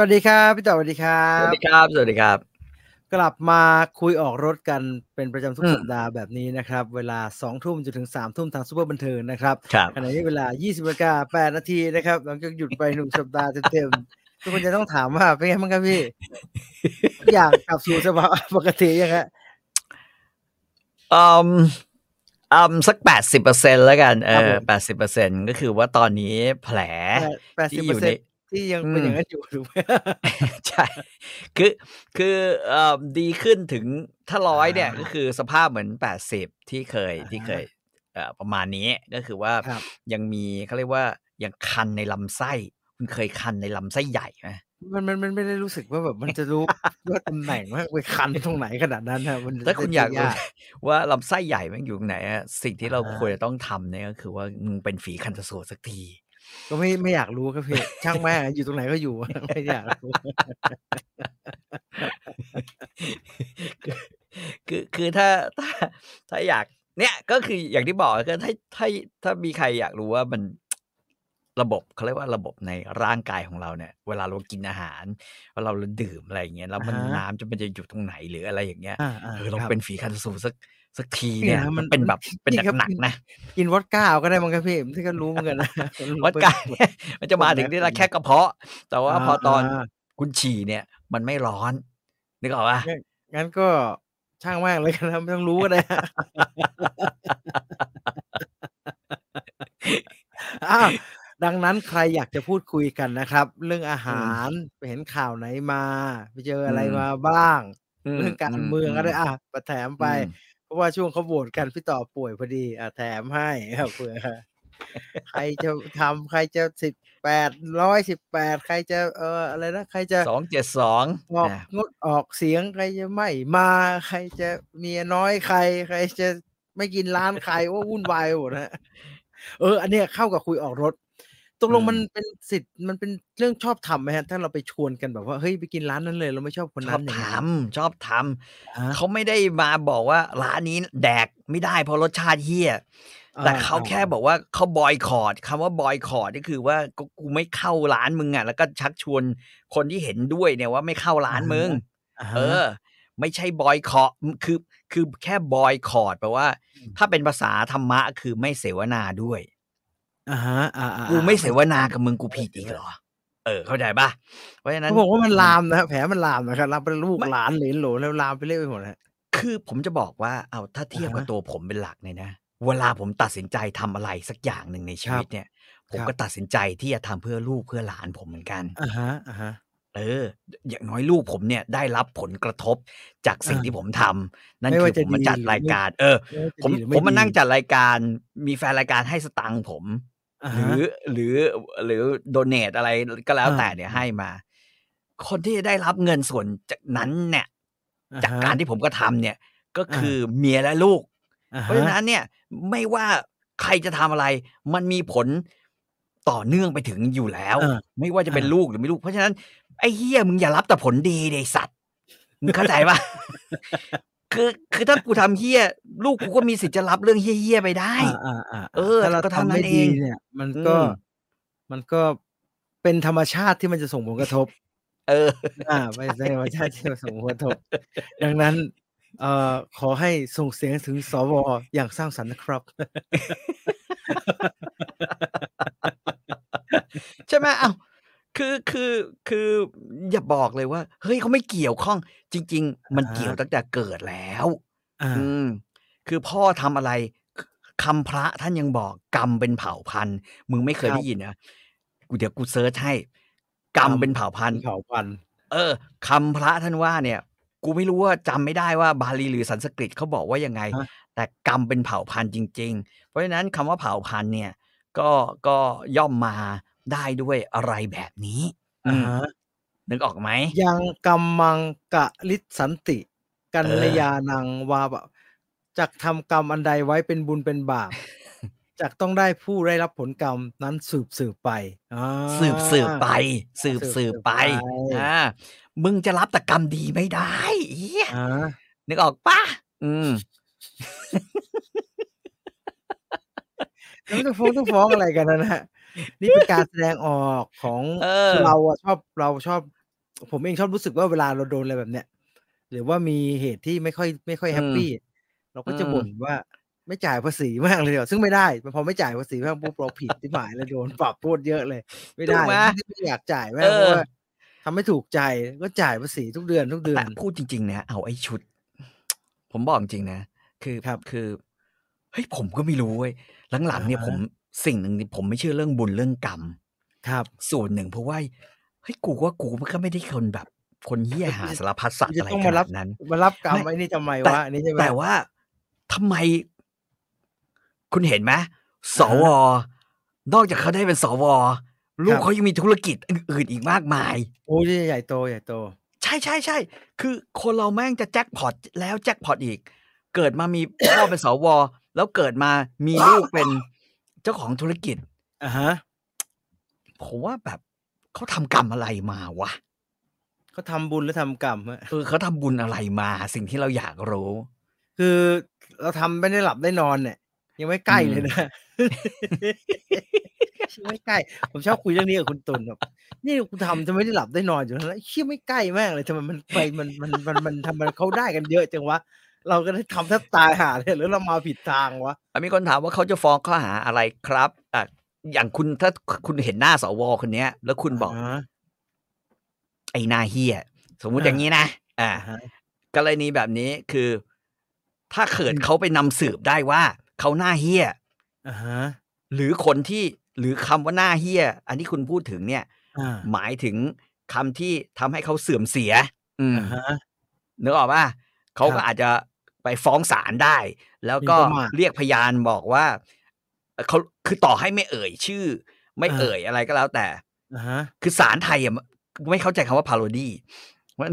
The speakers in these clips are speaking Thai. วัสดีครับพี่ต่อสวัสดีครั สวั บ สดีครับ สวัสดีครับ กลับมาคุยออกรถกันเป็นประจำทุก อืม สัปดาห์แบบนี้นะครับ เวลา2ทุ่มจนถึง3ทุ่มทางซูเปอร์บันเทิงนะครับ ครับ ขณะนี้เวลา 20นาฬิกา8นาทีนะครับหลังจากหยุดไปหนึ่งสัปดาห์เต็มๆ ทุกคนจะต้องถามว่าเป็นไงบ้างครับ พี่ อยากกลับสู่สภาวะปกติยังฮะ อืมอืมสักแปดสิบเปอร์เซ็นแล้วกัน เอ ครับ อ ผม แปดสิบเปอร์เซ็นก็คือว่าตอนนี้แผล แปดสิบ ที่อ เปอร์ ยู่ เซ็ ใน นที่ยังเป็นอย่างนั้นอยู่หรือไม่ ใช่ คือ คือเอ่อดีขึ้นถึงถ้าร้อยเนี่ย อ่า ก็คือสภาพเหมือนแปดสิบที่เคย ที่เคยเอ่อประมาณนี้ ก็คือว่า ครับ ยังมีเขาเรียกว่ายังคันในลำไส้ คุณเคยคันในลำไส้ใหญ่ไหม มันมันมันไม่ได้รู้สึกว่าแบบมันจะรู้ ว่าตำแหน่งว่าไปคันตรงไหนขนาดนั้นนะมัน ถ้าคุณอยาก จะ รู้ ยาก ว่าลำไส้ใหญ่มันอยู่ตรงไหนอะสิ่งที่เรา อ่า ควรจะต้องทำเนี่ยก็คือว่ามึงเป็นฝีคันธสูตรสักที ก็ไม่ไม่อยากรู้ครับพี่ช่างแม่งอยู่ตรงไหนก็อยู่ ไม่อยากรู้ คือคือถ้า ถ้าถ้าอยาก เนี่ยก็คืออย่างที่บอกก็ถ้าถ้าถ้ามีใครอยากรู้ว่ามัน ระบบเขาเรียกว่าระบบในร่างกายของเราเนี่ย เวลาเรากินอาหารเวลาเราดื่มอะไรอย่างเงี้ยแล้วมัน อ่าฮะ น้ำจะมันจะอยู่ตรงไหนหรืออะไรอย่างเงี้ย อ่าอ่า เออเรา ครับ เป็นฝีคันธสูตรสักสักที พี่ เนี่ย นะ มั มัน น เป็น มั แบบเป็น จริงครับ หนักๆนะ กินวอดก้าเอาก็ได้มั้งครับพี่ที่ก็รู้เหมือนกันนะมัน วัด เป็น กายเนี่ยมันจะมาถึงที่ละแค่กระเพาะ แต่ว่า อ่า พอตอน า คุณฉี่เนี่ย มันไม่ร้อนนึกออกปะ งั้นก็ช่างแม่งเลยกันนะไม่ต้องรู้ก็ ได้ อ้าวดังนั้นใครอยากจะพูดคุยกันนะครับ เรื่องอาหารไปเห็นข่าวไหนมา ไปเจออะไรมาบ้าง เรื่องการเมืองอะไรอ่ะประแถมไป อืม เพราะว่าช่วงเขาโหวตกันพี่ต่อป่วยพอดี อ่ะแถมให้ ครับเผื่อใครจะทำใครจะสิบแปดร้อยสิบแปดใครจะเอออะไรนะใครจะ สองเจ็ดสอง ออกงดออกเสียงใครจะไม่มา ใครจะเมียน้อยใคร ใครจะไม่กินร้านใครว่าวุ่นวายไปหมดฮะเออ อันเนี้ยเข้ากับคุยออกรถตกลงมันเป็นสิทธิ์มันเป็นเรื่องชอบทำไหมฮะถ้าเราไปชวนกันแบบว่าเฮ้ยไปกินร้านนั้นเลยเราไม่ชอบคน ชอ นั้ บ นอย่าง ท นั้น ำชอบท อ่ะ ำเขาไม่ได้มาบอกว่าร้านนี้แดกไม่ได้เพราะรสชาติเฮี้ยแต่ อ่ เขา อ่ แค่บอกว่าเขาบอยคอรดคำว่าบอยคอรดก็คือว่าก็กูไม่เข้าร้านมึงอ่ะแล้วก็ชักชวนคนที่เห็นด้วยเนี่ยว่าไม่เข้าร้านมึง อา เอ ฮะ อ ไม่ใช่บอยคอคือคือแค่บอยคอรดแปลว่า อืม ถ้าเป็นภาษาธรรมะคือไม่เสวนาด้วย อ่าฮะอ่าอ่า กูไม่เสวนากับมึงกูผิดอีกเหรอ เออ เข้าใจปะเพราะฉะนั้น เขาบอกว่ามันลามนะแผลมันลามนะครับลามไปลูก ไม่ หลานเหลนโหลแล้วลามไปเรื่อยไปหมดนะ คือผมจะบอกว่าเอาถ้าเทียบกับ อ่าฮะ ตัวผมเป็นหลักเนี่ยนะเวลาผมตัดสินใจทำอะไรสักอย่างหนึ่งในชีวิตเนี่ย ผม ครับ ก็ตัดสินใจที่จะทำเพื่อลูกเพื่อหลานผมเหมือนกัน อ่าฮะอ่าฮะ เออ อย่างน้อยลูกผมเนี่ยได้รับผลกระทบจากสิ่ง อ่า ที่ผมทำนั่น ไม่ คื ว่า อผ จะ มมา ดี จัด หรือไม่ รายการ เออ จะ ผม ดีหรือ ผมมา ดี นั่งจัดรายการมีแฟนรายการให้สตังค์ผม า ห ฮะ รือหรือหรือโดเนทอะไรก็แล้ว อ่า แต่เนี่ยให้มา คนที่ได้รับเงินส่วนจากนั้นเนี่ย อ่ จาก ฮะ การที่ผมก็ทำเนี่ย ก็ อ่า คือเมียและลูก อ่ เพราะฉะ ฮะ นั้นเนี่ยไม่ว่าใครจะทำอะไร มันมีผลต่อเนื่องไปถึงอยู่แล้ว อ่า ไม่ว่าจะเป็น อ่า ลูกหรือไม่ลูก เพราะฉะนั้นไอ้เฮียมึงอย่ารับแต่ผลดีเดสัตว์มึงเข้าใจปะ คือคือถ้ากูทำเฮียลูกกูก็มีสิทธิ์จะรับเรื่องเฮี้ยๆไปได้ อ่าอ่าา เออ ถ้าเรา ก็เท่า ทำ นั้น ไม่ เอ ดี ง เนี่ย มันก็ อืม มันก็เป็นธรรมชาติที่มันจะส่งผลกระทบ เออ อ่าไม่ใช่ธรรมชาติที่มันส่งผลกระ ทบ ดังนั้น เอ่อขอให้ส่งเสียงถึงสวอย่างสร้างสรรค์นะครับ ใช่ไหมเอ้าคือคือคืออย่าบอกเลยว่า เฮ้ยเขาไม่เกี่ยวข้อง จริง ๆ มัน อ่า เกี่ยวตั้งแต่เกิดแล้ว อ่า อืม คือพ่อทำอะไรคำพระท่านยังบอก กรรมเป็นเผ่าพันธุ์มึงไม่เคย ครับ ได้ยินนะกูเดี๋ยวกูเซิร์ชให้ กรรมเป็นเผ่าพันธุ์ เผ่าพันธุ์ เออคำพระท่านว่าเนี่ย กูไม่รู้ว่าจำไม่ได้ว่าบาลีหรือสันสกฤตเขาบอกว่ายังไง ฮะ แต่กรรมเป็นเผ่าพันธุ์จริง ๆ เพราะฉะนั้นคำว่าเผ่าพันธุ์เนี่ย ก็ก็ย่อมมาได้ด้วยอะไรแบบนี้ อื อ่าม ฮะ นึกออกไหม ยังกัมมังกะลิสันติ กัล เออ ยานังวาบะจักทำกรรมอันใดไว้เป็นบุญเป็น บาป จักต้องได้ผู้ได้รับผลกรรมนั้นสืบสืบไปอ่า สืบสืบไป สืบ สื สื บบ ไป ไป อ่ามึงจะรับแต่กรรมดีไม่ได้เหี้ย อ่า นึกออกปะอืม แล้วจะฟ้องต้องฟ้องอะไรกันนะนะนี่เป็นการแสดงออกของ เออ เราอะชอบเราชอบ ผมเองชอบรู้สึกว่าเวลาเราโดนอะไรแบบเนี้ยหรือว่ามีเหตุที่ไม่ค่อยไม่ค่อยแฮปปี้เราก็จะ อืม บ่นว่าไม่จ่ายภาษีมากเลยเหรอซึ่งไม่ได้พอไม่จ่ายภาษีมากปุ๊บเราผิดที่หมายแล้วโดนปรับโทษเยอะเลย ไม่ได้ ถูกไหม ไม่อยากจ่ายแม่ เออ เพราะว่าทำไม่ถูกใจก็จ่ายภาษีทุกเดือนทุกเดือ แต่ น พูดจริง ๆ นะ เอาไอ้ชุด ผมบอกจริงๆนะ คือ ครับ คือเฮ้ยผมก็ไม่รู้เว้ยหลังๆเนี่ย อ่าฮะ ผมสิ่งหนึ่งที่ผมไม่เชื่อเรื่องบุญเรื่องกรรม ครับ ส่วนหนึ่งเพราะว่าเฮ้ยกูว่ากูมันก็ไม่ได้คนแบบคนเหี้ยหาสารพัดสัตว์ จะ อะไร ต้อง ข มารั นา บ ดนั้น มารับกรรม ไม่ ไอ้นี่ทำไม แต่ วะอันนี่ใช่ไหม แต่ว่าทำไม คุณเห็นไหมส อ่าฮะ ว นอกจากเขาได้เป็นสว ลู ค ก รับ เขายังมีธุรกิจอื่นๆอีกมากมาย โอ้ยใหญ่โตใหญ่โต ใช่ใช่ใช่ คือคนเราแม่งจะแจ็คพอตแล้วแจ็คพอตอีก เกิดมามี พ่อเป็นสว แล้วเกิดมามีลูกเป็นเจ้าของธุรกิจ อ่ะฮะ ผมว่าแบบเขาทำกรรมอะไรมาวะ เขาทำบุญแล้วทำกรรมฮะ เออเขาทำบุญอะไรมา สิ่งที่เราอยากรู้ คือเราทำไม่ได้หลับได้นอนเนี่ย ยังไม่ใกล้ อืม เลยนะ ยังไม่ใกล้ ผมชอบคุยเรื่องนี้กับคุณตุลแบบนี่คุณทำทำไมไม่ได้หลับได้นอนอยู่แล้วไอ้เชี่ยไม่ใกล้แม่งเลยทำไมมันไปมันมันมันมันทำไมเขาได้กันเยอะจังวะเราก็ได้ทำแทบตายหาเลยหรือเรามาผิดทางวะ อ่ะมีคนถามว่าเขาจะฟ้องข้อหาอะไรครับอ่ะอย่างคุณถ้าคุณเห็นหน้าสวคนเนี้ย แล้วคุณบอกไอ้หนาเฮียสมมุติ อ่า อย่างนี้นะอ่า อ่าฮะ กรณีแบบนี้คือ ถ้าเกิด อืม เขาไปนำสืบได้ว่าเขาหน้าเฮี้ย อ่าฮะ หรือคนที่หรือคำว่าหน้าเฮี้ย อันที่คุณพูดถึงเนี่ย อ่า หมายถึงคำที่ทำให้เขาเสื่อมเสีย อืม อ่าฮะ นึกออกป่ะเขา ครั ก็ บ อาจจะไปฟ้องศาลได้ แล้วก็ หมิ่นประมาท เรียกพยานบอกว่าเอ่อเขาคือต่อให้ไม่เอ่ยชื่อ ไม่ อ่า เอ่ยอะไรก็แล้วแต่ อ่าฮะ คือศาลไทยอ่ะไม่เข้าใจคำว่าพาโรดี้ว่า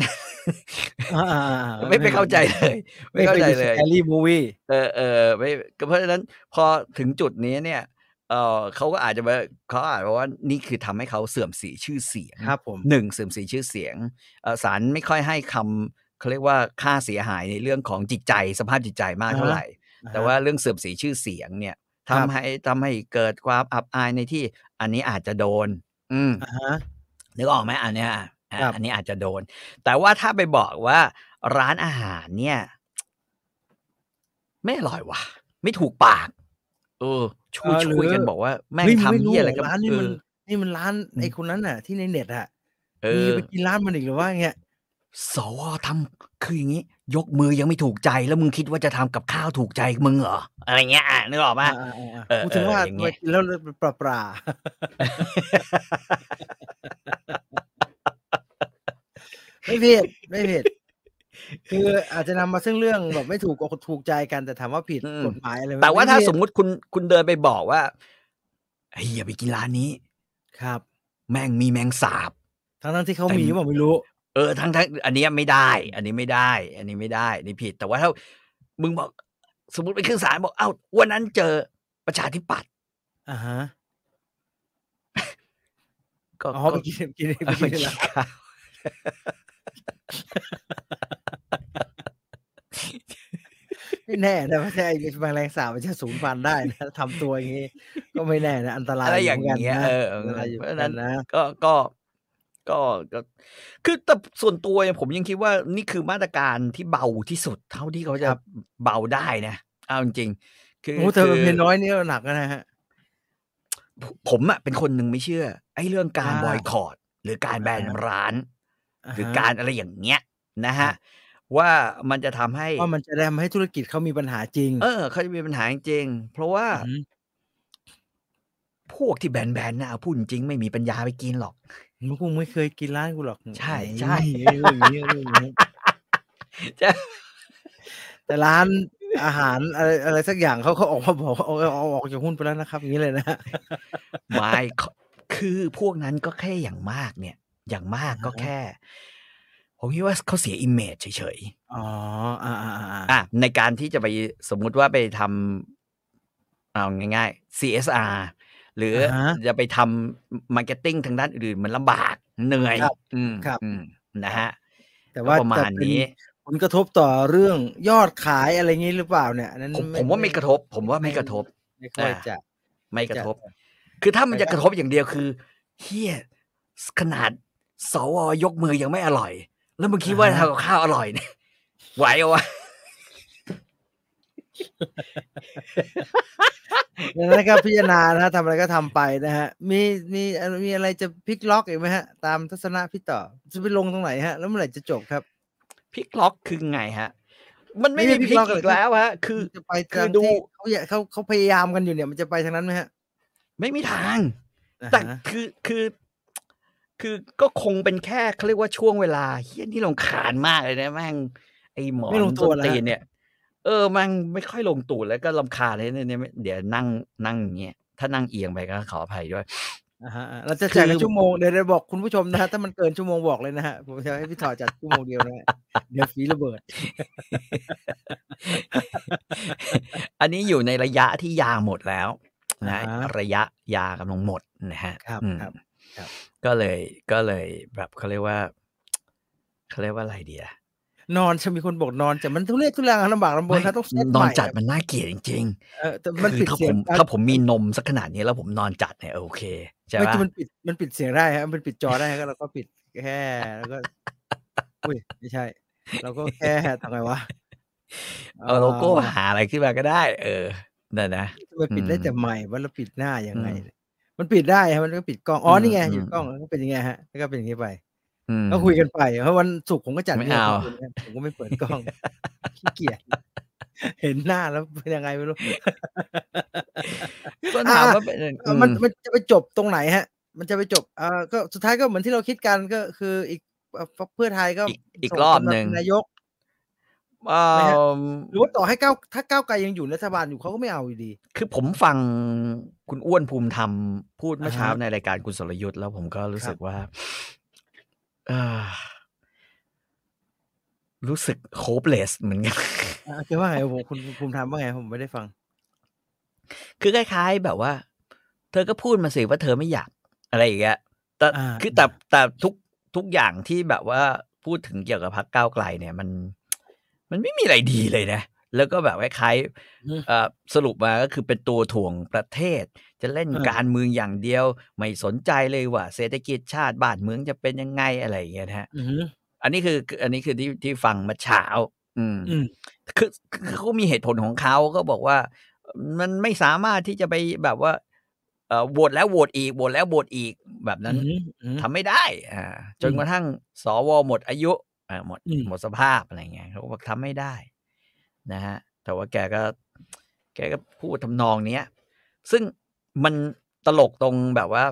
อ่าอ่าอ่า ไม่ไม่เข้าใจเลย ไม่เข้าใจเลย แอลลี่มูวี่ เออเออไม่ก็เพราะฉะนั้นพอถึงจุดนี้เนี่ย เออเขาก็อาจจะมาเขาอาจจะว่านี่คือทำให้เขาเสื่อมเสียชื่อเสียง ครับผม หนึ่งเสื่อมเสียชื่อเสียงเอ่อศาลไม่ค่อยให้คำเขาเรียกว่าค่าเสียหายในเรื่องของจิตใจสภาพจิตใจมากเท่าไหร่ แต่ว่าเรื่องเสื่อมเสียชื่อเสียงเนี่ย ครั ทำ บ ให้ทำให้เกิดความอับอายในที่อันนี้อาจจะโดน อืม อ่าฮะ นึกออกไหมอันเนี้ยอ่ะอ่ะ ครับ อันนี้อาจจะโดน แต่ว่าถ้าไปบอกว่าร้านอาหารเนี่ย ไม่อร่อยว่ะ ไม่ถูกปาก เออช่วย เออหรือ ช่วยกันบอกว่าแม่ง เฮ้ย ทำ รู้ เหี้ยอะไร ห กัน ร้านนี่ เอ มัน อ นี่มันร้าน อืม ไอ้คนนั้นน่ะ ที่ในเน็ตอะ เอ มี อ ไปกินร้านมันอีกหรือว่าเงี้ย สวทำคืออย่างนี้ ยกมือยังไม่ถูกใจแล้วมึงคิดว่าจะทำกับข้าวถูกใจมึงเหรออะไรเงี้ยอ่ะนึกออกปะ อ่อ่า เออ พูดถึง เออ ว่า อย่างเงี้ ไป ย กินแล้วปลาป ลาๆไม่เผ็ดไม่เผ็ดคืออาจจะนำมาซึ่งเรื่องแบบไม่ถูกอกถูกใจกันแต่ถามว่าผิด อืม กฎหมายอะไรไห แต่ว่าถ้า ไผิด สมมุติคุณคุณเดินไปบอกว่าเฮียไปกินร้านนี้ ครับ แม่งมีแมงสาบ ทั้งทั้งๆที่เขา เต็ม มีหรือเปล่าไม่รู้ เออทั้งทั้งอันเนี้ยไม่ได้ อันนี้ไม่ได้ อันนี้ไม่ได้นี่ผิด แต่ว่าถ้ามึงบอก สมมติไปขึ้นศาลบอกเอ้าวันนั้นเจอประชาธิปัตย์ อ่าฮะ ก็ อ๋อไป ก็ กินกิน เออ ไป ไป กินกิน ร้าน ข้าว ไม่แน่นะไม่ใช่ไอ้แมลงสาบมันจะสูญพันธุ์ได้นะทำตัวอย่างงี้ก็ไม่แน่นะอันตราย อะไรอย่าง หมืนกัน เงี้ย นะ เออ อันตรายอยู่ เพ เหมื ราะ อ ฉะ นกั นั้น น นะ ก็ก็ก็ก็ คือแต่ส่วนตัวเนี่ยผมยังคิดว่านี่คือมาตรการที่เบาที่สุด เท่าที่เขาจะ ครับ เบาได้นะเอาจริงๆคือ โอ้แต่ คือ เมียน้อยนี่ก็หนักนะฮะ ผมอะเป็นคนหนึ่งไม่เชื่อ ไอ้เรื่องการ อ่า บอยคอรดหรือการแบน อ่าฮะ ร้าน หรือ ฮะ การอะไรอย่างเงี้ยนะ ครั ฮะ บ ว่ามันจะทำให้ ว่ามันจะได้ทำให้ธุรกิจเขามีปัญหาจริง เออเขาจะมีปัญหาจริงๆเพราะว่า หือ พวกที่แบนๆนะเอาพูดจริงๆไม่มีปัญญาไปกินหรอก มึงคงไม่เคยกินร้านกูหรอก ใช่ ไหน ใช่ เรื่องนี้เรื่องนี้ จะ แต่ร้านอาหารอะไรอะไรสักอย่างเขาเขาออกมาบอกว่าเอาเอาเอาออกจากหุ้นไปแล้วนะครับ อย่างนี้เลยนะฮะ ไม่เขาคือพวกนั้นก็แค่อย่างมากเนี่ย อย่างมากก็ อ่าฮะ แค่ ผมคิดว่าเขาเสียอิมเมจเฉยๆ อ๋ออ่าอ่าอ่า อ่ะในการที่จะไปสมมุติว่าไปทำเอาง่าย ๆ CSR หรืออา ฮะ จะไปทำมาร์เก็ตติ้งทางด้านอื่นมันลำบากเหนื่อย ครับ อืม ครับ อืมนะฮะ แต่ว่า ก็ประมา จ ณ เป็ นี้ ผลกระทบต่อเรื่องยอดขายอะไรอย่างนี้หรือเปล่าเนี่ยอันนั้น ผมผมว่าไม่กระทบ ผมว่าไม่กระทบ ไม่ค่อย อ่า จะ ไม่กระทบ จะ คือถ้ามัน แต่ จะ ถ้า กระทบอย่างเดียวคือเฮียขนาด สวยกมือยังไม่อร่อย แล้วมึงคิดว่า อ่าฮะ ทำกับข้าวอร่อยเนี่ยไหวเอาวะ ดังนั้นก็พิจารณานะฮะทำอะไรก็ทำไปนะฮะ มีมีมีอะไรจะพลิกล็อกอีกไหมฮะ ตามทัศนะพี่ต่อจะไปลงตรงไหนฮะ แล้วเมื่อไหร่จะจบครับ พลิกล็อกคือไงฮะ มันไม่ ไม่ มี ใช่ พ พลิ ลิ กล็อกกอีก เลยครับ แล้วฮะ คือ มันจะไป คือ ทาง ดู ที่เขาอยากเขาเขาพยายามกันอยู่เนี่ยมันจะไปทางนั้นไหมฮะ ไม่มีทาง อ่า แต่ ฮะ คือคือ คือก็คงเป็นแค่เขาเรียกว่าช่วงเวลาเฮี้ยนี่ลงขานมากเลยนะแม่งไอ้หมอนส้นตีนเนี่ย เออมันไม่ค่อยลงตูดแล้วก็ลำคาญเลยเนี่ยเนี่ยเดี๋ยวนั่งนั่งอย่างเงี้ยถ้านั่งเอียงไปก็ขออภัยด้วย อ่าฮะเราจะแจกกั คื น อ ชั่วโมงเดี๋ยวจะบอกคุณผู้ชมนะฮะถ้ามันเกินชั่วโมงบอกเลยนะฮะผมจะให้พี่ต่อจัดชั่วโมงเดียวนะฮะเดี๋ยวฝีระเบิด อันนี้อยู่ในระยะที่ยาหมดแล้วนะ อ่าฮะ ระยะยากำลังหมดนะฮะ ครับ อืม ครับครับ ก็เลยก็เลยแบบเขาเรียกว่าเขาเรียกว่าอะไรเดีย นอนจะมีคนบอกนอนแต่มันทุเรศทุรังลำบากลำบนนะต้องเซต น ให อน ม่ จัดมันน่าเกลียดจริง ๆ เออแต่มัน คือ ปิดเสีถ้าผ ยง ม ได้ ถ้าผมมีนมสักขนาดนี้แล้วผมนอนจัดเนี่ยโอเคใช่ ไม่ ปะ มันปิดมันปิดเสียงได้ฮะมันปิดจอได้ฮะก็เราก็ปิดแค่แล้วก็อุ้ยไม่ใช่ เราก็แค่ทำไงวะ เอาโลโก้หาอะไรขึ้นมาก็ได้ เออนั่นนะ ทำไมปิดได้ อืม แต่ใหม่ว่าเราปิดหน้ายังไง อืม มันปิดได้ฮะมันก็ปิดกล้องอ๋ออ ม นี่ไง อืม อยู่กล้องแล้วก็เป็นยังไงฮะแล้วก็เป็นอย่างนี้ไป อืม ก็คุยกันไป เพราะวันศุกร์ผมก็จัด ไม่ นี่ย เอา ผมก็ผมก็ไม่เปิดกล้องขี้เกียจเห็นหน้าแล้วเป็นยังไงไม่รู้ ก็ถามว่าเป็น เอ่อมัน อืม มันจะไปจบตรงไหนฮะ มันจะไปจบเอ่อก็สุดท้ายก็เหมือนที่เราคิดกันก็คืออีกเอ่อเพื่อไทยก็ อีกอีก ส่ รอบ คมา หนึ่ง เป็นนายก เอ่ นะฮะ อ หรือว่าต่อให้ก้าวถ้าก้าวไกลยังอยู่รัฐบาลอยู่เขาก็ไม่เอาอยู่ดี คือผมฟังคุณอ้วนภูมิธรรมพูดเมื่อเช้า อ่าฮะ ในรายการคุณสรยุทธ์แล้วผมก็ครู้รับ สึกว่าเอ่อรู้สึกโฮปเลสเหมือนกัน อ่ะคือว่าไงผมคุณคุณภูมิธรรมว่าไงผมไม่ได้ฟัง คือคล้ายๆแบบว่า เธอก็พูดมาสิว่าเธอไม่อยากอะไรอย่างเงี้ยแต่ อ่า คือแต่แต่ทุกทุกอย่างที่แบบว่าพูดถึงเกี่ยวกับพรรคก้าวไกลเนี่ยมัน มันไม่มีอะไรดีเลยนะ แล้วก็แบบคล้าย อืม ๆเอ่อสรุปมาก็คือเป็นตัวถ่วงประเทศ จะเล่น อ่า การเมืองอย่างเดียว ไม่สนใจเลยว่า เศรษฐกิจชาติบ้านเมืองจะเป็นยังไงอะไรอย่างเงี้ยนะฮะ อือหือ อันนี้คืออันนี้คือที่ที่ฟังมาเช้า อืม อืม คือคือเขามีเหตุผลของเขาก็บอกว่า มันไม่สามารถที่จะไปแบบว่า เอ่อโหวตแล้วโหวตอีกโหวตแล้วโหวตอีกแบบนั้น อือหือ ทำไม่ได้ อ่า จน อืม กระทั่งสวหมดอายุอ่าหมด อืม หมดสภาพอะไรเงี้ยเขาก็บอกทำไม่ได้ นะฮะ แต่ว่าแกก็ แกก็พูดทำนองเนี้ย ซึ่งมันตลกตรงแบบว่า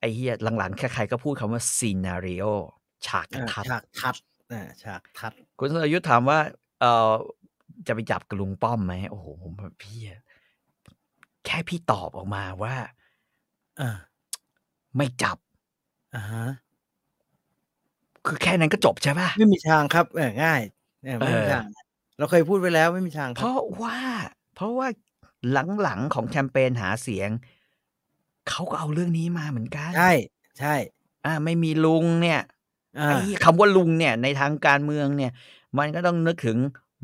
ไอ้เฮียหลังๆใครๆก็พูดคำว่าซีนารีโอฉากกระ อ่ะ ทัด ฉากทัดอ่ะฉากทัด คุณสรยุทธ์ถามว่า เออจะไปจับกับลุงป้อมไหมโอ้โหผมแบบพี่อะแค่พี่ตอบออกมาว่า อ่า ไม่จับ อ่าฮะ คือแค่นั้นก็จบใช่ปะ ไม่มีทางครับเออง่ายเออไม่มี เออ ทาง เราเคยพูดไว้แล้วไม่มีทาง เพ ครับ ราะว่า เพราะว่าหลังๆของแคมเปญหาเสียง เขาก็เอาเรื่องนี้มาเหมือนกัน ใช่ใช่ อ่าไม่มีลุงเนี่ย อ่า ไอ้คำว่าลุงเนี่ย ในทางการเมืองเนี่ย มันก็ต้องนึกถึง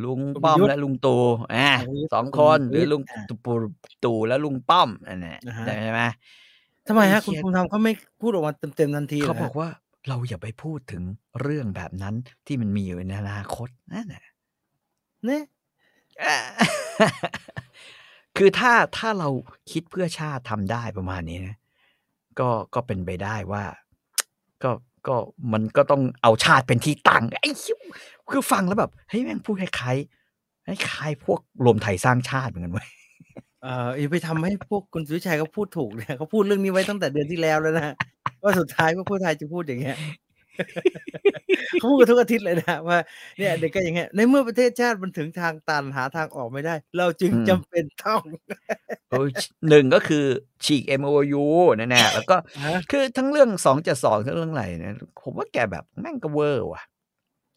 ลุงป้อม ประยุทธ์ และลุงตู่อ่า ประยุทธ์ สองคนหรือลุง อ่า ตู่ตู่และลุงป้อมอันเนี้ย อ่าฮะ ใช่ไหม ทำไมฮะ ไอ้เหี้ คุณภูยมิธรรมเขาไม่พูดออกมาเต็มๆทันที เขา หรฮะ บอกว่าเราอย่าไปพูดถึงเรื่องแบบนั้นที่มันมีอยู่ในอนาคตนั่นแหละ เนี่ย คือถ้าถ้าเราคิดเพื่อชาติทำได้ประมาณนี้นะก็ก็เป็นไปได้ว่า ก็ก็มันก็ต้องเอาชาติเป็นที่ตั้งไอ้เหี้ยคือฟังแล้วแบบเฮ้ยแม่งพูดคล้ายๆคล้ายๆพวกรวมไทยสร้างชาติเหมือนกันเว้ย เอออย่าไปทำให้พวกคุณสุวิชัยเขาพูดถูกเนี่ยเขาพูดเรื่องนี้ไว้ตั้งแต่เดือนที่แล้วแล้วนะ ว่าสุดท้ายพวกเพื่อไทยจะพูดอย่างเงี้ย เขาพูดกันทุกอาทิตย์เลยนะว่าเนี่ยเด็กก็อย่างเงี้ยในเมื่อประเทศชาติมันถึงทางตันหาทางออกไม่ได้ เราจึง อืม จำเป็นต้อง โอ้ย หนึ่งก็คือฉีก MOU นั่นแน่แล้วก็ ฮะ คือทั้งเรื่องสองจะสองทั้งเรื่องอะไรเนี่ยผมว่าแกแบบแม่งก็เวอร์ว่ะ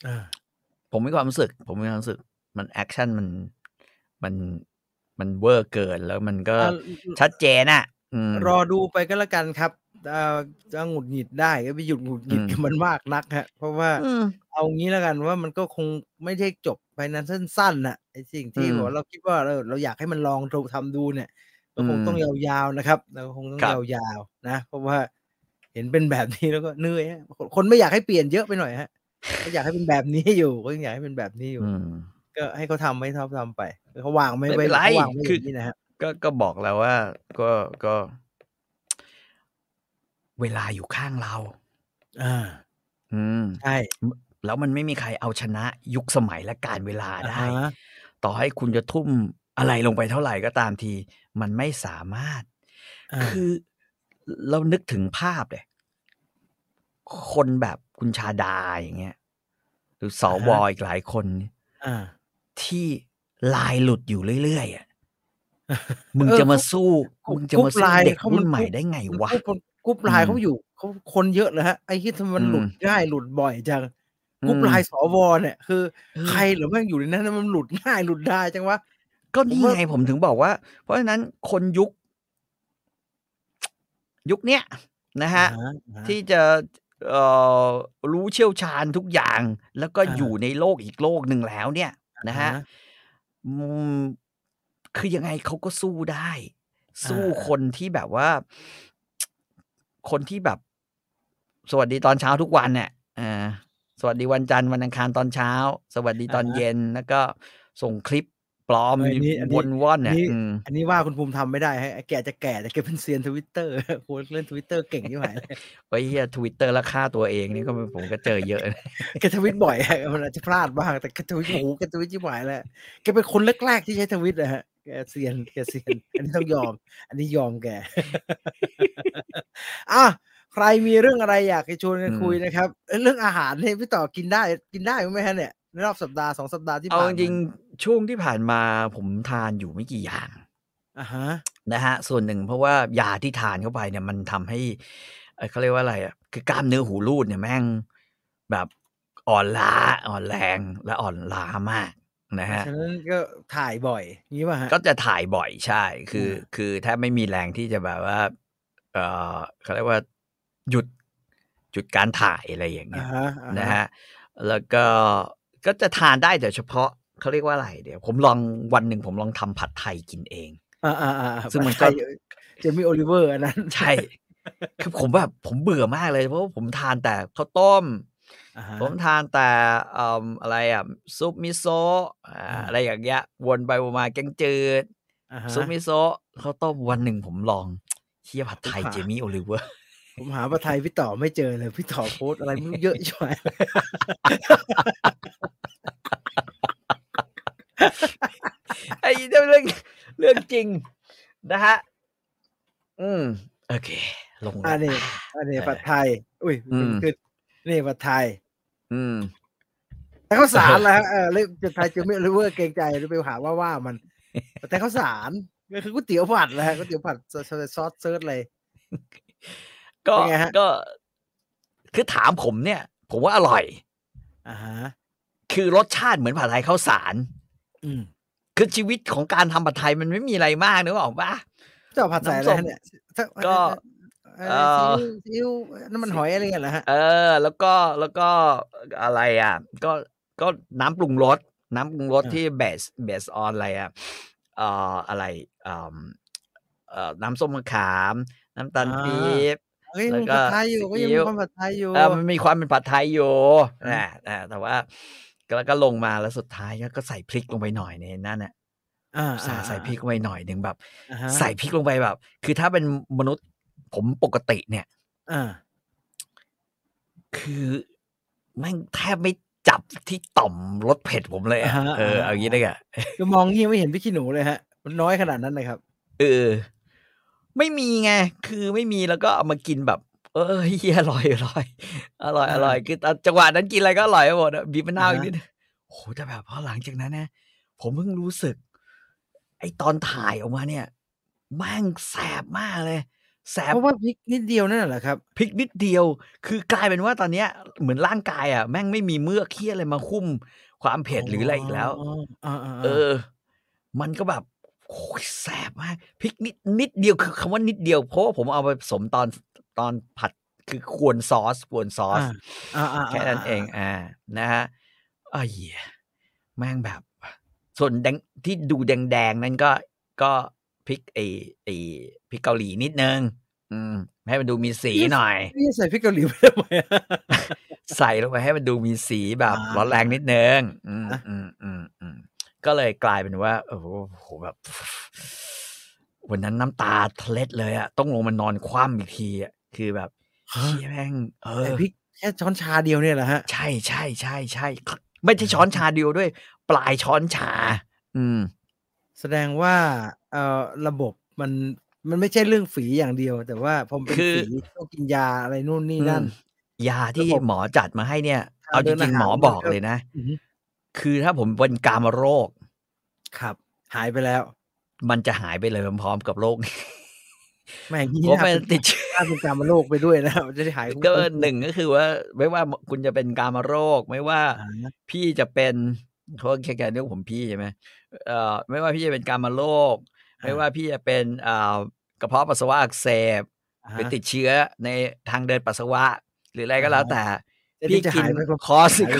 อ่า ผมมีความรู้สึก ผมมีความรู้สึก มันแอคชั่นมันมันมันเวอร์เกินแล้วมันก็ อ่ะ ชัดเจนอ่ะอืม รอดูไปก็แล้วกันครับเอ่อจะหงุดหงิดได้ก็ไปหยุดหงุดหงิด อืม กับมันมากนักฮะ เพราะว่า อืม เอางี้แล้วกันว่ามันก็คงไม่ได้จบไปนั้นสั้นๆน่ะไอ้สิ่งที่ อืม บอกว่าเราคิดว่าเราเราอยากให้มันลองทำดูเนี่ยก็คง อืม ต้องยาวๆนะครับเราก็คงต้อง ครั ยาวบๆนะ เพราะว่า เห็นเป็นแบบนี้แล้วก็เหนื่อยฮะคนคนไม่อยากให้เปลี่ยนเยอะไปหน่อยฮะก็อยากให้เป็นแบบนี้อยู่ก็ยังอยากให้เป็นแบบนี้อยู่ อืม ก็ให้เขาทำไว้เขาทำไปเขาวางไม่ ไม่ ไว้ เป็นไร เขาวางไว้อ คือ ย่างนี้นะฮะ ก็ก็บอกแล้วว่า ก็ก็ เวลาอยู่ข้างเรา อ่า อืม ใช่ แล้วมันไม่มีใครเอาชนะยุคสมัยและการเวลาได้ อ่าฮะ ต่อให้คุณจะทุ่มอะไรลงไปเท่าไหร่ก็ตามที มันไม่สามารถ อ่า คือเรานึกถึงภาพเลยคนแบบคุณชาดาอย่างเงี้ยหรือสวอีกหลายคน อ่า ที่ลายหลุดอยู่เรื่อย ๆอ่ะ เออ มึงจะมาสู้ เขา มึงจะมาสู้ เขาลาย เด็ก เขามั รุ่ น นใหม่ได้ไงวะ กรุ๊ปคนกรุ๊ปไลน์ อืม เขาอยู่เขาคนเยอะเลยฮะไอ้ที่ทำไมมัน อืม หลุดง่ายหลุดบ่อยจังกรุ๊ป อืม ไลน์สวเนี่ยคือ เออ ใครเหรือแม่งอยู่ในนั้นนะมันหลุดง่ายหลุดได้จังวะ ก็นี่ ผมว่า ไงผมถึงบอกว่า เพราะฉะนั้นคนยุค ยุคเนี้ยนะฮะ อ่าฮะ ที่จะเอ่อรู้เชี่ยวชาญทุกอย่าง แล้วก็ อ่า อยู่ในโลกอีกโลกหนึ่งแล้วเนี่ย นะฮะ อ่าฮะ อืมคือยังไงเขาก็สู้ได้ สู้ อ่า คนที่แบบว่า คนที่แบบ สวัสดีตอนเช้าทุกวันเนี่ยอ่า สวัสดีวันจันทร์วันอังคารตอนเช้า สวัสดีตอนเย็นแล้วก็ส่งคลิปปลอม เอออันนี้อันนี้ วนว่อนเนี่ย อันนี้ อืม อันนี้ว่าคุณภูมิทำไม่ได้ฮะไอ้แกจะแก่แต่แกเป็นเซียนทวิตเตอร์ โค้ชเล่นทวิตเตอร์เก่งที่ไหนเลย ไอ้เหี้ยทวิตเตอร์แล้วฆ่าตัวเองนี่ก็ผมก็เจอเยอะนะ แกทวิตบ่อยฮะมันอาจจะพลาดบ้างแต่แกทวิตโอ้โหแกทวิตที่ไหวแหละแกเป็นคนแรกๆที่ใช้ทวิตนะฮะแกเซียนแกเซียนอันนี้ต้องยอม อันนี้ยอมแก อ่ะใครมีเรื่องอะไรอยากจะชวนกันคุยนะครับเอ้ยเรื่องอาหารเนี่ยพี่ต่อกินได้กินได้ไหมฮะเนี่ยในรอบสัปดาห์สองสัปดาห์ที่ เอา ผ่าน จ ม ริงๆช่วงที่ผ่านมาผมทานอยู่ไม่กี่อย่าง อ่ะฮะ นะฮะ ส่วนหนึ่งเพราะว่ายาที่ทานเข้าไปเนี่ยมันทำให้เอ่อเขาเรียกว่าอะไรอ่ะคือกล้ามเนื้อหูรูดเนี่ยแม่งแบบอ่อนล้าอ่อนแรงและอ่อนล้ามากนะฮะ ฉะนั้นก็ถ่ายบ่อยอย่างนี้ป่ะฮะ ก็จะถ่ายบ่อยใช่ คืออ ม คือแทบไม่มีแรงที่จะแบบว่า เออเขาเรียกว่าหยุดหยุดการถ่ายอะไรอย่างเงี้ อ่าย ฮะอ่า นะ ฮะ ฮะ แล้วก็ก็จะทานได้แต่เฉพาะเขาเรียกว่าอะไรเดี๋ยว ผมลองวันหนึ่งผมลองทำผัดไทยกินเอง อ่าอ่าอ่า ซึ่งมันก็ ผัดไทยเจมี่โอลิเวอร์อันนั้น ใช่ คือผมแบบผมเบื่อมากเลย เพราะว่าผมทานแต่ข้าวต้ม อ่าฮะ ผมทานแต่เอิ่มอะไรอ่ะซุปมิโซะอ่า อ่า อะไรอย่างเงี้ยวนไปวนมาแกงจืด อ่าฮะ ซุปมิโซะข้าวต้มวันหนึ่งผมลองเชียผัดไทย ผมหา เจมี่โอลิเวอร์ ผมหาประไทยพี่ต่อไม่เจอเลย พี่ต่อโพสต์อะไรไม่รู้เยอะใช่ไหม ไอ้เรื่องเรื่องเรื่องจริงนะฮะ อืม โอเค ลงแล้ว อ่านี่อันนี้ เออ ผัดไทย อุ้ย อืม ขึ้นนี่ผัดไทย อืม แต่ข้าวสารแล้วเออเรื่องผัดไทยเจมี่โอลิเวอร์เกรงใจเดี๋ยวไปหาว่าว่ามัน แต่ข้าวสารก็คือก๋วยเตี๋ยวผัดแหละก๋วยเตี๋ยวผัดซอสซอสเซิร์ชเลย ก็ เป็นไงฮะ ก็ คือถามผมเนี่ย ผมว่าอร่อย อ่าฮะ คือรสชาติเหมือนผัดไทยข้าวสาร อืม คือชีวิตของการทำผัดไทยมันไม่มีอะไรมากนึกออกปะ เจ้าผัดใส่อะไรฮะเนี่ยถ้า ก็ เอ่อ เอ่อ ซีอิ๊วซีอิ๊วน้ำมันหอยอะไรเงี้ยเหรอฮะ เออ แล้วก็แล้วก็อะไรอ่ะ ก็ก็น้ำปรุงรสน้ำปรุงรสที่เบสเบสออนอะไรอ่ะเอ่ออะไรอ่าเอ่อน้ำส้มมะขาม น้ำตาลปี๊บ เฮ้ย แล้ว มัน ก็ ผัดไทยอยู่ก็ยัง ซีอิ๊ มี ว ความผัดไทยอยู่ เออมันมีความเป็นผัดไทยอยู่นะนะแต่ว่าแล้วก็ลงมาแล้วสุดท้ายก็ใส่พริกลงไปหน่อยในนั่นน่ะ อ่า ใส่ อ่า ใส่พริกลงไปหน่อยหนึ่งแบบ อ่าฮะ ใส่พริกลงไปแบบ คือถ้าเป็นมนุษย์ผมปกติเนี่ย อ่า คือแม่งแทบไม่จับที่ต่อมรสเผ็ดผมเลยอะเออเอางี้ได้ไง ก็มองงี้ไม่เห็นพี่ขี้หนูเลยฮะ มันน้อยขนาดนั้นเลยครับ เออ ไม่มีไงคือไม่มีแล้วก็เอามากินแบบ เออเฮียอ ร่อยอร่อยอร่อยอร่อยคือตอนจังหวะนั้นกินอะไรก็อร่อยไปหมดอะบีบมะนาวอีกนิดโอ้โหแต่แบบพอหลังจากนั้นนะผมเพิ่งรู้สึก ไอตอนถ่ายออกมาเนี่ยแม่งแสบมากเลยแสบ เพราะว่าพริกนิดเดียวนั่นแหละครับ พลิกนิดเดียวคือกลายเป็นว่าตอนเนี้ยเหมือนร่างกายอ่ะแม่งไม่มีเมือกเคี้ยอะไรมาคุ้มความเผ็ดหรืออะไรอีกแล้ว อ๋ออ่าๆๆ เออ มันก็แบบโอ้ยแสบมากพลิกนิดนิดเดียวคือคำว่านิดเดียวเพราะว่าผมเอาไปผสมตอนตอนผัดคือควนซอสควนซอส าๆๆๆ แค่นั้นเองอ่านะฮะไอ้เหี้ยแม่งแบบ ส่วนแดงที่ดูแดงๆ นั่นก็ก็พริกไอไอพริกเกาหลีนิดนึง อืมให้มันดูมีสีหน่อย นี่ใส่พริกเกาหลีไปทำไมอะ ใส่ลงไปให้มันดูมีสีแบบ อ่า ร้อนแรงนิดนึงอืม อ่ะ อืมอืมอืมก็เลยกลายเป็นว่า โอ้โหโหแบบ วันนั้นน้ำตาทะเล็ดเลยอะต้องลงมานอนคว่ำอีกทีอะคือแบบเฮียแม่งเออ ใส่พริกแค่ช้อนชาเดียวเนี่ยเหรอฮะ ใช่ใช่ใช่ใช่ไม่ใช่ช้อนชาเดียวด้วย ปลายช้อนชา อืม แสดงว่าเอ่อระบบมันมันไม่ใช่เรื่องฝีอย่างเดียว แต่ว่าพอมันเป็น คือ ฝีต้องกินยาอะไรนู่นนี่นั่น อืมยาที่ ระบบ หมอจัดมาให้เนี่ย ทาง เอาจ เดิ ริ น ง อาหารๆหมอ มัน บอก ก็ เลยนะ อือฮึ คือถ้าผมเป็นกามโรค ครับ หายไปแล้ว มันจะหายไปเลยพร้อมๆกับโรคนี้ แม่ง เพ นี่ ราะ นะ มันติดเชื้อ ถ้าเป็นการมาโรคไปด้วยนะมันจะได้หาย ก็หนึ่งก็คือว่าไม่ว่าคุณจะเป็นกามโรค ไม่ว่า อ่านะ พี่จะเป็นเขาแค่แกเรียกผมพี่ใช่ไหมเอ่อไม่ว่าพี่จะเป็นกามโรค ไม่ว่าพี่จะเป็นอ่ากระเพาะปัสสาวะอักเสบ อ่า ไป ฮะ ติดเชื้อในทางเดินปัสสาวะ หรืออะไรก็ อ่าฮะ แล้วแต่ จะ พี่ ได้จะ กิน หายไป คอสิโค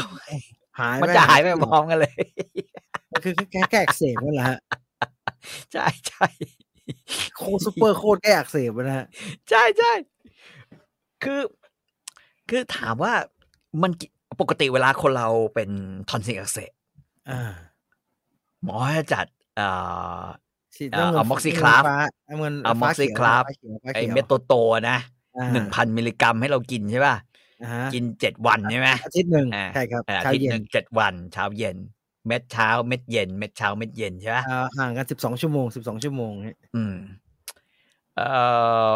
หาย มันจะหายไปพร้อมกันเลย มันคือแก้แก้อักเสบนั่นแหละฮะ ใช่ใช่ โคตรซูเปอร์โคตรแก้อักเสบนะฮะ ใช่ใช่คือ คือถามว่ามันกิปกติเวลาคนเราเป็นทอนซิลอักเสบ อ่า หมอให้จัดเอ่อ ฉีด อ่า น้ำ เอา เงิน Moxiclav ฟ้าเอาเงิน เอา ฟ้ Moxiclav เขียวฟ้าเขียวฟ้า ไอ ขียว เมดโตโตนะ อ่า หนึ่งพันมิลลิกรัมให้เรากินใช่ป่ะ อ่าฮะ กินเจ็ดวันใช่ไหม อาทิตย์หนึ่ง อ่า ใช่ครับ เอ่ออา เช้า ทิตย์ เย็ ห น นึ่งเจ็ดวันเช้าเย็น เม็ดเช้าเม็ดเย็น เม็ดเช้าเม็ดเย็นใช่ป่ะ อ่าห่างกันสิบสองชั่วโมงสิบสองชั่วโมงเนี่ย อืมเอ่อ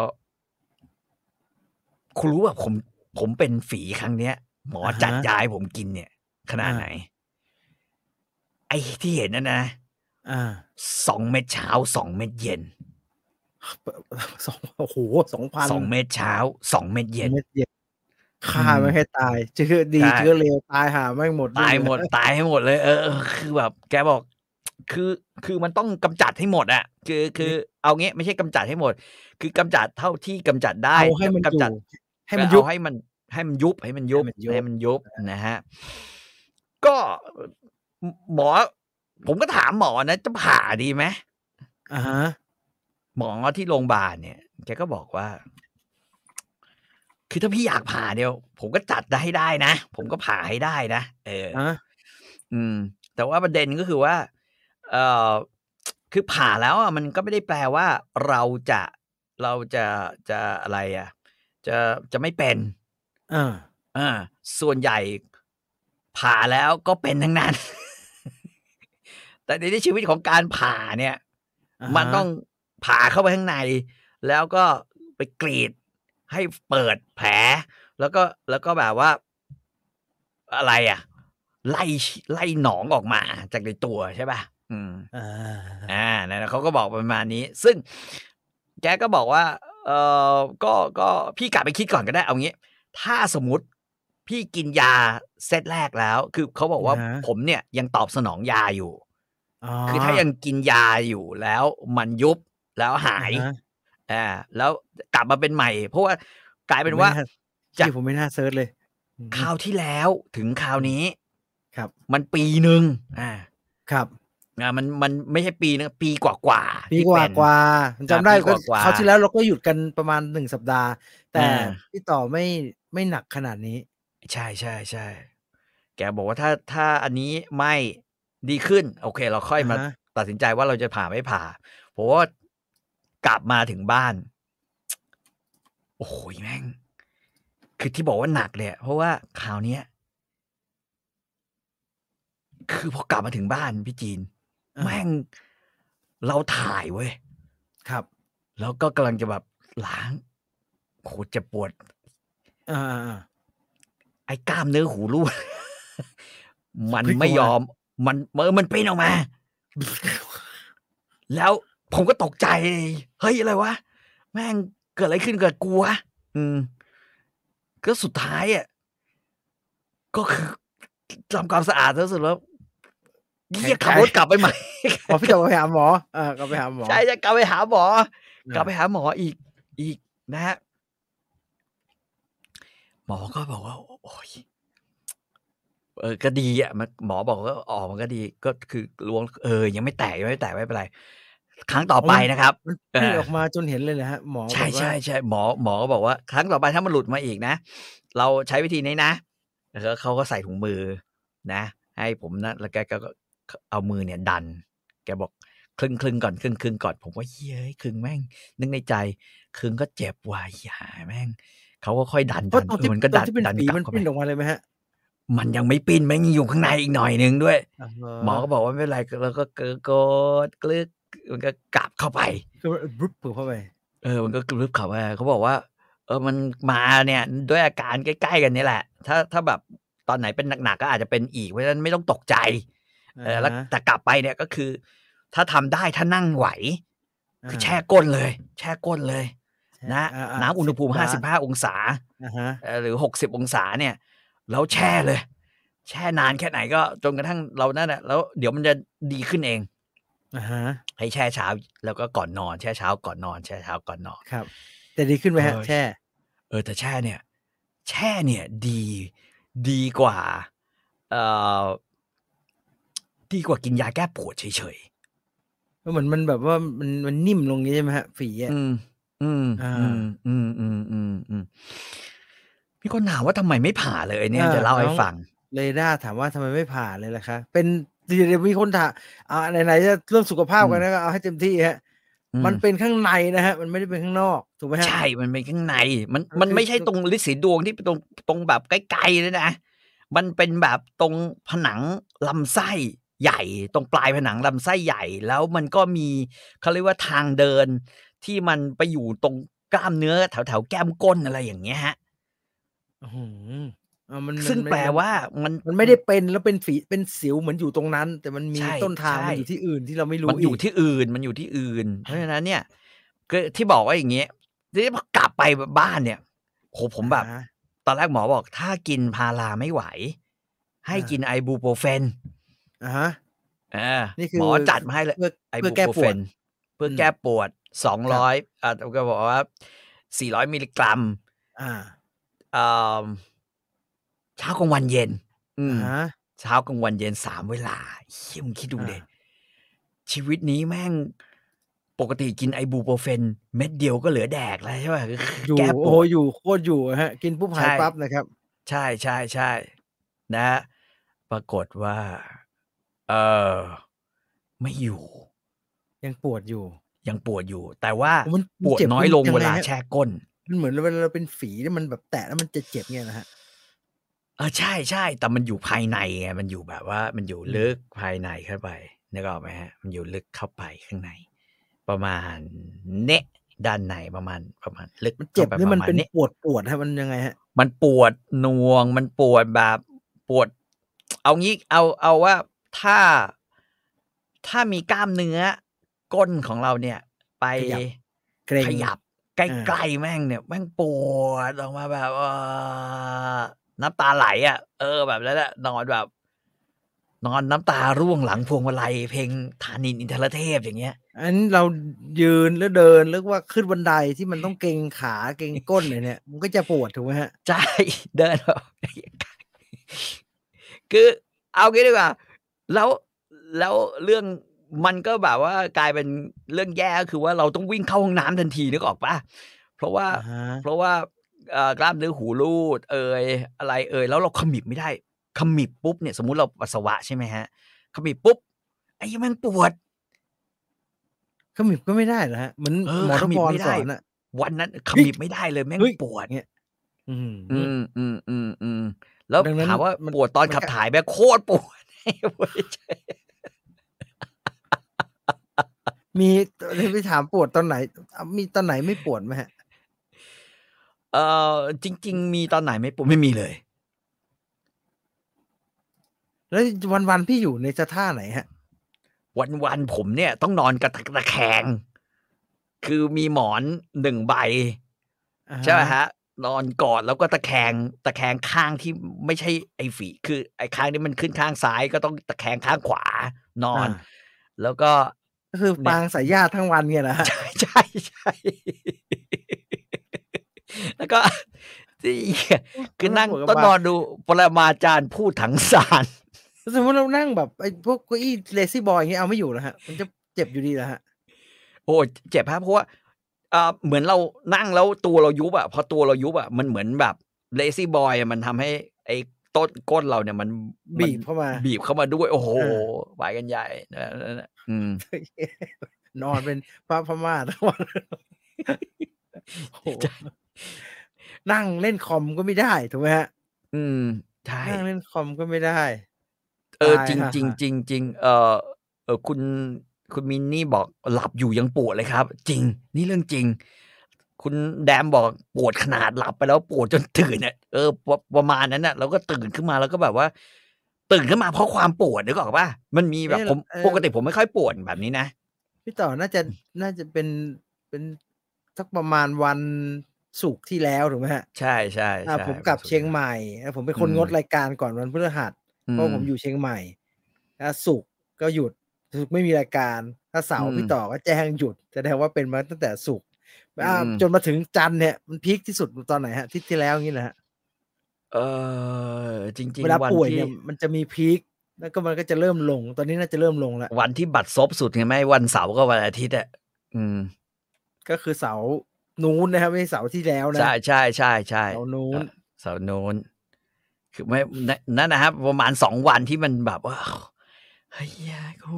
คุณรู้ว่าผม ผมเป็นฝีครั้งเนี้ย หมอจัด อ่าฮะ ยาให้ผมกินเนี่ย ขนาด อ่า ไหน ไอ้ที่เห็นนั่นนะ อ่า สองเม็ดเช้าสองเม็ดเย็น สองโอ้โหสองพัน สองเม็ดเช้าสองเม็ดเย็น เม็ดเย็นฆ่าไม่ให้ตายเชื้อดี ใช่ เชื้อเลวตายหาไม่งหมด ตายหมด เลนะ ตายให้หมดเลย เออเออคือแบบ แกบอก คือคือมันต้องกำจัดให้หมดอะคือคือเอางี้ไม่ใช่กำจัดให้หมด คือกำจัดเท่าที่กำจัดได้ เอาให้มัน กำ อยู่ จัด ให้มันยุบ เอาให้มันให้มันยุบให้มันยุบ ให้มันยุบ ให้มันยุบนะฮะก็หมอ ผมก็ถามหมอนะ จะผ่าดีไหม อ่าฮะ หมอที่โรงพยาบาลเนี่ย แกก็บอกว่า คือถ้าพี่อยากผ่าเดียว ผมก็จัดได้ให้ได้นะผมก็ผ่าให้ได้นะเออ อ่ะ อืม แต่ว่าประเด็นก็คือว่า เอ่อ คือผ่าแล้วอ่ะมันก็ไม่ได้แปลว่าเราจะเราจะจะอะไรอ่ะ จะจะไม่เป็น อ่า อ่าส่วนใหญ่ผ่าแล้วก็เป็นทั้งนั้น แต่ในชีวิตของการผ่าเนี่ย อ่า มัน ฮะ ต้องผ่าเข้าไปข้างใน แล้วก็ไปกรีดให้เปิดแผล แล้วก็แล้วก็แบบว่า อะไรอ่ะ ไล่ไล่หนองออกมาจากในตัวใช่ป่ะอืม อ่า อ่านั่นน่ะเขาก็บอกประมาณนี้ ซึ่งแกก็บอกว่า เออก็ก็พี่กลับไปคิดก่อนก็ได้เอางี้ ถ้าสมมติพี่กินยาเซตแรกแล้ว คือเขาบอกว่าผมเนี่ยยังตอบสนองยาอยู่ คือถ้ายังกินยาอยู่แล้วมันยุบแล้วหาย อ่ฮะ อ่าแล้วกลับมาเป็นใหม่ เพราะว่ากลายเป็นผว่ามไม่ จะ พี่ผมไม่น่าเซิร์ชเลยอืม คราวที่แล้วถึงคราวนี้ ครับ มันปีหนึ่งอ่า ครับ อ่ามันมันไม่ใช่ปีนึงปีกว่ากว่าๆ ปี ที่ กว่า เป็น กว่าผมจำได้ อ่ะปี ก็ กว่าๆ คราวที่แล้วเราก็หยุดกันประมาณหนึ่งสัปดาห์ แต่ อ่า พี่ต่อไม่ไม่หนักขนาดนี้ ใช่ใช่ใช่แกบอกว่าถ้าถ้าอันนี้ไม่ดีขึ้น โอเค เราค่อยมา อ่าฮะ ตัดสินใจว่าเราจะผ่าไม่ผ่าเพราะว่ากลับมาถึงบ้าน โอ้โหแม่ง คือที่บอกว่าหนักเลยอะเพราะว่าคราวเนี้ย คือพอกลับมาถึงบ้านพี่จีน อ่า แม่งเราถ่ายเว้ย ครับ แล้วก็กำลังจะแบบล้างโอ้โหเจะปวด อ่าอ่าอ่า ไอ้กล้ามเนื้อหูรูด มัน พลิกออกมา ไม่ยอม มันเออมันปริ้นออกมา แล้วผมก็ตกใจ เฮ้ย อะไรวะ แม่งเกิดอะไรขึ้นกับกูวะอืม ก็สุดท้ายอ่ะ ก็คือทำความสะอาดแล้วสุดแล้วเหียขับรถกลับไปใหม่ พอพี่ต่อไปหาหมอเออกลับไปหาหมอ ใช่จะกลับไปหาหมอ อ่าก ลับไปหาหมออีกอีกนะฮะหมอก็บอกว่า โอ้ยเออก็ดีอ่ะมันหมอบอกว่าออกมันก็ดี ก็คือล้วงเออ ยังไม่แตกยังไม่แตกไม่เป็นไร ครั้งต่อไปนะครับ มัน เอพุ่องออกมาจนเห็นเลยนะฮะ หมอ ใช่ บอกว่า ใช่ใช่หมอหมอก็บอกว่า ครั้งต่อไปถ้ามันหลุดมาอีกนะ เราใช้วิธีนี้นะแล้วเขาก็ใส่ถุงมือนะ ให้ผมนะ แล้วแกก็เอามือเนี่ยดัน แกบอกคลึงคลึงก่อนคลึงคลึงก่อน ผมว่าเย้ยคลึงแม่ง นึกในใจคลึงก็เจ็บว่ะอย่าแม่งเขาก็ค่อยดัน เพ ดั ราะ น ตอน เอ ที่ อมันก็ ตอ ดั น น ที่เป็น ดัน ปี กลับ มัน เข้า ปิ้น ไป ออกมาเลยไหมฮะ มันยังไม่ปิ้นแม่งยังอยู่ข้างในอีกหน่อยนึงด้วย หมอก็บอกว่าไม่เป็นไรแล้วก็เกอกดกลึกมันก็กลับเข้าไป คือมันบึ๊บเปิดเข้าไป เออ มันก็กรึบเขาว่าเขาบอกว่า เออ มันมาเนี่ย ด้วยอาการใกล้ ๆ กันนี่แหละ ถ้าถ้าแบบตอนไหนเป็นหนักๆก็อาจจะเป็นอีก เพราะฉะนั้นไม่ต้องตกใจ เออ แล้วแต่กลับไปเนี่ยก็คือ ถ้าทำได้ถ้านั่งไหว คือแช่ก้นเลย แช่ก้นเลย นะ น้ำอุณหภูมิ 55 องศา นะฮะ เอ่อหรือ 60 องศาเนี่ย แล้วแช่เลย แช่นานแค่ไหนก็จนกระทั่งเรานั่นแหละแล้วเดี๋ยวมันจะดีขึ้นเอง นะฮะ ให้แช่เช้า แล้วก็ก่อนนอน แช่เช้าก่อนนอน แช่เช้าก่อนนอน ครับ แต่ดีขึ้นไหมฮะ เออ แช่ เออแต่แช่เนี่ย แช่เนี่ยดีดีกว่าเอ่อดีกว่ากินยาแก้ปวดเฉย เหมือนมันแบบว่ามันมันนิ่มลงอย่างงี้ใช่ไหมฮะฝี ๆ อะ อืมอืม อ่า อืมอืมอืมอืมอืมมีคนถามว่าทำไมไม่ผ่าเลยเนี่ย เออ จะเล่าให้ น้อง ฟัง เรด้าถามว่าทำไมไม่ผ่านเลยล่ะคะ เป็นเดี๋ยวมีคนถามอ่าไหนๆจะเรื่องสุขภาพกันนะก็เอาให้เต็มที่ฮะ อืม มันเป็นข้างในนะฮะ มันไม่ได้เป็นข้างนอกถูกไหมฮะ ใช่ มันเป็นข้างใน มัน มัน มัน คือ ไม่ใช่ตรงลิสีดวงที่ตรง ตรงแบบไกลๆเลยนะ มันเป็นแบบตรงผนังลำไส้ใหญ่ ตรงปลายผนังลำไส้ใหญ่ แล้วมันก็มีเขาเรียกว่าทางเดิน ที่มันไปอยู่ตรงกล้ามเนื้อแถวแถวๆแก้มก้นอะไรอย่างเงี้ยฮะ อื้อหืออ่ะมันมัน ซึ่ง มัน แปลว่ามัน มันไม่ได้เป็นแล้วเป็นฝีเป็นสิวเหมือนอยู่ตรงนั้น แต่มันมี ใช่ ต้นทาง ใช่ มันอยู่ที่อื่นที่เราไม่รู้ มันอยู่ ก ที่อื่น มันอยู่ที่อื่น เพราะฉะนั้นเนี่ยก็ที่บอกว่าอย่างเงี้ยที่พอกลับไปบ้านเนี่ยโหผมแบบ อ่า ตอนแรกหมอบอกถ้ากินพาราไม่ไหว ให้ อ่ากิ กินไอบูโปรเฟน อ่าฮะ เออ นี่คือ หมอจัดมาให้เลย เพื่อ ไอ เพื่ บู อแก้ โปปรเฟ วด นเพื่อแก้ปวดสองร้อยอ่าก็บอกว่าสี่ร้อยมิลลิกรัม อ่า อ่าเช้ากลางวันเย็น อืม อ่าฮะ เช้ากลางวันเย็นสามเวลาเฮียมงคิดดูเด็ อ่า ชีวิตนี้แม่งปกติกินไอบูโปรเฟนเม็ดเดียวก็เหลือแดกแล้วใช่ป่ะคือ อยู่ แก้ป โอ้ วด อยู่โคตรอยู่ฮะ กินปุ๊บหาย ใช่ ปั๊บนะครับ ใช่ใช่ใช่ นะ ปรากฏว่า เออไม่อยู่ ยังปวดอยู่ ยังปวดอยู่ แต่ว่า โอ้มัน ปวด เจ็บ น้อยลง มัน เว ไฮะ ลาแช่ก้น มันเหมือนเวลาเราเป็นฝีแล้วมันแบบแตะแล้วมันจะเจ็บเงี้ยนะฮะ เออใช่ใช่ แต่มันอยู่ภายในไงมันอยู่แบบว่า มันอยู่ลึกภายในเข้าไปนึกออกไหมฮะ มันอยู่ลึกเข้าไปข้างใน ประมาณเนะด้านในประมาณประมาณ ลึก มันเจ็บ ข้า หรือมัน ระาณ เป็น ย ปวดปวดฮะมันยังไงฮะ มันปวดหน่วง มันปวดแบบปวด เอางี้เอาเอาว่าถ้าถ้ามีกล้ามเนื้อ ก้นของเราเนี่ย ไป ขยับ เกรง ขยับ ใกล้ๆแม่งเนี่ย แม่งปวดออกมาแบบว่าน้ำตาไหลอ่ะ เออแบบนั้นแหละนอนแบบ นอนน้ำตาร่วงหลังพวงมาลัยเพลงธานินทร์อินทรเทพอย่างเงี้ย อันเรายืนหรือเดินหรือว่าขึ้นบันไดที่มันต้องเกรงขาเกรงก้นเนี่ยเนี่ยมันก็จะปวดถูกไหมฮะ ใช่ เดินออกคือเอางี้ดีกว่าแล้วแล้วเรื่องมันก็แบบว่ากลายเป็นเรื่องแย่ก็คือว่าเราต้องวิ่งเข้าห้องน้ำทันทีนึกออกปะเพราะว่า อ่าฮะ เพราะว่าเอ่อกล้ามเนื้อหูรูด เอ่ยอะไรเอ่ยแล้วเราขมิบไม่ได้ขมิบปุ๊บเนี่ย สมมุติเราปัสสาวะใช่ไหมฮะขมิบปุ๊บไอ้เหี้ยแมันปวด ขมิบก็ไม่ได้เหรอฮะเหมือน เออ หมอ ข ท มิ บบ อน ไม่ ส ได้ อนอ่ะ วันนั้นขมิบไม่ได้เลยแม่ง เฮ้ย ปวด อืม อืมอืมอืมอืมแล้ว ดังนั้น ถามว่าม น ปวดตอน มันก็ ขับถ่ายแบบโคตรปวด มีไปถามปวดตอนไหนอ่ะมีตอนไหนไม่ปวดไหมฮะ เออจริง ๆ มีตอนไหนไม่ปวดไม่มีเลย แล้ววันวันๆพี่อยู่ในสท่าไหนฮะ วันวันๆผมเนี่ยต้องนอนกระตะแคง คือมีหมอนหนึ่งใบ อ่า ใช่ไหมฮะ นอนกอดแล้วก็ตะแคงตะแคงข้างที่ไม่ใช่ไอ้ฝี คือ ไอ้ข้างนี้มันขึ้นข้างซ้ายก็ต้องตะแคงข้างขวา นอน า แล้วก็ ก็คือ เนี่ย ปางสายญาติทั้งวันเนี่ยนะฮะ ใช่ใช่ใช่ แล้ว ก็ที่คือนั่ง ปวดกระ ต้อง บาล นอนดูปรมาจารย์พูดถังสาร แล้วสมมติเรานั่งแบบไอ้พวกเก้าอี้เลซี่บอยอย่างเงี้ยเอาไม่อยู่แล้วฮะ มันจะเจ็บอยู่ดีแล้วฮะ โอ้เจ็บฮะเพราะว่าเอ่อเหมือนเรานั่งแล้วตัวเรายุบอ่ะพอตัวเรายุบอ่ะมันเหมือนแบบเลซี่บอยมันทำให้ไอ้ต้นก้นเราเนี่ยมันมัน บีบเข้ามา บีบเข้ามาด้วย โอ้โห อ่า ไปกันใหญ่นะนะนะอืม นอนเป็นพระพม่า ทั้งวันโอ้โห ใช่ นั่งเล่นคอมก็ไม่ได้ถูกไหมฮะ อืมใช่ นั่งเล่นคอมก็ไม่ได้ เออ ตาย จริง ฮะ จริงจริงจริงเออเออคุณคุณมินนี่บอกหลับอยู่ยังปวดเลยครับ จริง นี่เรื่องจริง คุณแดมบอกปวดขนาดหลับไปแล้วปวดจนตื่นเนี่ยเออประประมาณนั้นน่ะเราก็ตื่นขึ้นมาแล้วก็แบบว่า ตื่นขึ้นมาเพราะความปวดนึกออกป่ะมันมีแบบ เอ๊ะ ผม เอ่อ ปกติผมไม่ค่อยปวดแบบนี้นะ พี่ต่อน่าจะน่าจะเป็นเป็นสักประมาณวันศุกร์ที่แล้วถูกไหมฮะ ใช่ใช่ อ่า ใช่ ผมกลับ สุด เชียงใหม่อ่าผมเป็นคน อืม งดรายการก่อนวันพฤหัส เพราะผมอยู่เชียงใหม่ถ้าศุกร์ก็หยุดศุกร์ไม่มีรายการ ถ้าเสาร์ อืม พี่ต่อก็แจ้งหยุดแสดงว่าเป็นมาตั้งแต่ศุกร์อ่า อืม จนมาถึงจันทร์เนี่ยมันพีคที่สุดตอนไหนฮะอาที่ที่แล้วอย่างนี้นะฮะ เออจริง เวลา ๆวัน ป่วย ที่ เนี่ยมันจะมีพีคแล้วก็มันก็จะเริ่มลง ตอนนี้น่าจะเริ่มลงแล้ว วันที่บัตรซบสุดไงไหมวันเสาร์ก็วันอาทิตย์อ่ะอืม ก็คือเสาร์นู้นนะครับไม่ใช่เสาร์ที่แล้วนะ ใช่ใช่ใช่ใช่ เสาร์นู้น เสาร์โน้นคือไม่นนั่นนะครับ ประมาณสองวันที่มันแบบว่าเฮ้ยยากู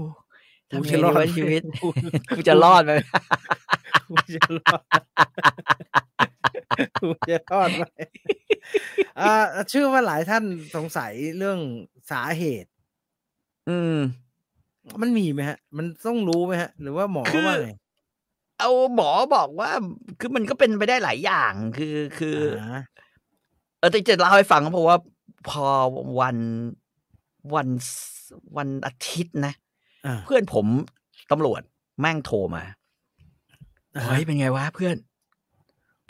กู ทำจะไงดี รอดไหวะม ชีวิ ต กู กูจะรอดไหม กูจะรอด กูจะรอดไหมอ่าเชื่อว่าหลายท่านสงสัยเรื่องสาเหตุ อืม มันมีไหมฮะ มันต้องรู้ไหมฮะ หรือว่าหมอ คือ ว่าไง เอาหมอบอกว่าคือมันก็เป็นไปได้หลายอย่างคือคืออ า เออแต่จะเล่าให้ฟังก็เพราะว่าพอวันวันวันอาทิตย์นะ อ่า เพื่อนผมตำรวจแม่งโทรมา อ่า เฮ้ยเป็นไงวะเพื่อน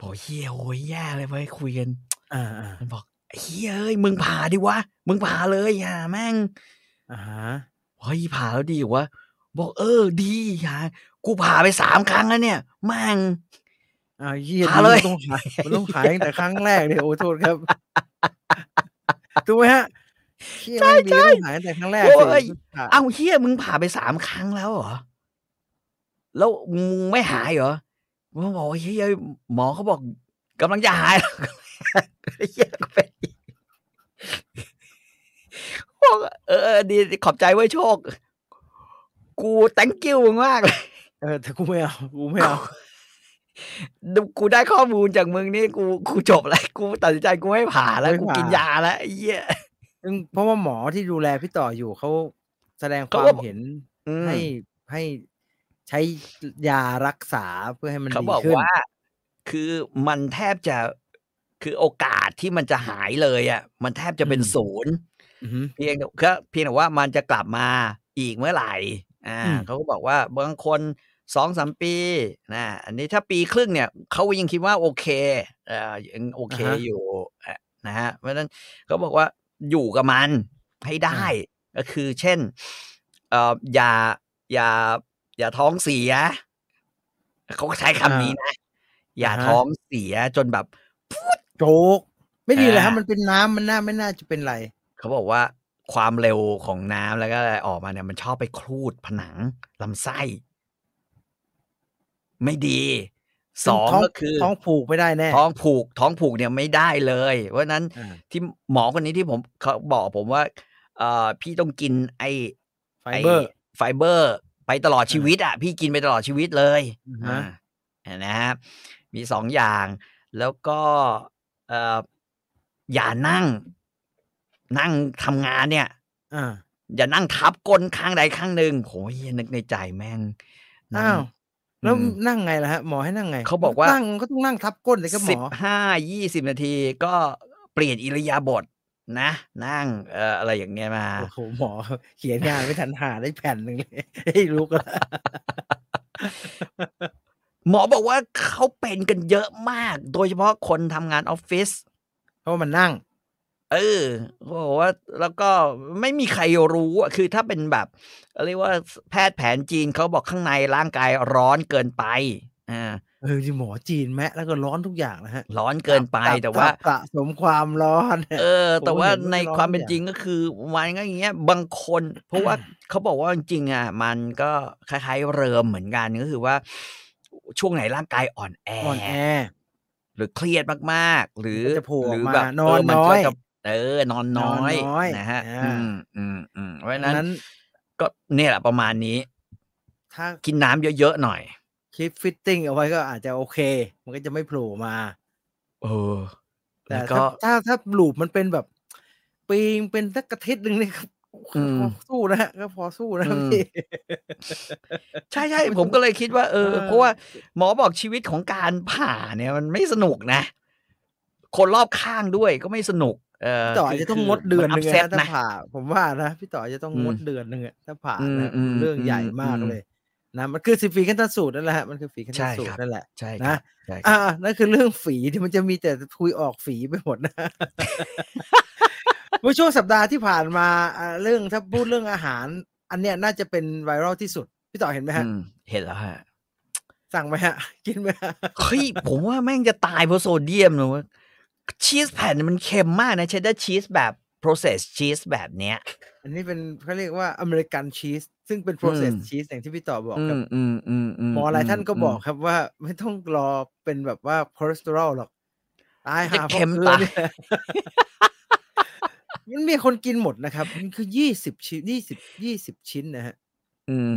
บอกเฮียโอ้ยแย่เลยเว้ยคุยกัน อ่าอ่า มันบอกเฮียเอ้ยมึงผ่าดิวะ มึงผ่าเลยอย่าแม่ง อ่าฮะ เฮ้ยผ่าแล้วดีเหรอวะบอกเออดีอย่ากูผ่าไปสามครั้งแล้วเนี่ยแม่ง อ่าเยี่ย หาเลย มันต้องขายมันต้องขายตั้งแต่ครั้งแรกเนี่ยโอ้โทษค รับถูกไหมฮะเหี้ยมันมีต้องขายตั้งแต่ครั้งแรก โอ้ย สิอ่ะ เอ้าเฮียมึงผ่าไปสามครั้งแล้วเหรอ แล้วมึงไม่หายเหรอมึงบอกว่าเฮียหมอเขาบอกกำลังจะหายแล้ว เฮียก็เป็นอีกบอกเออดีขอบใจไว้ยโชค กู thank you มึงมากเลย เออแต่กูไม่เอากูไม่เอา กูได้ข้อมูลจากมึงนี่กูกูจบแล้วกูตัดสินใจกูไม่ผ่าแล้ว กูกินยาแล้วไอ้เฮีย ซึ่งเพราะว่าหมอที่ดูแลพี่ต่ออยู่เขาแสดงค เขา วา ก็ ม บอก เห็น อืม ให้ให้ใช้ยารักษาเพื่อให้มัน เขา ดี บอก ขึ้น ว่า คือมันแทบจะ คือโอกาสที่มันจะหายเลยอ่ะ มันแทบจะเป็นศูนย์ อือฮึ เพียงแต่แค่เพียงแต่ว่ามันจะกลับมาอีกเมื่อไหร่ อ่า อืม เขาก็บอกว่าบางคนสองสามปี นะ อันนี้ถ้าปีครึ่งเนี่ย เขายังคิดว่าโอเคเอ่อยังโอเคอยู่อ่ะนะฮะ เพราะฉะนั้นเขาบอกว่าอยู่กับมันให้ได้ ก็คือเช่น เอ่ออย่าอย่าอย่าท้องเสีย เขาก็ใช้คำนี้นะ อย่าท้องเสียจนแบบ โจก ไม่ดีเลยฮะ อ่ามั มันเป็นน้ำมันน่าไม่น่าจะเป็นไร เขาบอกว่าความเร็วของน้ำแล้วก็อะไรออกมาเนี่ยมันชอบไปครูดผนังลำไส้ ไม่ดีสอง ท้อง ก็คือ ท้องผูกไม่ได้แน่ ท้องผูก ท้องผูกเนี่ยไม่ได้เลย เพราะฉะนั้น อ่า ที่หมอคนนี้ที่ผมเขาบอกผมว่าเออพี่ต้องกินไอ ไฟเบอร์ ไฟเบอร์ ไปตลอดชีวิตอ่ะ พี่กินไปตลอดชีวิตเลย อือฮะ อ่าเห็นะครับมีสองอย่าง แล้วก็เอออย่านั่ง นั่งทำงานเนี่ย อ่า อย่านั่งทับก้นข้างใดข้างหนึ่งโหเหี้ยนึกในใจแม่งนั่ง อ้าว แล้ว อืม นั่งไงล่ะฮะหมอให้นั่งไง เขาบอกว่า นั่งก็ต้องนั่งทับก้นเลยครับหม สิบ อ ห้ายี่สิบนาทีก็เปลี่ยนอิริยาบถนะ นั่งเอ่ออะไรอย่างเงี้ยมา โอ้โหหมอ เขียนงานไม่ทันหาได้แผ่นหนึ่งเลย ให้ยลุกละ หมอบอกว่าเขาเป็นกันเยอะมาก โดยเฉพาะคนทำงานออฟฟิศ เพราะว่ามันนั่ง เออเขาบอกว่าแล้วก็ไม่มีใครรู้อะคือถ้าเป็นแบบเรียกว่าแพทย์แผนจีนเขาบอกข้างในร่างกายร้อนเกินไป อ่า เออจริงหมอจีนแมะแล้วก็ร้อนทุกอย่างนะฮะ ร้อนเกินไป ครับ แต่ว่า ครับสะสมความร้อนเนี่ย เออ แต่ว่า ผมเห็นมัน ใน ร้อน ความเป็น อย่าง จริงก็คือมันก็อย่างเงี้ยบางคน เพราะว่าเขาบอกว่าจริงๆอ่ะมันก็คล้ายๆเริมเหมือนกันก็คือว่า ช่วงไหนร่างกายอ่อนแอ อ่อนแอ หรือเครียดมากๆ หรือ มันก็จะโผล่ หรื มา แบบ นอน เมั น้อย ก็จะเออนอนน้อย นอนน้อย นะฮะ อ่า อืมอืมอืมเพราะฉะ ดังนั้น นั้น ก็เนี่ยแหละประมาณนี้ ถ้า กินน้ำเยอะๆหน่อย คลิปฟิตติ้งเอาไว้ก็อาจจะโอเค มันก็จะไม่โผล่มา เออ แต่ แล้ว ถ้า ก็ ถ้าถ้าลูปมันเป็นแบบปีงเป็นสักกระทิตย์หนึ่งนี่ก็ อืม พอสู้นะฮะก็พอสู้นะ อืม พี่ ใช่ใช่ ผมก็เลยคิดว่า เออ เออ เพราะว่าหมอบอกชีวิตของการผ่าเนี่ยมันไม่สนุกนะ คนรอบข้างด้วยก็ไม่สนุก เออ พี่ต่ออาจจะต้องงดเดือนหนึ่ง มั นะ upset ถ้า นะ ผ่า ผมว่านะพี่ต่ออาจจะต้องงด อืม เดือนหนึ่งอะถ้าผ่า อืม นะ อืม เรื่องใหญ่มาก อืม เลยนะมันคือสิบฝีขั้นตอนสูตรนั่นแหละฮะมันคือฝีขั้นต ใช่ อนสูต ครั ร บ นั่นแหละ ใช่ นะ นะใช่ครับ อ่านั่นคือเรื่องฝีที่มันจะมีแต่คุยออกฝีไปหมดนะ เมื่อช่วงสัปดาห์ที่ผ่านมาอ่าเรื่องถ้าพูดเรื่องอาหาร อันเนี้ยน่าจะเป็นไวรัลที่สุดพี่ต่อเห็นไหมฮะ อืมเห็นแล้วฮะ สั่งไหมฮะ กินไหมฮะ เฮ้ยผมว่าแม่งจะตายเพราะโซเดียมเลยเว้ยชีสแผ่นเนี่ยมันเค็มมากนะเชดดาชีสแบบ processed cheese แบบเนี้ย อันนี้เป็นเขาเรียกว่าอเมริกันชีสซึ่งเป็น process อืม ชีสอย่างที่พี่ต่อบอก อื ครับ มอืมอืมอืม หมอหลายท่านก็ ม บอกครับว่าไม่ต้องรอเป็นแบบว่าคอเลสเตอรอลหรอกตายหา จะเค็ม พราะกลือ ตาย นี่แหละ มันมีคนกินหมดนะครับ มันคือยี่สิบชิ้นยี่สิบยี่สิบชิ้นนะฮะ อืม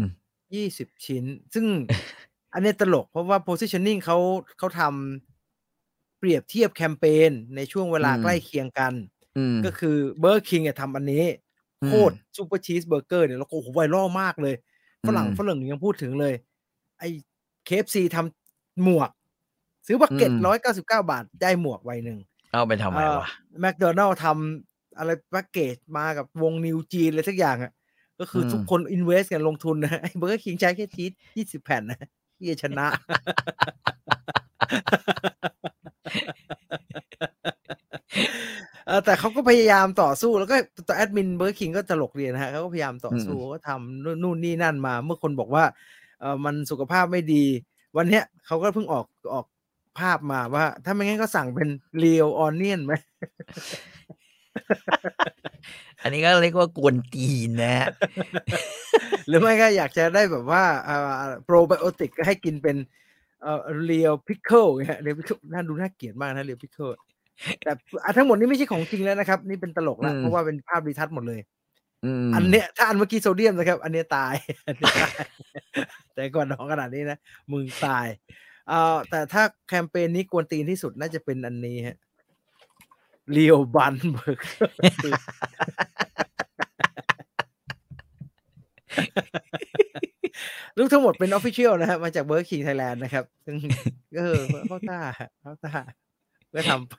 ยี่สิบชิ้น ซึ่ง อันเนี้ยตลกเพราะว่า positioning เขาเขาทำเปรียบเทียบแคมเปญในช่วงเวลา อืม ใกล้เคียงกัน อืม ก็คือเบอร์คิงเนี่ยทำอันนี้ อืม โคตรซูเปอร์ชีสเบอร์เกอร์เนี่ยแล้วก็โอ้โหไวรัลมากเลย ฝรั่ง อืม ฝรั่งยังพูดถึงเลย ไอ้เคฟซีทำหมวก ซื้อบักเก็ต อืม ร้อยเก้าสิบเก้าบาท ได้หมวกใบหนึ่ง เอาไปทำไมวะ แมคโดนัลล์ทำอะไรแพ็กเกจมากับวงนิวจีนอะไรสักอย่างอ่ะ ก็คืออ ม ทุกคนอินเวสกันลงทุนนะไอ้ เบอร์คิงใช้แค่ชีสยี่สิบแผ่นนะที่จะชนะ เออแต่เขาก็พยายามต่อสู้แล้วก็แอดมินเบอร์คิงก็ตลกเรียนนะฮะเขาก็พยายามต่อสู้ก็ทำนู่นนู่นนี่นั่นมาเมื่อคนบอกว่าเออมันสุขภาพไม่ดี วันเนี้ยเขาก็เพิ่งออกออกภาพมาว่า ถ้าไม่งั้นก็สั่งเป็นเรียวออนเนียนไหม อันนี้ก็เรียกว่ากวนตีนนะฮะ หรือไม่ก็อยากจะได้แบบว่าโปรไบโอติกก็ให้กินเป็นเอ่อเรียวพิคเกิลเงี้ยเรียวพิคเกิลน่าดูน่าเกลียดมากนะเรียวพิคเกิลแต่อ่ะทั้งหมดนี้ไม่ใช่ของจริงแล้วนะครับ นี่เป็นตลกแล้ว อืม เพราะว่าเป็นภาพรีทัชหมดเลย อืม อันเนี้ยถ้าอันเมื่อกี้โซเดียมนะครับ อันเนี้ยตาย อันเนี้ยตาย แต่ก่อนน้องขนาดนี้นะ มึงตายเอ่อแต่ถ้าแคมเปญนี้กวนตีนที่สุดน่าจะเป็นอันนี้ฮะเรียวบันเบิร์ก รูปทั้งหมดเป็นออฟฟิเชียลนะฮะมาจากเบ r ร์ i ิงไทยแลนด์นะครับ ซึ่ง เออเข้าท่าเข้าท่าก็ทำไป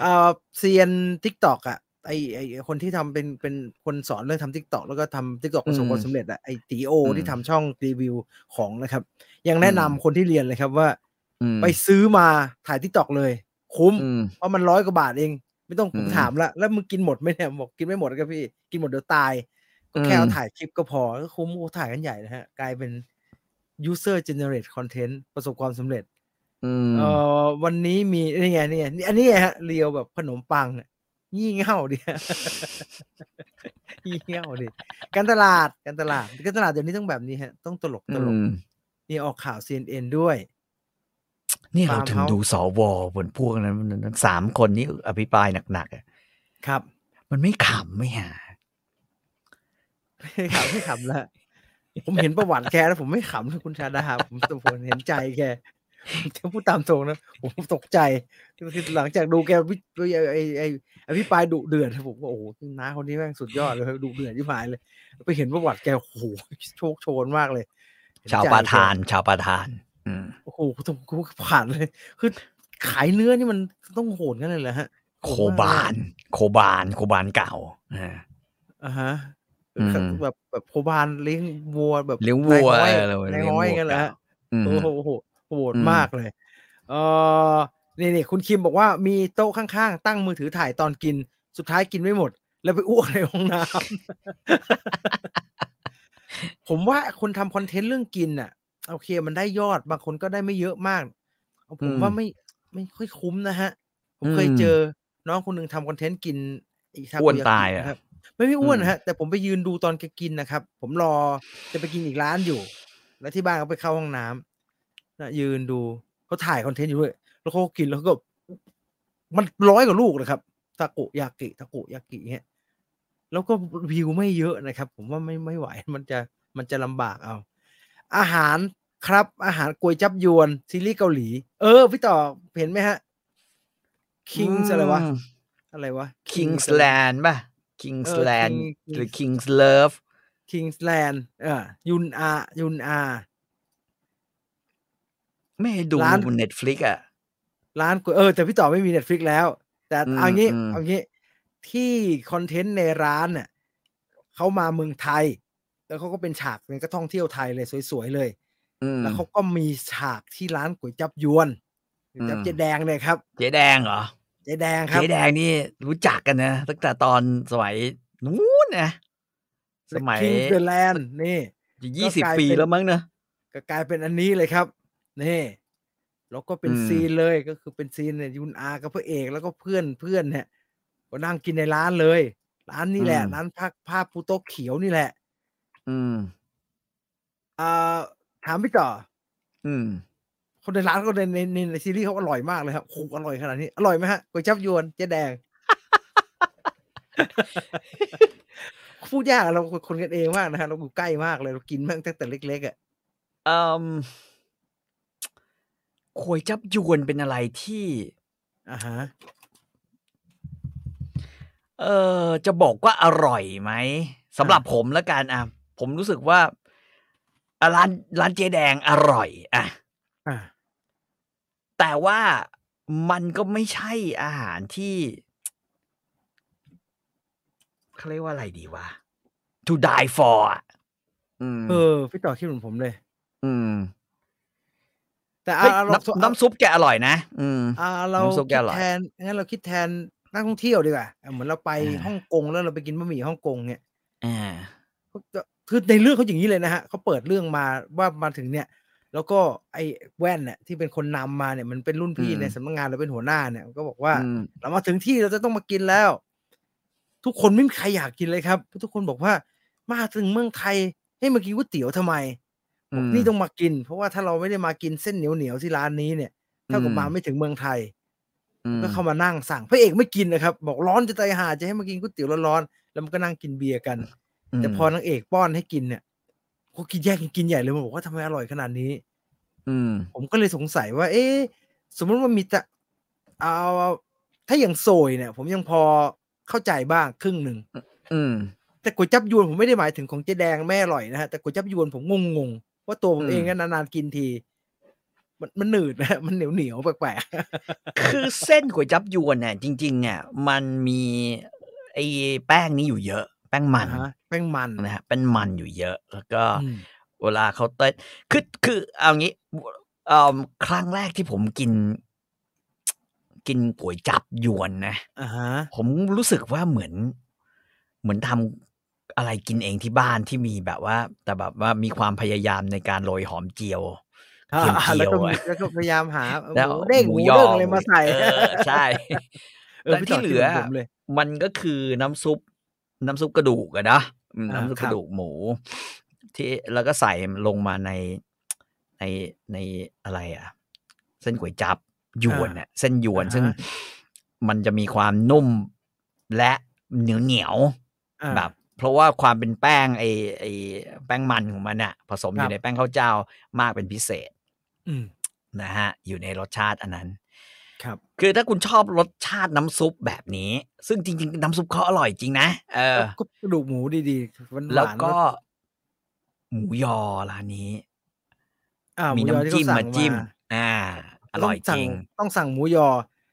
เอ่อเซียนทิกตอกอ่ะไอไอคนที่ทำเป็นเป็นคนสอนเรื่องทำทิกตอกแล้วก็ทำทิกตอกประสบความสำเร็จอ่ะไอตีโอที่ทำช่องรีวิวของนะครับ ยังแนะนำคนที่เรียนเลยครับว่า อืม ไปซื้อมาถ่ายทิกตอกเลย คุ้ม อืม เพราะมันร้อยกว่าบาทเอง ไม่ต้องผ อื ม ม ถามละแล้วมึงกินหมดไหมเนี่ยบอกกินไม่หมดครับพี่กินหมดเดี๋ยวตาย ก็แค่ อืม เอาถ่ายคลิปก็พอก็คุ้มโอ้ถ่ายกันใหญ่นะฮะ กลายเป็น user generate content ประสบความสำเร็จ อื เอ่ ม อวันนี้มีนี่ไงนี่ไงนี่อันนี้ไงฮะเรียวแบบขนมปังอะงี่เง่าดิ งี่เง่าดิการตลาดการตลาดการตลาดเดี๋ยวนี้ต้องแบบนี้ฮะ ต้องตลกตลก อืม นี่ออกข่าว CNN ด้วย นี่เรา ฟาร์ม ถึง เฮ้าส์ ดูสวบนพวกนั้นมันนั้นสามคนนี้อภิปรายหนักๆอะ ครับ มันไม่ขำไม่หา ไม่ขำไม่ขำแล้วผมเห็นประวัติแกแล้วผมไม่ขำเลยคุณชาดาผมผมเห็นใจแกผมจะพูดตามตรงนะผมตกใจคือหลังจากดูแกวิไอไอไอพี่ปรายดุเดือดผมว่าโอ้โหน้าคนนี้แม่งสุดยอดเลยดุเดือดที่หายเลย ไปเห็นประวัติแกโอ้โหโชคโชนมากเลยเห็นใจ ชาว แก ประธาน ชาวประธาน อืม โอ้โหผมกูผ่านเลย คือขายเนื้อนี่มันต้องโหดกันเลยเหรอฮะ โคบาน โคบาน โคบานเก่าอ่า อ่าฮะ อืม แบบแบบโคบานเลี้ยงวัวแบบ เลี้ยงวัว นา เร ย เลี้ยง ห้อ วั ยว กันเหรอ เก่า ฮะ อืม โอ้โหโอ้โหโหด อืม มากเลย เออนี่นี่คุณคิมบอกว่ามีโต๊ะข้างๆ ตั้งมือถือถ่ายตอนกิน สุดท้ายกินไม่หมด แล้วไปอ้วกในห้องน้ำ ผมว่าคนทำคอนเทนต์เรื่องกินน่ะ โอเคมันได้ยอดบางคนก็ได้ไม่เยอะมากเอาผ อื ม ม ว่าไม่ไม่ค่อยคุ้มนะฮะ ผมเคย อืม เจอน้องคนหนึ่งทำคอนเทนต์กินไทโก อ้วน กิ ตายอะ นะครับ ไม่ไม่อ้วน อืม นะฮะ แต่ผมไปยืนดูตอนแกกินนะครับ ผมรอจะไปกินอีกร้านอยู่ แล้วที่บ้านเขาไปเข้าห้องน้ำนะยืนดูเขาถ่ายคอนเทนต์อยู่ด้วยแล้วเขาก็กินแล้วก็ มันร้อยกว่าลูกนะครับทาโกยากิทาโกยากิเงี้ยแล้วก็วิวไม่เยอะนะครับ ผมว่าไม่ไม่ไหว มันจะมันจะลำบากเอา อาหารครับ อาหารกวยจับยวน ซีรีส์เกาหลี เออ พี่ต่อเห็นไหมฮะคิงส์อะไรวะ อะไรวะ King's อะไร Land ป่ะ King's เออ Land King- หรือ King's Love Kings Land เออยุนอายุนอา ไม่ให้ดู ร้าน บน Netflix อ่ะ ร้านก๋วยเออแต่พี่ต่อไม่มี Netflix แล้ว แต่ อืม เอางี้ อืม เอางี้ที่คอนเทนต์ในร้านเนี่ยเขามาเมืองไทย แล้วเขาก็เป็นฉากเป็นก็ท่องเที่ยวไทยเลยสวยๆเลย อืม แล้วเขาก็มีฉากที่ร้านก๋วยจับยวนก๋วยจับ อืม เจ๊แดงเนี่ยครับ เจ๊แดงเหรอ เจ๊แดงครับ เจ๊แดงนี่รู้จักกันนะ ตั้งแต่ตอนสมัยนู้นนะส The มัย Kings the Land นี่ ยี่สิบ ก็กลาย ปี เป็น แล้วมั้งเนอะ ก็กลายเป็นอันนี้เลยครับนี่แล้วก็เป็น อืม ซีนเลยก็คือเป็นซีนเนี่ยยุนอากับพระเอกแล้วก็เพื่อนเพื่อนเนี่ยก็นั่งกินในร้านเลย ร้านนี่แหละร้านภาพภาพภูโต๊ะเขียวนี่แหละ อืม อ่าถามพี่ต่อ อืม คนในร้านก็ในในในในซีรีส์เขาอร่อยมากเลยครับโอ้โหอร่อยขนาดนี้ อร่อยไหมฮะก๋วยจับยวนเจ๊ แดง พูดยากอะเราคนกันเองมากนะฮะเราอยู่ใกล้มากเลยเรากินแม่งตั้งแต่เล็กๆอ่ะ เอ่มควยจับยวนเป็นอะไรที่ อ่าฮะ เออจะบอกว่าอร่อยไหมสำหรับผมแล้วกันอ่ะ ผมรู้สึกว่าอ่ะร้านร้านเจ๊แดงอร่อย อ่ะ อ่า แต่ว่ามันก็ไม่ใช่อาหารที่เขาเรียกว่าอะไรดีวะ to die for อ่ะอืม เออพี่ต่อคิดเหมือนผมเลย อืม แต่เอา เฮ้ย เอาเรา น้ำน้ำซุปแกอร่อยนะ อืม เอาเรา น้ำซุปแก คิ อ ด ร่อย แทนงั้นเราคิดแทนนักท่องเที่ยวดีกว่าอ่ะเหมือนเราไป อ่า ฮ่องกงแล้วเราไปกินบะหมี่ฮ่องกงเนี่ย อ่า ก็ก็คือในเรื่องเขาอย่างนี้เลยนะฮะเขาเปิดเรื่องมาว่ามาถึงเนี่ย แล้วก็ไอ้แว่นเนี่ยที่เป็นคนนำมาเนี่ยมันเป็นรุ่นพี่ อืม ในสำนักงานเราเป็นหัวหน้าเนี่ย ก็บอกว่า อืม เรามาถึงที่เราจะต้องมากินแล้ว ทุกคนไม่มีใครอยากกินเลยครับ ทุกคนบอกว่า มาถึงเมืองไทยให้มากินก๋วยเตี๋ยวทำไมบอก อืม นี่ต้องมากิน เพราะว่าถ้าเราไม่ได้มากินเส้นเหนียวเหนียวๆที่ร้านนี้เนี่ยเท่ากับ อืม มาไม่ถึงเมืองไทย อืม ก็เข้ามานั่งสั่งพระเอกไม่กินนะครับ บอกร้อนจะตายหาจะให้มากินก๋วยเตี๋ยวร้อนๆแล้วมันก็นั่งกินเบียร์กัน แต่พอนางเอกป้อนให้กินเนี่ยก็กินแยกกันกินใหญ่เลยมันบอกว่าทำไมอร่อยขนาดนี้ อืม ผมก็เลยสงสัยว่า เอ๊ะสมมติว่ามีแต่เอาถ้าอย่างโซยเนี่ย ผมยังพอเข้าใจบ้างครึ่งหนึ่ง อืม แต่ก๋วยจับยวนผมไม่ได้หมายถึงของเจ๊แดงแม่อร่อยนะฮะแต่ก๋วยจับยวนผมงงๆว่าตัวผม อืม เองก็นานๆกินที มันมันหนืดนะฮะมันเหนียวเหนียวๆแปลก คือเส้นก๋วยจับยวนเนี่ยจริงๆเนี่ยมันมีไอ้แป้งนี้อยู่เยอะ แป้ง ๆ มั อ่าน ฮะแป้งมัน นะฮะเป็นมันอยู่เยอะ แล้วก็ อืม เวลาเขาเต้นคือคือเอางี้เอ่อครั้งแรกที่ผมกิน กินก๋วยจับยวนนะ อ่าฮะ ผมรู้สึกว่าเหมือน เหมือนทำอะไรกินเองที่บ้านที่มีแบบว่า แต่แบบว่ามีความพยายามในการโรยหอมเจียว อ่า เทียมเจียว แล้วก็มี อะ แล้วก็พยายามหาเออ แล้ว หมูเด้งหมูเด้งอะไรมาใส่ เออใช่ เออ แต่ พี่ ที่ ต่ เหลือ คิดมืนผมเลย มันก็คือน้ำซุป น้ำซุปกระดูกอะนะอืม อ่า น้ำซุป ค ก รับ ระดูกหมู ที่แล้วก็ใส่ลงมาในในในอะไรอะเส้นก๋วยจับยวนเนี่ยเส้นยวน อ่า ซึ่ง ฮะ มันจะมีความนุ่มและเหนียวเหนียว อ่า ๆแบบ เพราะว่าความเป็นแป้งไอไอแป้งมันของมันอะผสมคอรั ยู่ บ ในแป้งข้าวเจ้ามากเป็นพิเศษ อืม นะฮะ อยู่ในรสชาติอันนั้น ครับ คือถ้าคุณชอบรสชาติน้ำซุปแบบนี้ ซึ่งจริง ๆ น้ำซุปเขาอร่อยจริงนะเออ แล้วก็กระดูกหมูดีๆหวานๆ แล้วก็ รส หมูยอร้านนี้ อ่าห มี ยอ น้ำ ที่ จิ้ม เขสั่ มาจิ้ม อ่า อร่อยจ สั่ ริง ต้องสั่งหมูยอ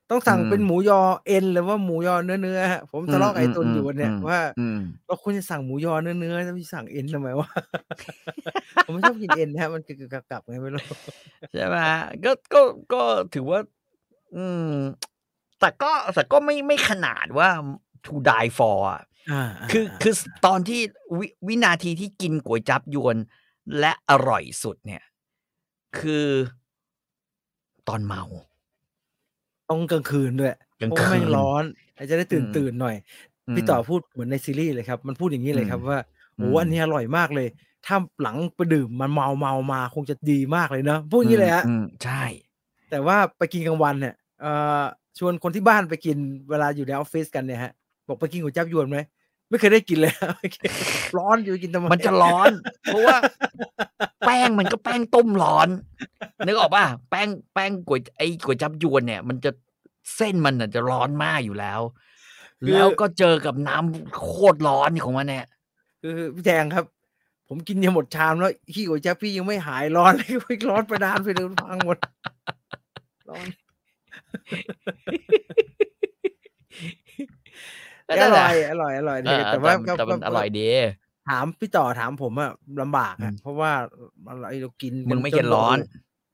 ต้องสั่ง อืม เป็นหมูยอเอ็นหรือว่าหมูยอเนื้อเนื้อฮะผมทะเลาะกับไอ้ตุนอยู่วันเนี่ย อืม ว่า อืม เราควรจะสั่งหมูยอเนื้อเนื้อจะไม่สั่งเอ็นทำไมวะ ผมไม่ชอบกินเอ็นนะฮะมันกึกๆกลับๆไงไม่รู้ ใช่ไหมฮะก็ก็ก็ถือว่า อืม แต่ก็แต่ก็ไม่ไม่ขนาดว่า to die for อะ อ่า คือคือตอนที่วิวินาทีที่กินก๋วยจับยวน และอร่อยสุดเนี่ย คือตอนเมา ต้องกลางคืนด้วย กลาง เพราะ คื ว่าแม่ น งร้อนอาจจะได้ตื่น อืม ตื่นหน่อย พี่ต่อพูดเหมือนในซีรีส์เลยครับ มันพูดอย่างนี้เลยครับ อืม ว่าโอ้ อืม อันนี้อร่อยมากเลย ถ้าหลังไปดื่มมันเมาเมามาคงจะดีมากเลยเนอะพูดอย่างนี้เลยฮะ อืมใช่ แต่ว่าไปกินกลางวันเนี่ยเอ่อชวนคนที่บ้านไปกินเวลาอยู่ในออฟฟิศกันเนี่ยฮะ บอกไปกินก๋วยจั๊บยวนไหม ไม่เคยได้กินเลย ร้อนอยู่กินทำไม มันจะร้อน เพราะว่า แป้งมันก็แป้งต้มร้อนนึกออกป่ะแป้งแป้งก๋วยไอ้ก๋วยจับยวนเนี่ย มันจะเส้นมันน่ะจะร้อนมากอยู่แล้ว แล้วก็เจอกับน้ำโคตรร้อนของมันเนี่ย คือพี่แจงครับ ผมกินยังหมดชามแล้วขี้ก๋วยจั๊บพี่ยังไม่หายร้อนเลย ร้อนประดานไปเลยพังหมด ร้อน ก็ อ นั่นแห ร่ ละ อยอร่อยอร่อย เออ แต่ว่า แต่ ก็ แต่มัน ก็ อร่อยดี ถามพี่ต่อถามผมอะลำบากอะ อืม เพราะว่าอะไรเรากิน มึง กั ไม่ จ เค็นร้อน แบ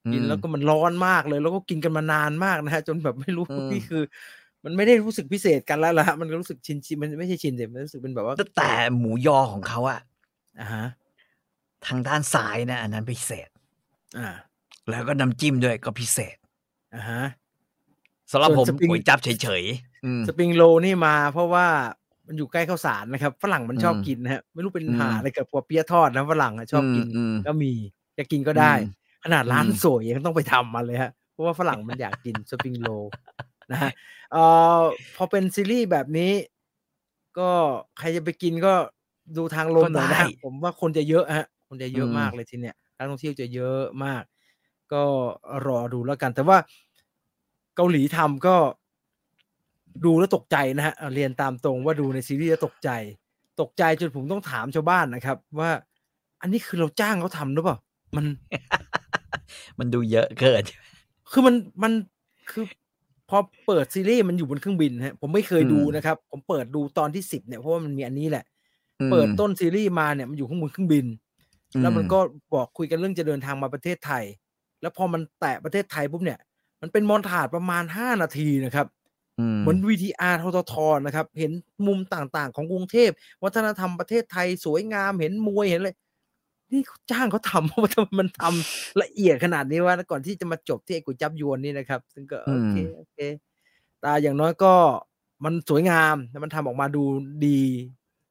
บ กินแล้วก็ อืม มันร้อนมากเลย แล้วก็กินกันมานานมากนะฮะ จนแบบไม่รู้ อืม นี่คือ มันไม่ได้รู้สึกพิเศษกันแล้วละฮะมันก็รู้สึกชินชินมันไม่ใช่ชินแต่มันรู้สึกเป็นแบบว่า แต่แต่หมูยอของเขาอะ อ่าฮะ ทางด้านซ้ายนะอันนั้นพิเศษ อ่า แล้วก็น้ำจิ้มด้วยก็พิเศษ อ่าฮะ สำหรับผม ส่วนสปริง ก๋วยจับเฉยๆอืม สปริงโรลนี่มา เพราะว่ามันอยู่ใกล้ข้าวสารนะครับฝรั่งมันชอบ อืม กินนะฮะไม่รู้เป็น อืม หาอะไรกับปัวเปี๊ยะทอดนะฝรั่งอะชอบกิน ม ก็มีจะกินก็ได้ อืม ขนาดร้าน อืม สวยยังต้องไปทำมาเลยฮะเพราะว่าฝรั่งมันอยากกินสปริงโรลนะฮะเอ่อพอเป็นซีรีส์แบบนี้ ก็ใครจะไปกินก็ดูทางลมหน่อยนะ ก็ ฮะ ได้ ผมว่าคนจะเยอะฮะ คนจะเยอะ อืม มากเลยทีเนี้ยนักท่องเที่ยวจะเยอะมาก ก็รอดูแล้วกัน แต่ว่าเกาหลีทำก็ ดูแล้วตกใจนะฮะเอาเรียนตามตรงว่าดูในซีรีส์แล้วตกใจ ตกใจจนผมต้องถามชาวบ้านนะครับ ว่า อันนี้คือเราจ้างเขาทำหรือเปล่ามัน มันดูเยอะเกิน คือมันมันคือพอเปิดซีรีส์มันอยู่บนเครื่องบินฮะผมไม่เคยดู อืม นะครับ ผมเปิดดูตอนที่สิบเนี่ยเพราะว่ามันมีอันนี้แหละ อืม เปิดต้นซีรีส์มาเนี่ยมันอยู่ข้างบนเครื่องบิน แล้วมัน อืม ก็บอกคุยกันเรื่องจะเดินทางมาประเทศไทย แล้วพอมันแตะประเทศไทยปุ๊บเนี่ย มันเป็นมอนทาดประมาณห้านาทีนะครับ เหมือน VTR ทททนะครับ เห็นมุมต่างๆ ของกรุงเทพ วัฒนธรรมประเทศไทยสวยงามเห็นมวยเห็นอะไรนี่เขาจ้างเขาทำ ว่าทำไมมันทำละเอียดขนาดนี้วะก่อนที่จะมาจบที่ไอ้ก๋วยจับยวนนี่นะครับ ซึ่งก็โอเค อืม โอเคแตาอย่างน้อยก็มันสวยงามแล้วมันทำออกมาดูดี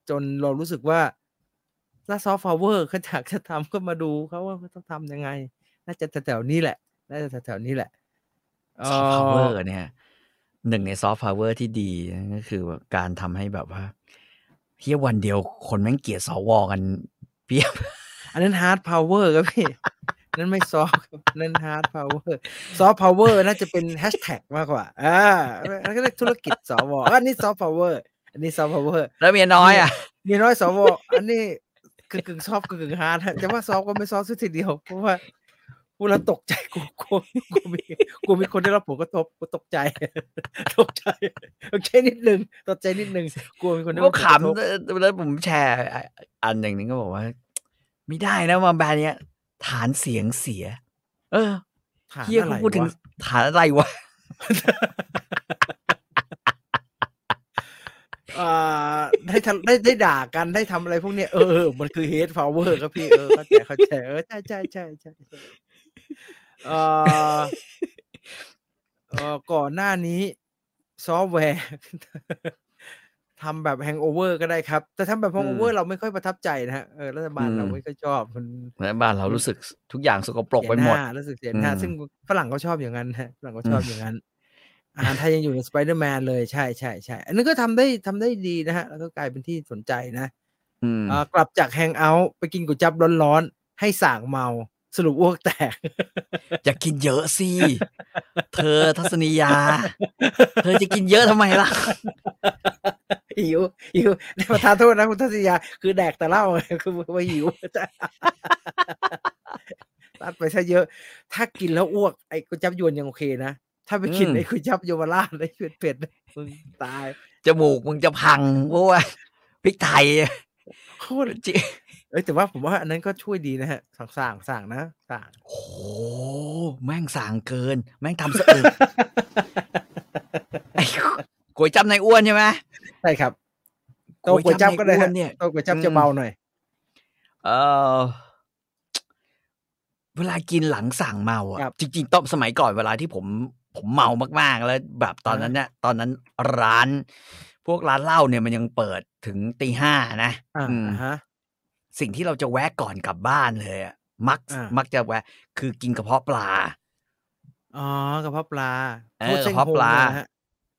จนเรารู้สึกว่าถ้าซอฟต์พาวเวอร์เขาอยากจะทำก็มาดูเขาว่าเขาต้องทำยังไง น่าจะแถวๆนี้แหละน่าจะแถวๆนี้แหละ ซอฟต์พาวเวอ เอ่อ ร์เนี่ยหนึ่งในซอฟต์พาวเวอร์ที่ดีก็คือแบบการทำให้แบบว่าเฮียวันเดียวคนแม่งเกลียดสวกันเพียบ อันนั้นฮาร์ดพาวเวอร์ครับพี่ อันนั้นไม่ซอฟครับอันนั้นฮาร์ดพาวเวอร์ซอฟพาวเวอร์น่าจะเป็นแฮชแท็กมากกว่า อ่าอันนั้นก็เรียกธุรกิจสวอันนี้ซอฟพาวเวอร์ อันนี้ซอฟพาวเวอร์ แล้วเมียน้อยอ่ะ มีน้อยสว อันนี้กึ่งกึ่งซอฟกึ่งกึ่งฮาร์ดฮะจะว่าซอฟก็ไม่ซอฟซะทีเดียว เพราะว่าพูดแล้วตกใจกูกูกูมีกูมีคนได้รับผลกระทบกูตกใจ ตกใจตกใจนิดนึงตกใจนิดนึงกูมีคนได้รับ ก็ ผลกระทบ ขำแล้วผมแชร์อันหนึ่งนึงก็บอกว่า ไม่ได้นะมาแบรนด์เนี้ย ฐานเสียงเสีย เออ ฐาน เฮีย อะไร เขาพูดถึง วะ ฐานอะไรวะ เอ่อได้ทำได้ได้ด่ากันได้ทำอะไรพวกเนี้ยเออเออมันคือ hate power ครับพี่เออเข้าใจเข้าใจเออใช่ใช่ใช่ใช่ใช่เอ่อเอ่อก่อนหน้านี้ซอฟต์แวร์ ทำแบบแฮงโอเวอร์ก็ได้ครับ แต่ทำแบบแฮงโอเวอ อื ร์ ม เราไม่ค่อยประทับใจนะฮะเออรัฐบาลเรา อืม ไม่ค่อยชอบมัน แล้วบ้านเรารู้สึกทุกอย่างสกปรก เสี ไป ยห หมด น้ารู้สึกเสียหน้า อืม ซึ่งฝรั่งเขาชอบอย่างนั้น ฮะฝรั่งเขา อืม ชอบอย่างนั้น อาหารไทยยังอยู่ในสไปเดอร์แมนเลยใช่ใช่ใช่อันนั้นก็ทำได้ทำได้ดีนะฮะ แล้วก็กลายเป็นที่สนใจนะ อืม เอ่อกลับจากแฮงเอาท์ไปกินก๋วยจั๊บร้อนๆ ให้ส่างเมา สรุปอ้วกแตก อย่ากินเยอะสิ เธอทัศนียา เธอจะกินเยอะทำไมล่ะ หิวหิวประทานโทษนะคุณทัศนียา คือแดกแต่เหล้า คือว่าหิว ตัดไปซะเยอะ ถ้ากินแล้วอ้วกไอ้ก๋วยจั๊บยวนยังโอเคนะ ถ้าไปกิน อืม ไอ้ก๋วยจั๊บเยาวราช ไอ้เผ็ดๆมึงตาย จมูกมึงจะพังเพราะว่าพริกไทย โคตรเอ้ยแต่ว่าผมว่าอันนั้นก็ช่วยดีนะฮะสั่งสั่งสั่งนะสั่ ง โอ้โหแม่งสางเกิน แม่งทำสะอึก ไอ้ก๋วยจับนายอ้วนใช่ไหม ใช่ครับ โตกวยจับก็ได้ นายอ้ว ฮะ นเนี่ย โตกวยจับจะเบาหน่อย เออ เวลากินหลังสั่งเมา ครั อ่ะ บ จริงๆต้องสมัยก่อนเวลาที่ผมผมเมามากๆ แล้วแบบตอนนั้นเนี่ยตอนนั้นร้าน พวกร้านเหล้าเนี่ยมันยังเปิดถึงตีห้านะ อ่า อืม อ่าฮะ สิ่งที่เราจะแวะก่อนกลับบ้านเลยอ่ะมัก อ่ามั มักจะแวะ คือกินกระเพาะปลา อ๋อกระเพาะปลา เอ โค อ ส้น กระเพาะปลา โฮงนี่ยนฮะ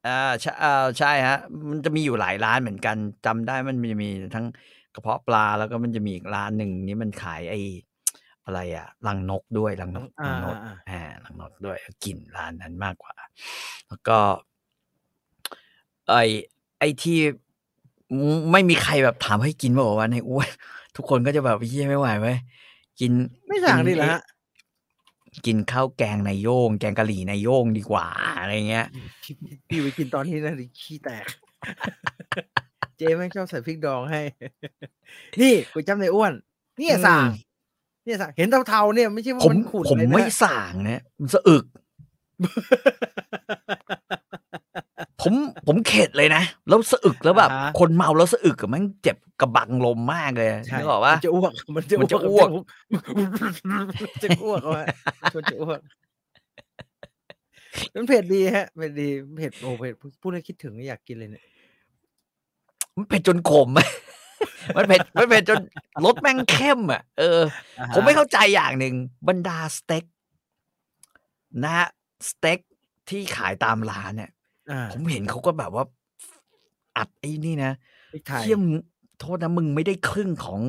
อ่าใช่อ่าใช่ฮะ มันจะมีอยู่หลายร้านเหมือนกันจำได้มันจะมีทั้งกระเพาะปลาแล้วก็มันจะมีอีกร้านหนึ่งนี่มันขายไอ้อะไรอะรังนกด้วยรังนกรั อ่าง นก อ่า อ่ารังนกด้วยกินร้านนั้นมากกว่า แล้วก็ไอ้ไอ้ที่ไม่มีใครแบบถามให้กินบอกว่าวะในอ้วน ทุกคนก็จะแบบเยี่ยไม่ไหวไหมกิน ไม่สั่ง กิน ดิเหรอ ไอ้ ฮะ กินข้าวแกงในโยง แกงกะหรี่ในโยงดีกว่าอะไรเงี้ย พี่ไปกินตอนนี้นะดิขี้แตก เจ๊แม่งชอบใส่พริกดองให้ นี่กูจำในอ้วน เนี่ยสั่ง อืม เนี่ยสั่งเห็นเทาๆเนี่ยไม่ใช่ว่า ผม มันขุ่น ผม เลยนะ ไม่ส่างนะมันสะอึก ผมผมเข็ดเลยนะ แล้วสะอึกแล้วแบบ อ่าฮะ คนเมาแล้วสะอึกอะแมันเจ็บกระบังลมมากเลย ใช่ นึกออกว่า มันจะอ้วก มันจะ มันจะอ้ อ้ว ว ก ก มันจะอ้วก เอาไว้มันจะอ้วกมันเผ็ดดีฮะเผ็ดดีเผ็ดโอ้เผ็ดพูดแล้วคิดถึงอยากกินเลยเนี่ย มันเผ็ดจนขม มันเผ็ดมันเผ็ดจนรสแม่งเข้มอ่ะเออ ผมไม่เข้าใจอย่างหนึ่งบรรดาสเต็กนะฮะสเต็กที่ขายตามร้านเนี่ย อ่า ผมเห็นเขาก็แบบว่า อัดไอ้นี่นะ พริกไทย เที่ยมงโทษนะมึงไม่ได้ครึ่งของ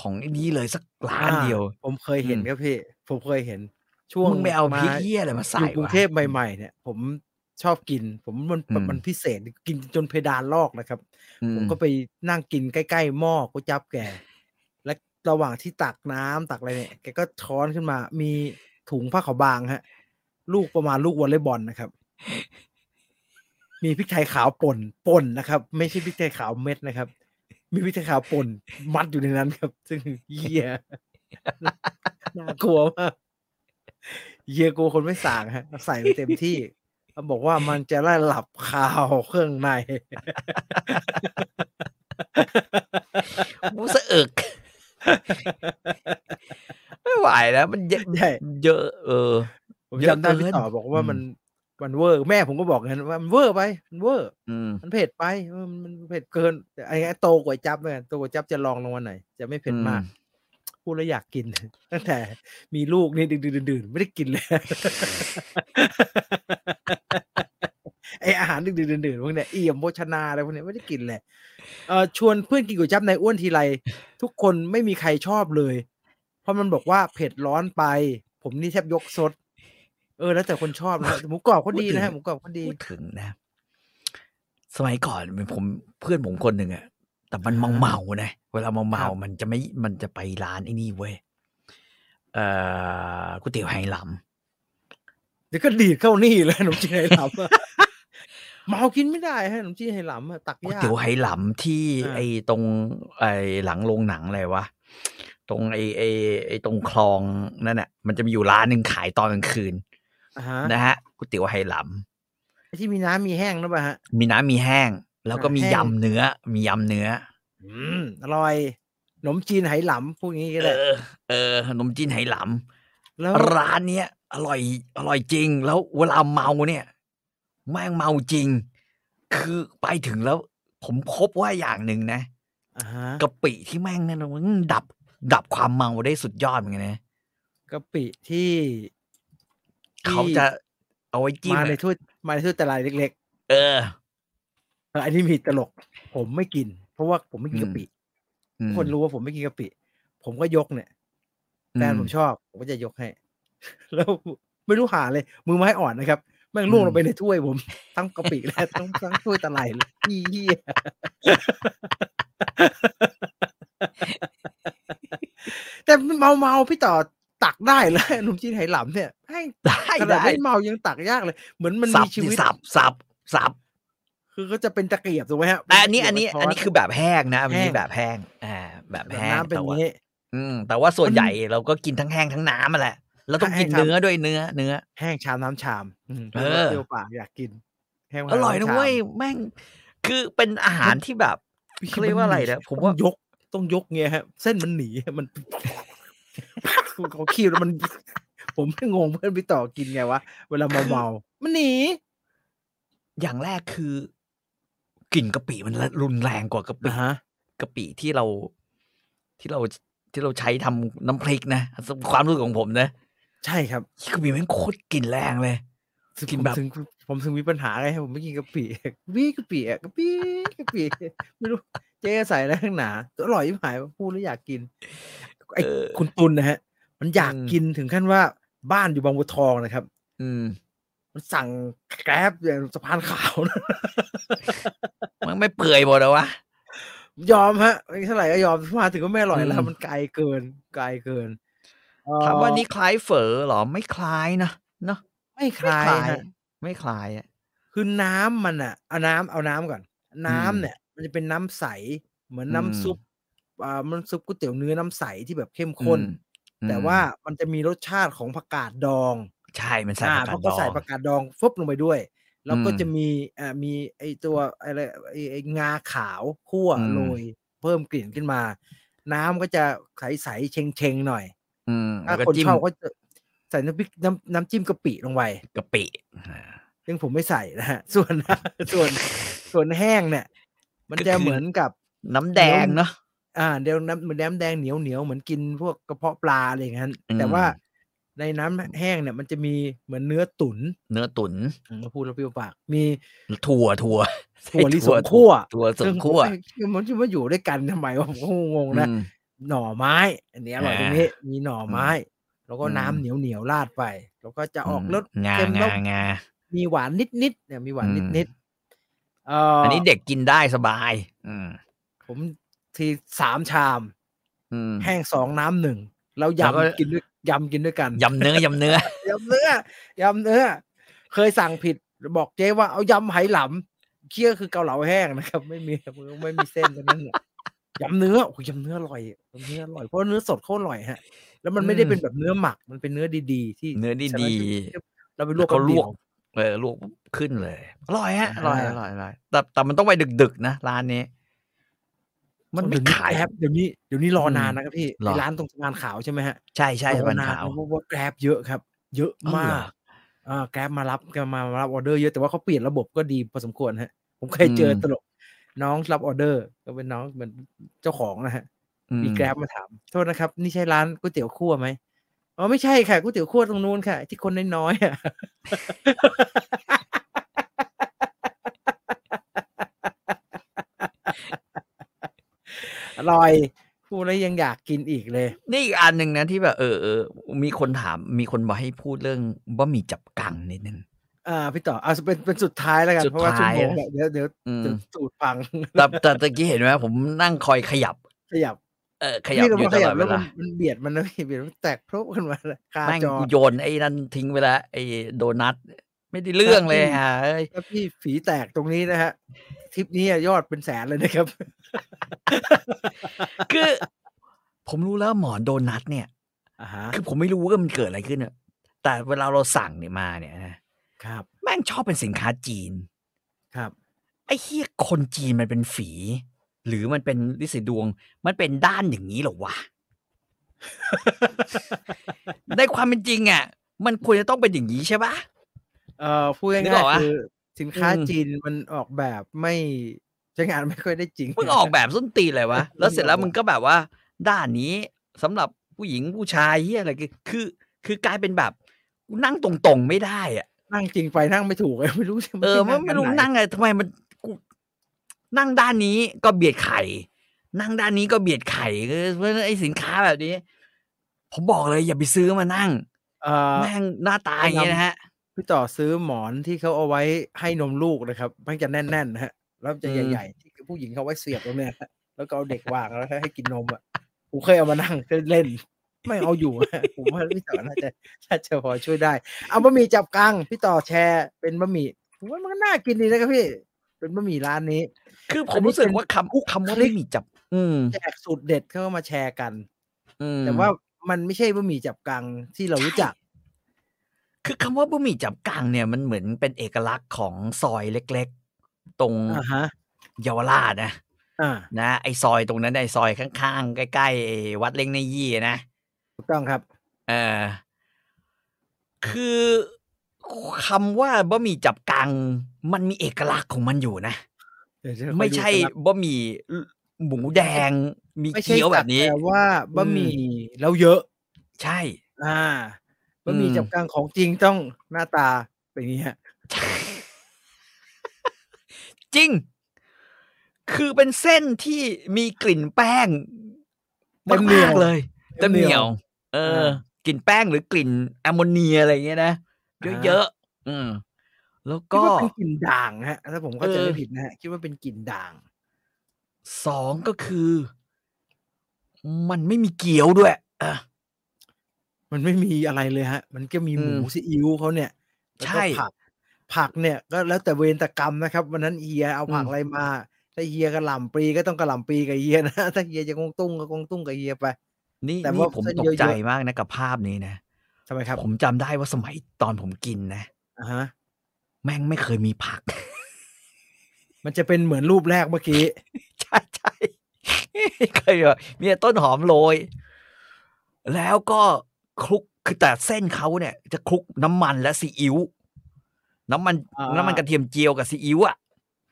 ของไอ้นี้เลยสักล้าน อ่ เดียว ผมเคยเห็น อืม ครับพี่ ผมเคยเห็น ช่วง มึงไม่เอาพริก มา เหี้ยอะไรมา อ ใส่ ยู่กรุง วะ เทพใหม่ๆเนี่ย ผมชอบกิน ผมมัน อืม มันพิเศษกินจนเพดานลอกนะครับ อื ผมก็ไปนั่งกินใกล้ๆหม้อก๋วยจับแก และระหว่างที่ตักน้ำตักอะไรเนี่ยแกก็ช้อนขึ้นมา มีถุงผ้าขาวบางฮะ ลูกประมาณลูกวอลเลย์บอลนะครับ มีพริกไทยขาวป่นป่นนะครับ ไม่ใช่พริกไทยขาวเม็ดนะครับ มีพริกไทยขาวป่นมัดอยู่ในนั้นครับ ซึ่งเหี้ยน่ากลัวมากเหี้ยกลัวคนไม่สั่งฮะใส่ไปเต็มที่เขาบอกว่ามันจะไล่หลับคาว เครื่องใน กูสะอึก ไม่ไหวแล้ว มันเยอะ ใช่ เยอะเออ ผม เยอะ จำได้พี่ เกิน ต่อบอกว่า อืม มันมันเวอร์แม่ผมก็บอกงั้นว่ามันเวอร์ไปมันเวอร์ อืม มันเผ็ดไปเออมันมันเผ็ดเกินแต่ไอ้ไอ้โตกว่าจับเนี่ยโตกว่าจับจะลองลงวันไหนอยจะไม่เผ็ดมาก อืม พูดแล้วอยากกิน ตั้งแต่มีลูกนี่ดื่นๆดื่นๆไม่ได้กินเลย ไออาหารดื่นๆดื่นๆพวกเนี้ยเอี่ยมโภชนาอะไรพวกเนี้ยไม่ได้กินเลยเออชวนเพื่อนกินก๋วยจั๊บในายอ้วนทีไร ทุกคนไม่มีใครชอบเลย เพราะมันบอกว่าเผ็ดร้อนไป ผมนี่แทบยกซด เออ แล้วแต่คนชอบนะฮะแต่หมูกรอบก็ดีนะฮะหมูกรอบก็ดี พูดถึงนะ สมัยก่อนเป็นผมเพื่อนผมคนหนึ่งอะแต่มัน อ่า เมา ฮะ เมาๆนะเวลาเมา ครั เมา บ มันจะไม่มันจะไปร้านไอ้นี่เว้ยเอ่อก๋วยเตี๋ยวไหหล เดี๋ยวก็ดีดเข้านี่เลยข นมจีนไหหลำอะเมากินไม่ได้ฮะขนมจีนไหหลำอะตัก ำก๋วย ยาก เตี๋ยวไหหลำที่ อ่า ไอ้ตรง ไอ้หลังโรงหนังอะไรวะตรงไอ้ไอ้ไอ้ตรงคลองนั่นแหะมันจะมีอยู่ร้านหนึ่งขายตอนกลางคืน อ่าฮะ นะฮะก๋วยเตี๋ยวไหหล ที่มีน้ำมีแห้งนะป่ะฮะ ำมีน้ำมีแห้ง แล้วก็มี อ่าแห้ง ยำเนื้อ มียำเนื้อ อืมอร่อยขนมจีนไหหลำพวกนี้ก็ เอ ได้ อ เออขนมจีนไหหลำ แล้ว ร้านเนี้ยอร่อยอร่อยจริง แล้วเวลาเมาเนี่ยแม่งเมาจริง คือไปถึงแล้ว ผมพบว่าอย่างหนึ่งนะ อ่าฮะ กะปิที่แม่งนั่นนะมันดับ ดับความเมาได้สุดยอดเหมือนกันนะ กะปิที่ เขาจะเอาไว้จิ้ม มาใน อะ ถ้วยมาในถ้วยแต่ลายเล็ก เออ ๆเอออันนี้มีตลก ผมไม่กิน เพราะว่าผมไม่กิน อืม กะปิ อืม คนรู้ว่าผมไม่กินกะปิ ผมก็ยกเนี่ยแฟนผมชอบผมก็จะยกให้ แล้วไม่รู้หาเลย มือไม้อ่อนนะครับแม่งล่วงลงไปในถ้วยผมทั้งกะปิและ ทั้งทั้งถ้วยตะไลเลยอีเหี้ย แต่เมาเมาๆพี่ต่อตักได้ แล้วหนุ่มจีนไหหลำเนี่ยให้ ได้ ขนาด ได้ ไม่เมายังตักยากเลย เหมือนมัน สั มี บ ชี ดิ วิต สับสับสับ คือก็จะเป็นตะเกียบถูกไหมฮะ แต่อันนี้อั เป็น น นี้ ตะเกียบ อันนี้คือแบบแห้งนะอันนี้ แห้ง แบบแห้งอ่าแบบ แบบ แห้ง น้ำเป็นอย่าแต่ง ว่า นี้ อืม แต่ว่าส่วน มัน ใหญ่เราก็กินทั้งแห้งทั้งน้ำมาแหละแล้วต้อง ให้ กิน ให้ทำ เนื้อด้วยเนื้อเนื้อ แห้งชามน้ำชามอืม เออ เปรี้ยวปากอยากกินแห้งชาม อร่อยำนะชาม เว้ยแม่ง คือเป็นอาหารที่แบบ เขาเรียกว่าอะไรนะผมว่า ต้องยกต้องยกเงี้ยฮะ เส้นมันหนีมัน เขาคิวแล้วมัน ผมไม่งงเพื่อนพี่ต่อกินไงวะ เวลาเมาๆมันหนี อย่างแรกคือกลิ่นกะปิมันละรุนแรงกว่ากะปิ อ่าฮะ กะปิที่เราที่เราที่เราใช้ทำน้ำพริกนะความรู้สึกของผมนะ ใช่ครับ กะปิแม่งโคตรกลิ่นแรงเลย กินแบบ ผมถึงผมถึงมีปัญหาไงผมไม่กินกะปิวิกะปิอะกะปิกะปิไม่รู้เจ๊ใส่อะไรข้างหนาอร่อยยิ่งหายพูดแล้วอยากกิน ไอ้ เออ คุณตุลนะฮะ มันอยาก อืม กินถึงขั้นว่าบ้านอยู่บางบัวทองนะครับ อืม มันสั่งแกร็บอย่างสะพานขาวนะ มันไม่เปื่อยหมดเหรอวะ ยอมฮะไม่เท่าไหร่ก็ยอมมาถึงก็ไม่อร่อยแล้ อื ว ม มันไกลเกิน ไกลเกิน ถามว่า เอ่อ นี่คล้ายเฝอเหรอไม่คล้ายนะเนาะ ไม่คล้ายฮะ ไม่คล้ายอะ คือน้ำมันอ่ะ เอาน้ำเอาน้ำก่อน น้ำเนี่ย มันจะเป็นน้ำใส เหมือนน้ำ อืม ซุปอ่ามันซุปก๋วยเตี๋ยวเนื้อน้ำใสที่แบบเข้มข้น อืมอืม แต่ว่ามันจะมีรสชาติของผักกาดดอง ใช่มันใส่ อ่า ผัก เพ การาะก็ดดอ ใส่ ง ผักกาดดองฟึบลงไปด้วย แล้วก็ อืม จะมีอ่ามีไอตัวอะไรไอ้ไองาขาวคั่ว อืม โรยเพิ่มกลิ่นขึ้นมา น้ำก็จะใสใสๆเชงเชงๆหน่อย อืมแล้ ถ้าว ก็ คน จิ้ม ชอบก็จะใส่น้ำพริกน้ำน้ำจิ้มกะปิลงไป กะปิอ่า ซึ่งผมไม่ใส่นะฮ ะ ส่วน ส่วนส่วนแห้งเนี่ย มัน ก็ จะ คือ เหมือนกับ น้ำแดงเนาะ อ่าเดี๋ยวน้ำเหมือนน้ำแดงเหนียวเหนียวเหมือนกินพวกกระเพาะปลาอะไรอย่างนั้น อืม แต่ว่าในน้ำแห้งเนี่ย มันจะมีเหมือนเนื้อตุ๋น เนื้อตุ๋น อืมพูดแล้วเปรี้ยวปากมี ถั่ว ถั่ว ถั่วลิสง ใช่ คั่ว ถั่วถั่วส ซึ่ ง ง คั่ว ผมไม่มันจะมาอยู่ด้วยกันทำไมวะผมก็งงๆนะ อืม หน่อไม้ อันนี้อร่อยตรงนี้ มีหน่อไม้ แล้วก็ อืม น้ำเหนียวเหนียวๆราดไป แล้วก็จะออก ม รส งา เค็มแล้ว งางา มีหวานนิดๆเนี่ยมีหวาน อืม นิดๆเอ่อ อั อั นนี้เด็กกินได้สบาย อืม ผมทีสามชาม อืม แห้งสองน้ำหนึ่งแล้ว แล้วก็ ยำกินด้วยยำกินด้วยกัน ยำเนื้ อยำเนื้อ ยำเนื้อยำเนื้อ เคยสั่งผิดบอกเจ๊ว่าเอายำไหหลำเคี้ยวคือเกาเหลาแห้งนะครับ ไม่มีไม่มีเส้นทั้งนั้นน่ะยำเนื้อโอ้ยยำเนื้ออร่อยยำเนื้ออร่อยเพราะเนื้อสดเขาอร่อยฮะ แล้วมันไม่ได้ อืม เป็นแบบเนื้อหมักมันเป็นเนื้อดีๆ ที่ เนื้อดี เราไปล แล้ว ว ก ก็ล เดี วย ก ๆเออลวกปุ๊บขึ้นเลยอร่อยฮะอร่อย อ่า อร่อยอร่อยแต่แต่มันต้องไปดึกๆนะร้านนี้ มันไม่ เดี๋ยว ขาย แกร็บเดี๋ยวนี้เดี๋ยวนี้รออ ม นานนะครับพี่ หรอ ไอ้ร้านตรงสะพานขาวใช่ไหมฮะ ใช่ใช่ รอ มัน นาน ขาว เพราะว่าแกร็บเยอะครับ เยอะ อ๋อเหรอ มากอ่าแกร็บมารับแกร็บมารับออเดอร์เยอะแต่ว่าเขาเปลี่ยนระบบก็ดีพอสมควรฮะ ผมเคยเจอตลก น้องรับออเดอร์ก็เป็นน้องเหมือนเจ้าของนะฮะ อื มีแกร็บมาถามโทษนะครับ นี่ใช่ร้านก๋วยเตี๋ยวคั่วไหมอ๋อไม่ใช่ค่ะก๋วยเตี๋ยวคั่วตรงนู้นค่ะ ที่คนน้อยๆอ่ะ อร่อยพูดแล้วยังอยากกินอีกเลย นี่อีกอันหนึ่งนะที่แบบเออเออมีคนถามมีคนบอกให้พูดเรื่องบะหมี่จับกังนิดนึง อ่าพี่ต่อเอาเป็นเป็นสุดท้ายแล้วกัน สุด เพราะว่าชั่วโมง ท้าย แล้วเดี๋ยวเดี๋ยว อืม เดี๋ยวสูตรฟัง แต่แต่ตะกี้เห็นไหมผมนั่งคอยขยับ ขยับ เออขยับ นี่เรา อยู่ ข ตล ยั อบ ดเว แล้วมั ลาน มันเบียดมันนะ พี่เบียดมันแตกโพรุขึ้นมาเลยคา แม่ง จอ กูโยนไอ้นั่นทิ้งไปแล้วไอ้โดนัทไม่ได้เรื่องเลยฮะเอ้ย ถ้าพี่ฝีแตกตรงนี้นะฮะทริปนี้ยอดเป็นแสนเลยนะครับ คือ ผมรู้แล้วหมอนโดนัทเนี่ย อ่าฮะ คือผมไม่รู้ว่ามันเกิดอะไรขึ้นอะแต่เวลาเราสั่งเนี่ยมาเนี่ยนะครับ แม่งชอบเป็นสินค้าจีน ครับ ไอ้เฮียคนจีนมันเป็นฝี หรือมันเป็นลิสิดวง มันเป็นด้านอย่างนี้เหรอวะ ในความเป็นจริงอ่ะ มันควรจะต้องเป็นอย่างนี้ใช่ปะ เอ่อพูด นึกอ ง่าย อกปะ ๆคือสินค้า อืม จีนมันออกแบบไม่ใช้งานไม่ค่อยได้จริง มึงออกแบบส้นตีนเลยวะ เออ แล้วเสร็จแล้ว มึ มึ ง ง ออกแบบ ก็แบบว่า ด้านนี้สำหรับผู้หญิงผู้ชายเฮียอะไรคือคือ คือกลายเป็นแบบกูนั่งตรงๆไม่ได้อ่ะ นั่งจริงไปนั่งไม่ถูกเลยไม่รู้ใช่ไหม เออมันไม่รู้ อัห นั่งไงทำไมมันกูนั่งด้านนี้ก็เบียดไข่ นั่งด้านนี้ก็เบียดไข่คือเพราะฉะนั้นไอ้สินค้าแบบนี้ ผมบอกเลยอย่าไปซื้อมานั่ง เอ่อ แม่งหน้าตาอย่างนี้ยนะฮะ พี่ต่อซื้อหมอนที่เขาเอาไว้ให้นมลูกนะครับมันจะแน่นๆนะฮะแล้วจะ อืม ใหญ่ๆที่ผู้หญิงเขาไว้เสียบตรงเนี้ยฮะแล้วก็เอาเด็กวางแล้วให้กินนมอ่ะผมเคยเอามานั่งเล่น ๆไม่เอาอยู่ฮะผมว่าพี่ต่อน่าจะ น่าจะพอช่วยได้ เอาบะหมี่จับกังพี่ต่อแชร์เป็นบะหมี่ผมว่ามันก็น่ากินดีนะครับพี่ เป็นบะหมี่ร้านนี้ คือผ อั ม นนี้ รู้สึก เป็น ว่าคำคำว่า คลิ ไม่ ก มีจับ อืม แจกสูตรเด็ดเขาก็มาแชร์กัน อืม แต่ว่ามันไม่ใช่บะหมี่จับกังที่เรารู้จัก คือคำว่าบะหมี่จับกังเนี่ยมันเหมือนเป็นเอกลักษณ์ของซอยเล็กๆ ตรง อ่าฮะ เยาวราชนะ อ่า นะไอซอยตรงนั้นไอซอยข้างๆ ใกล้ๆไอ้วัดเล้งในยี่นะ ถูกต้องครับ เออคือคำว่าบะหมี่จับกัง มันมีเอกลักษณ์ของมันอยู่นะ เดี๋ยวจะคอย ไม่ ดู ใช่ กันนะ บะหมี่หมูแดง มี ไม่ใช่ เกี๊ยวแบบนี้ แต่ว่าบะหมี่เราเยอะ ใช่ อ่าบะหมี่ อืม จับกังของจริงต้องหน้าตาเป็นอย่างนี้ฮะ จริง คือเป็นเส้นที่มีกลิ่นแป้งมากๆเลยเต็มเหนียว เออ กลิ่นแป้งหรือกลิ่นแอมโมเนียอะไรอย่างเงี้ยนะ เยอะๆ อืม แล้ว คิด ก็ ว่าเป็นกลิ่นด่างฮะถ้าผมเข้าใจไม่ เออ ผิดนะฮะคิดว่าเป็นกลิ่นด่าง สองก็คือ มันไม่มีเกี๊ยวด้วยเออ มันไม่มีอะไรเลยฮะ มันก็มี อื หมู ม ซีอิ๊วเขาเนี่ยแล้วก็ ใช่ ผัก ผักเนี่ยก็แล้วแต่เวรแต่กรรมนะครับวันนั้นเฮียเอาผัก อืม อะไรมา ถ้าเฮียกระหล่ำปลีก็ต้องกระหล่ำปลีกับเฮียนะ ถ้าเฮียจะกงตุ้งก็กงตุ้งกับเฮียไป นี่ แต่ นี่ ว่า ผม เส้น ตก เยอะๆ ใจมากนะกับภาพนี้นะ ทำไมครับ ผมจำได้ว่าสมัยตอนผมกินนะ อ่าฮะ แม่งไม่เคยมีผัก มันจะเป็นเหมือนรูปแรกเมื่อกี้ ใช่ใช่ไม่เคยแบบมีแต่ต้นหอมโรย แล้วก็คลุกคือแต่เส้นเขาเนี่ย จะคลุกน้ำมันและซีอิ๊วน้ำมัน อ่า น้ำมันกระเทียมเจียวกับซีอิ๊วอ่ะ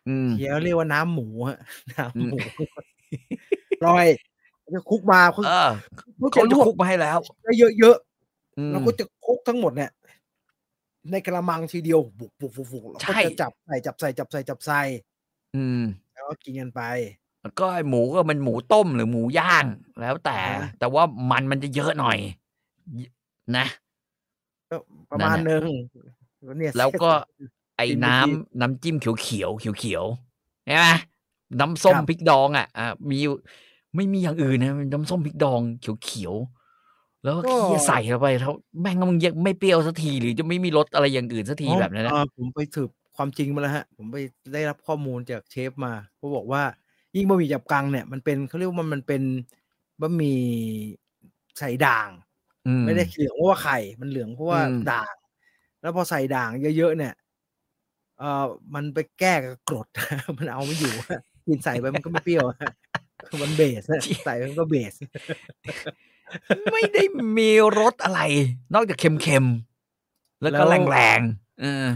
อืม เฮียเรียกว่าน้ำหมูฮะ น้ำ อืม หมูลอยจะคลุกมาเขา เออ เขา เขา จะล จะ วกคลุกมาให้แล้ว ได้เยอะ อื ๆ ม แล้วก็จะคลุกทั้งหมดเนี่ย ในกระมังทีเดียวบุกบุกบุกบุกแล้วก็ ใช่ จะจับใส่จับใส่จับใส่จับใส่ อืม แล้วก็กินกันไป แล้วก็ไอ้หมูก็มันหมูต้มหรือหมูย่าง แล้วแต่ อ่าฮะ แต่ว่ามันมันจะเยอะหน่อย นะ ก็ประมาณ นั่น หนน่ะึ่งเนี่ย แล้วก็ ไอ้ กินไป น้ำ ที่ น้ำจิ้มเขียวเขียวเขียวเขียวๆใช่ไหมน้ำส้ม ครับ พริกดองอ่ะอ่ะมีอยู่ไม่มีอย่างอื่นนะมีน้ำส้มพริกดองเขียวเขียวๆแล้วก็เคี่ยใส่เข้าไปแล้วแม่งมันยังไม่เปรี้ยวสักทีหรือจะไม่มีรสอะไรอย่างอื่นสักที อ๋อ แบบนั้นนะ อ่าผมไปสืบความจริงมาแล้วฮะ ผมไปได้รับข้อมูลจากเชฟมาเขาบอกว่า ยิ่งบะหมี่จับกังเนี่ยมันเป็นเขาเรียกว่ามันมันเป็นบะหมี่ใส่ด่าง อืม ไม่ได้ เหลืองเพราะว่าไข่มันเหลืองเพราะว่า อืม ด่าง แล้วพอใส่ด่างเยอะๆเนี่ยเอ่อมันไปแก้กับกรด มันเอาไม่อยู่ กินใส่ไปมันก็ไม่เปรี้ยว มันเบส อะใส่ไปมันก็เบส ไม่ได้มีรสอะไร นอกจากเค็มๆแล้ว แล้ ก็ ว แรงๆเออ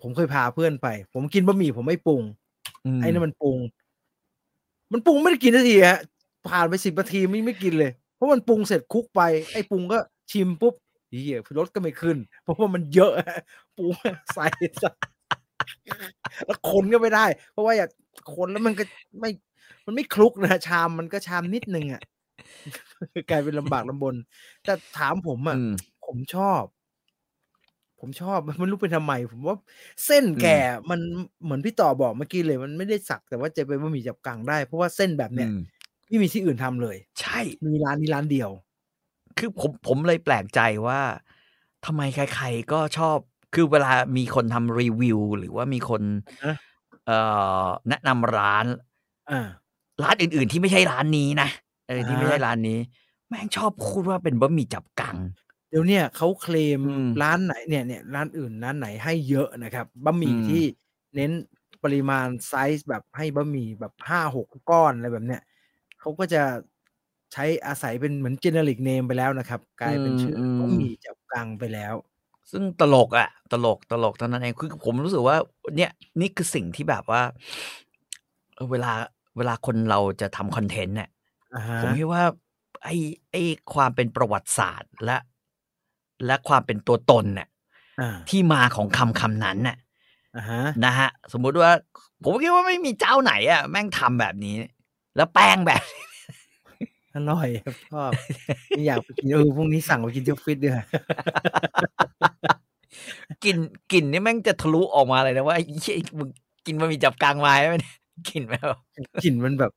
ผมเคยพาเพื่อนไป ผมกินบะหมี่ผมไม่ปรุง ม ไอ้นี่นมันปรุง มันปรุงไม่ได้กินนาทีฮะ ผ่านไปสิบนาทีไม่ไม่กินเลย เพราะมันปรุงเสร็จคลุกไป ไอ้ปรุงก็ชิมปุ๊บเหี้ยรสก็ไม่ขึ้น เพราะว่ามันเยอะ ฮะปรุงใส่ใส่ แล้วคนก็ไม่ได้ เพราะว่าอยากคนแล้วมันก็ไม่ มันไม่คลุกนะ ชามมันก็ชามนิดนึงอ่ะ กลายเป็นลำบากลำบน แต่ถามผมอ่ะ อืม ผมชอบ ผมชอบ มันรู้เป็นทำไม ผมว่าเส้นแก่มันเหมือนพี่ต่อบอกเมื่อกี้เลย มันไม่ได้สักแต่ว่าจะเป็นบะหมี่จับกังได้ เพราะว่าเส้นแบบเนี้ย อืม ไม่มีที่อื่นทำเลย ใช่ มีร้านนี้ร้านเดียว คือผมผมเลยแปลกใจว่าทำไมใครๆก็ชอบ คือเวลามีคนทำรีวิว หรือว่ามีคน อ่าฮะ เอ่อแนะนำร้าน อ่า ร้านอื่นๆ ที่ไม่ใช่ร้านนี้นะเออที่ไม่ อ่า ใช่ร้านนี้ แม่งชอบพูดว่าเป็นบะหมี่จับกัง เดี๋ยวเนี่ยเขาเคลม อืม ร้านไหนเนี่ยเนี่ยร้านอื่นร้านไหนให้เยอะนะครับบะหมี่ อืม ที่เน้นปริมาณไซส์แบบให้บะหมี่แบบห้าหกก้อนอะไรแบบเนี้ยเขาก็จะใช้อาศัยเป็นเหมือนเจเนริกเนมไปแล้วนะครับ กลายเป็นชื่ออบะหมี่จับกังไปแล้ว ซึ่งตลกอะตลกตลกเท่านั้นเองคือผมรู้สึกว่า เนี่ยนี่คือสิ่งที่แบบว่าเออเวลาเวลาคนเราจะทำคอนเทนต์เนี่ย อ่าฮะ ผมคิดว่าไอ้ไอ้ความเป็นประวัติศาสตร์และ และความเป็นตัวตนเนี่ย อ่า ที่มาของคำคำนั้นน่ะ อ่าฮะ นะฮะ สมมุติว่า ผมคิดว่าไม่มีเจ้าไหนอะแม่งทำแบบนี้ แล้วแป้งแบบ นี้ อร่อยครับชอบ นี่อยากไปกินเออพรุ่งนี้สั่งไปกินที่ออฟฟิศด้วย กลิ่นกลิ่นนี่แม่งจะทะลุออกมาเลยนะว่าไอ้เหี้ยมึงกินบะหมี่จับกลางไม้ไหมเนี่ยกลิ่นแบบ กลิ่นมันแบบ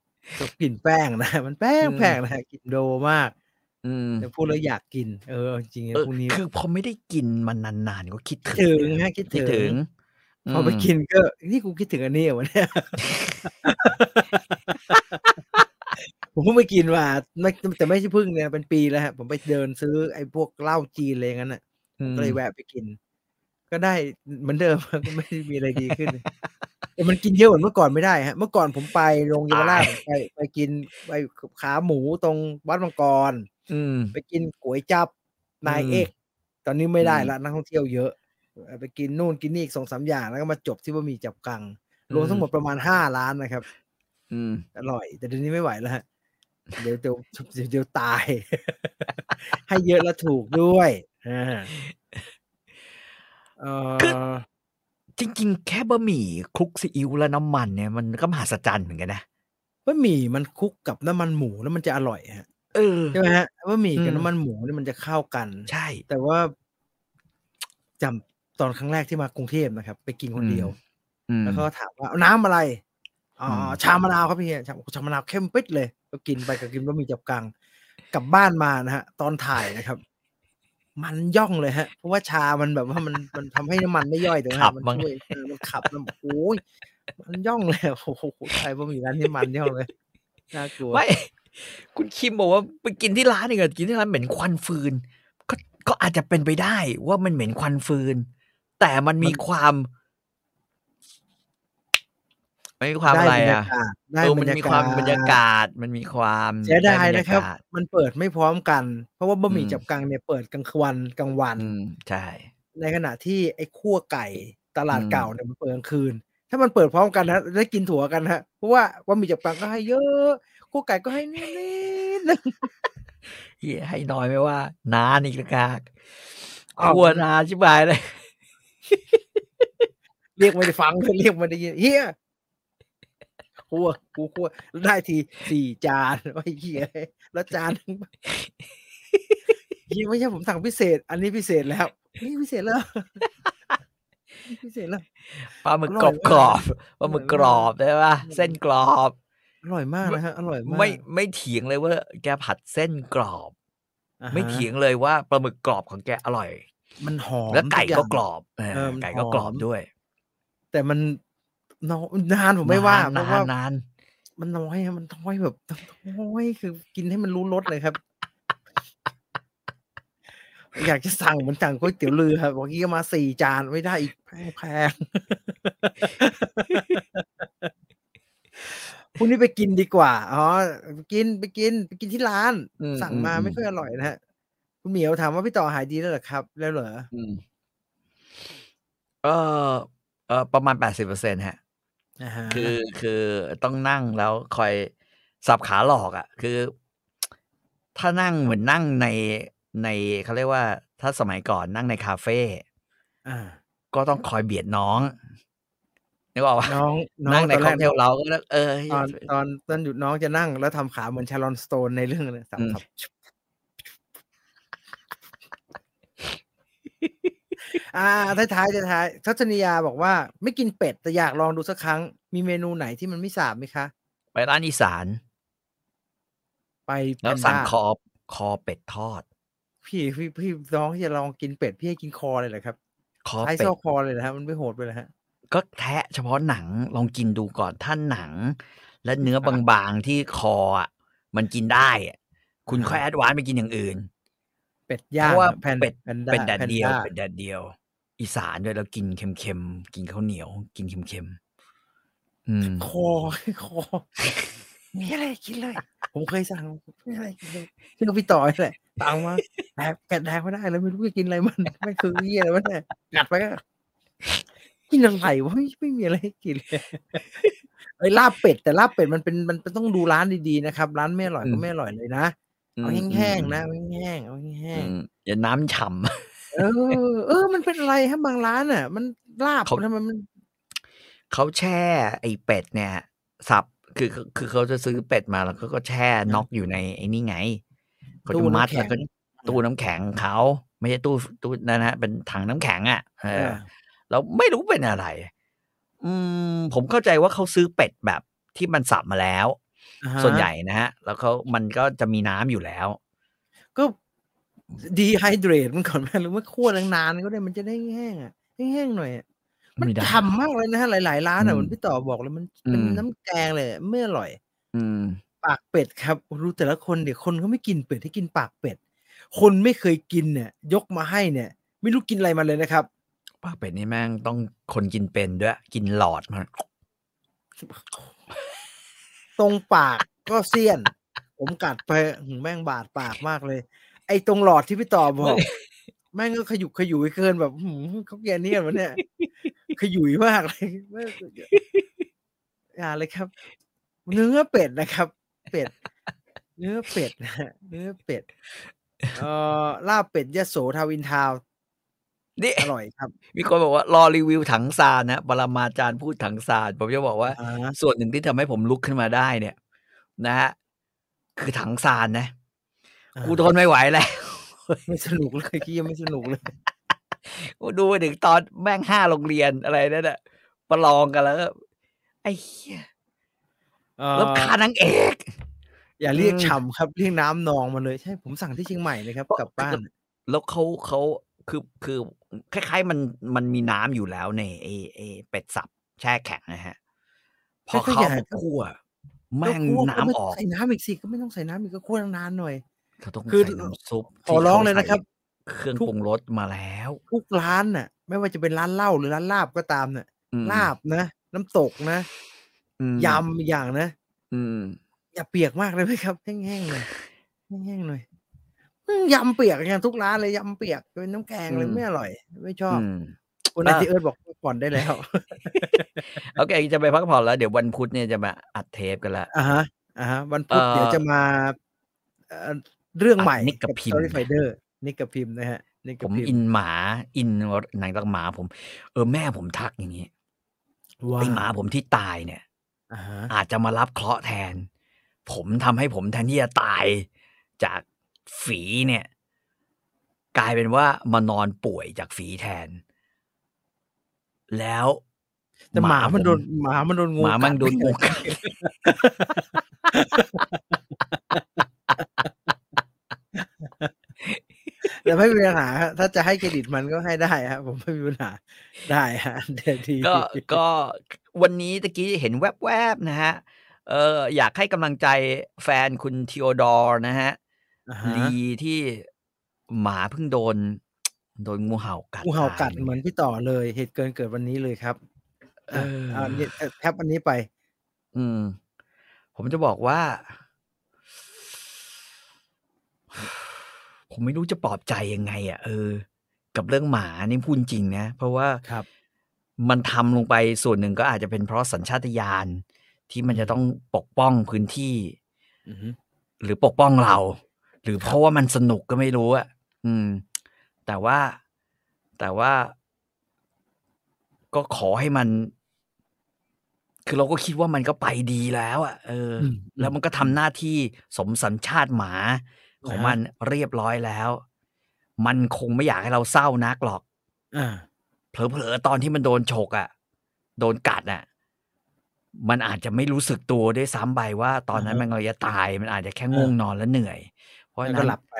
กลิ่นแป้งนะ มันแป้ง อืม แป้งนะกลิ่นโดมาก อืม แต่พูดแล้วอยากกิน เออจริงๆนะ เออ พรุ่งนี้ คือพอไม่ได้กินมันนานๆก็คิดถึง ถึงฮะคิด คิด ถึ ถึ ง ง พอไป ม กินก็ นี่กูคิดถึงอันนี้เหรอวะเนี่ย ผมเพิ่งไปกินมาไม่แต่ไม่ใช่เพิ่งเนี่ยเป็นปีแล้วฮะผมไปเดินซื้อไอ้พวกเหล้าจีนอะไรอย่างนั้นอ่ะ ก็เลยแวะไปกิน ก็ได้เหมือนเดิ ม ก็ไม่ได้มีอะไรดีขึ้น แต่มันกินเยอะเหมือนเมื่อก่อนไม่ได้ฮะ เมื่ อก่อนผมไปโรงเยาวราช ตาย ไปไปกินไปขาหมูตรงวัดมังกร อืม ไปกินก๋วยจับนาย อืม เอก ตอนนี้ไม่ได้ อืม ละนักท่องเที่ยวเยอะเอ่อไปกินนู่นกินนี่อีกสองสามอย่างแล้วก็มาจบที่บะหมี่จับกัง รวมทั้งหมดประมาณห้าร้านนะครับ อืม อร่อย แต่เดี๋ยวนี้ไม่ไหวแล้วฮะเดี๋ยวเดี๋ยวเดี๋ยวเดี๋ยวตาย ให้เยอะแล้วถูกด้วยอ่าเอ่อ คือ จริง ๆ แค่บะหมี่คลุกซีอิ๊วและน้ำมันเนี่ยมันก็มหัศจรรย์เหมือนกันนะ บะหมี่มันคลุกกับน้ำมันหมูแล้วมันจะอร่อยฮะ เออ ใช่ไหมฮะบะหมี่กับ อืม น้ำมันหมูนี่มันจะเข้ากัน ใช่ แต่ว่าจำตอนครั้งแรกที่มากรุงเทพนะครับ ไปกินคนเดียว อืม แล้วเขาก็ถามว่าเอาน้ำอะไรอ๋ออ ม ชามะนาวครับพี่ชามชามะนาวเข้มปิดเลย ก็กินไปก็กินบะหมี่จับกัง กลับบ้านมานะฮะ ตอนถ่ายนะครับ มันย่องเลยฮะ เพราะว่าชามันแบบว่ามัน มันทำให้น้ำมันไม่ย่อยแต่ว่า ขับ มัน บ้าง ช่วยเออมันขับมันโอ้ยมันย่องเลยโอ้ โหใครบะหมี่ร้านนี้มันย่องเลยน่ากลัว ไม่ คุณคิมบอกว่าไปกินที่ร้านนี่ก็กินที่ร้านเหม็นควันฟืน ก็ก็อาจจะเป็นไปได้ว่ามันเหม็นควันฟืน แต่มันมีความมันมีความ ได้ อะไร บรรยา อ่ะ กาศได้ เออบ มั ร น รยา มี กา ความ ศ บรรยากาศ มันมีความ เสียดายนะครับ ได้ยากาศ มันเปิดไม่พร้อมกัน เพราะว่าบะหมี่ อืม จับกังเนี่ยเปิดกลางวันกลางวัน อืมใช่ ในขณะที่ไอ้คั่วไก่ตลาด อืม เก่าเนี่ยมันเปิดกลางคืน ถ้ามันเปิดพร้อมกันนะได้กินถั่วกันฮะเพราะว่าบะหมี่จับกังก็ให้เยอะคั่วไก่ก็ให้นิดนึง เหี้ยให้น้อยไม่ว่านานอีกต่างหาก อ้าว กลัวนานชิบหายเลย เรียกไม่ได้ฟังเรียกไม่ได้ยินเฮียคั่วกูคั่วได้ทีสี่จานไอ้เฮียแล้วจานหนึ่งเฮียไม่ใช่ผมสั่งพิเศษ อันนี้พิเศษแล้วนี่พิเศษแล้ว พิเศษแล้ว ปลาหมึก อก ร่ ร อ อยบกรอบ ๆป มากอร่อยมากลาหมึกกรอบได้ป่ะ อืม เส้นกรอบ อร่อยมากนะฮะอร่อยมาก ไม่ไม่เถียงเลยว่าแกผัดเส้นกรอบ อ่าฮะ ไม่เถียงเลยว่าปลาหมึกกรอบของแกอร่อย มันหอม แล้วไก่ ทุอย่า ก็ ง กรอบเออ เออมัน ไก่ก็ หอม กรอบด้วย แต่มันนอนนานผมไม่ว่าเพ นาน ราะว่าน าน มันน้อยอะมันน้อยแบบน้อยคือกินให้มันรู้รสเลยครับ อยากจะสั่งเหมือนสั่งก๋วยเตี๋ยวเรือครับวันนี้ก็มาสี่จานไม่ได้อีกแพง ๆพรุ่งนี้ไปกินดีกว่าอ๋อไปกินไปกินไปกินที่ร้าน อื สั่งมาไม่ค่อยอร่อยนะฮะคุณเหมียวถามว่าพี่ต่อหายดีแล้วเหรอครับ แล้วเหรอ อืมเออเออประมาณแปดสิบเปอร์เซ็นฮะ นะฮะ คือคือต้องนั่งแล้วคอยสับขาหลอกอะ่ะ คือ ถ้านั่งเหมือนนั่งในในเขาเรียกว่า ถ้าสมัยก่อนนั่งในคาเฟ่ อ่า ก็ต้องคอยเบียดน้องนึกออกปะ น้องน้อ นั่ ง งใน ตอน ค แร อก กเทลเราก็เออ ตอนตอนตอนหยุดน้องจะนั่งแล้วทำขาเหมือนชารอนสโตนในเรื่องเลยสับ อืม สับ อ่าท้ายท้ายๆท้ายๆทัศนียาบอกว่าไม่กินเป็ด แต่อยากลองดูสักครั้ง มีเมนูไหนที่มันไม่สาบไหมคะ ไปร้านอีสาน ไป แล้ เป็ วน สั่ง บ้า คอคอเป็ดทอด พี่พี่พี่น้องที่จะลองกินเป็ด พี่ให้กินคอเลยเหรอครับ คอ ใช้ เป็ด ซอกคอเลยนะฮะมันไม่โหดไปเลยฮะ ก็แทะเฉพาะหนังลองกินดูก่อนถ้าหนัง และเนื้อบางๆที่คออะมันกินได้อะคุณค่อยแอดวานซ์ไปกินอย่างอื่น เป็ดย่าง เพราะว่า แพน เป็ด แพนด้า เป็นแดด พน เดียว ด้า เป็นแดดเดียว อีสานด้วยแล้วกินเค็มๆกินข้าวเหนียว กินเค็มๆอืม คอ คอมีอะไรกินเลย ผมเคยสั่งมีอะไรกินเลยเชื่อพี่ต่อยแหละตังมาแดกแกะแดกไม่ได้เลยไม่รู้จะกินอะไร มันไม่คือเยี่ยอะไรวะเนี่ยกัดไปก็กินอะไรวะไม่ไม่มีอะไรให้กินเลย ไอ้ยลาบเป็ดแต่ลาบเป็ดมันเป็นมันมันต้องดูร้านดีๆนะครับ ร้านไม่อร่อยก็ไม่อร่อยเลยนะเอาแห้งๆนะเอาแห้งๆเอาแห้ง อืมอย่าน้ำฉ่ำ ๆเออ เออ มันเป็นอะไรฮะบางร้านอ่ะ มันลาบ เขา ทำไมมัน เขาแช่ไอ้เป็ดเนี่ย สับคือคือเขาจะซื้อเป็ดมาแล้วก็ก็แช่น็อกอยู่ในไอ้นี่ไงเขาจะมัด ตู้น้ำแข็ แล้ว ง ก็ตู้น้ำแข็งเขาไม่ใช่ตู้ตู้นั่นนะฮะเป็นถังน้ำแข็งอ่ะเอ เอ อ อ แล้วไม่รู้เป็นอะไร อืม ผมเข้าใจว่าเขาซื้อเป็ดแบบที่มันสับมาแล้ว อ่าฮะ ส่วนใหญ่นะฮะ แล้วเขามันก็จะมีน้ำอยู่แล้ว ก็ดีไฮเดรตมันก่อนไหมหรือว่าคั่วนานๆก็ได้มันจะได้แห้งอ่ะแห้งๆหน่อยอะมัน ไม่ได้ ทำมากเลยนะฮะหลายๆร้านอ่ะ อืม เหมือนพี่ต่อบอกเลยมันเป็น อืม น้ำแกงเลยอะไม่อร่อย อืม ปากเป็ดครับรู้แต่ละคนเดี๋ยวคนเขาไม่กินเป็ดให้กินปากเป็ด คนไม่เคยกินเนี่ย ยกมาให้เนี่ย ไม่รู้กินอะไรมาเลยนะครับ ปากเป็ดนี่แม่งต้องคนกินเป็นด้วย กินหลอดมัน ตรงปากก็เสี้ยน ผมกัดไปหืมแม่งบาดปากมากเลย ไอ้ตรงหลอดที่พี่ต่อบอก แม่งก็ขยุกขยุยเกินแบบหืมเขาแกเนียนวะเนี่ย ขยุยมากเลยแม่งอย่าเลยครับ เนื้อเป็ดนะครับ เป็ด เนื้อเป็ดนะฮะเนื้อเป็ดเอ่อลาบเป็ดยะโสทาวินทาวน์ นี่ อร่อยครับ มีคนบอกว่ารอรีวิวถังซานนะปรมาจารย์พูดถังซานผมจะบอกว่า อ่า ส่วนหนึ่งที่ทำให้ผมลุกขึ้นมาได้เนี่ย นะฮะคือถังซานนะกูทนไม่ไหวแล้ว ไม่สนุกเลยกี้ยังไม่สนุกเลย กูดูไปถึงตอนแม่งห้าโรงเรียนอะไรนั่นอะประลองกันแล้วก็ไอ้เหี้ย เอ่อ แล้วคานางเอก อย่าเรียก อืม ฉ่ำครับเรียกน้ำนองมาเลยใช่ผมสั่งที่เชียงใหม่เลยครับกลับบ้าน แล้วเขาเขาคือคือคล้ายๆมันมันมีน้ำอยู่แล้วในไอไอเป็ดสับแช่แข็งนะฮะ พอ ใช่ก็ เขา อยาก มาคั่วแม่ง แล้ว น้ำออก ไม่ต้งใส่น้ำอีกสิก็ไม่ต้องใส่น้ำอีกก็คั่วนานๆหน่อย เขาต้อง คือ ใส่น้ำซุป ขอ ที่ ร้อง ขา เลยนะครับ ใส่เครื่องปรุงรสมาแล้ว ทุกร้านน่ะ ไม่ว่าจะเป็นร้านเหล้าหรือร้านลาบก็ตามเนี่ย อืม ลาบนะ น้ำตกนะ อืม ยำอย่างนะ อืม อย่าเปียกมากเลยไหมครับแห้งๆหน่อยแห้งๆหน่อยอืมยำเปียกอย่างทุกร้านเลยยำเปียกเป็นน้ำแกงเลย อืม ไม่อร่อย ไม่ชอบ อืม คุณ อ่ะ อาทิเอิร์ดบอกก่อนได้แล้ว โอเคจะไปพักผ่อนแล้ว เดี๋ยววันพุธเนี่ยจะมาอัดเทปกันละ อ่าฮะอ่าฮะวันพุธ เอ่อ เดี๋ยวจะมาเอ่อเรื่องใหม่ อ่ะนิกกับพิมสพ์ตอรี่ไฟเดอร์นิกกับพิมพ์นะฮะนิก ผ กับ ม พิ อิ มพ์ นหมาอินหนังรักหมาผม เออแม่ผมทักอย่างนี้ ว้า ไอหมาผมที่ตายเนี่ย อ่าฮะ อาจจะมารับเคราะห์แทน ผมทำให้ผมแทนที่จะตายจากฝีเนี่ย กลายเป็นว่ามานอนป่วยจากฝีแทน แล้ว แต่หมา ผ มันโดนหมามันโดนงู หมามัน กัด โดนงูกัด แต่ไม่มีปัญหาฮะถ้าจะให้เครดิตมันก็ให้ได้ฮะผมไม่มีปัญหาได้ฮะ เดี๋ยวดี ก็ก็วันนี้ตะกี้เห็นแวบๆนะฮะ เอออยากให้กำลังใจแฟนคุณทีโอดอร์นะฮะ อ่าฮะ ลีที่หมาเพิ่งโดน โดนงูเห่ากัด งูเห่ากัด ตย เหมือนพี่ต่อเลย เหตุเกินเกิดวันนี้เลยครับ เอออ อ่าเนี่ยเอ่อแท็บอันนี้ไป อืม ผมจะบอกว่า ผมไม่รู้จะปลอบใจยังไง อ่ะ เออ กับเรื่องหมานี่พูดจริงนะเพราะว่า ครับ มันทำลงไปส่วนหนึ่งก็อาจจะเป็นเพราะสัญชาตญาณที่มันจะต้องปกป้องพื้นที่ หรือปกป้องเรา หรือเพราะว่ามันสนุกก็ไม่รู้อ่ะอืม แต่ว่าแต่ว่า ก็ขอให้มัน คือเราก็คิดว่ามันก็ไปดีแล้วอ่ะเอออ ม แล้วมันก็ทำหน้าที่สมสัญชาติหมา ของ อ่าฮะ มันเรียบร้อยแล้ว มันคงไม่อยากให้เราเศร้านักหรอก อ่า เผลอๆตอนที่มันโดนฉกอ่ะ โดนกัดอ่ะ มันอาจจะไม่รู้สึกตัวด้วยซ้ำไปว่าตอนนั้น อ่าฮะ มันกำลังจะตาย มันอาจจะแค่ง่วงนอนและเหนื่อย เพราะฉะ แล้วก็ นั้น หลับไป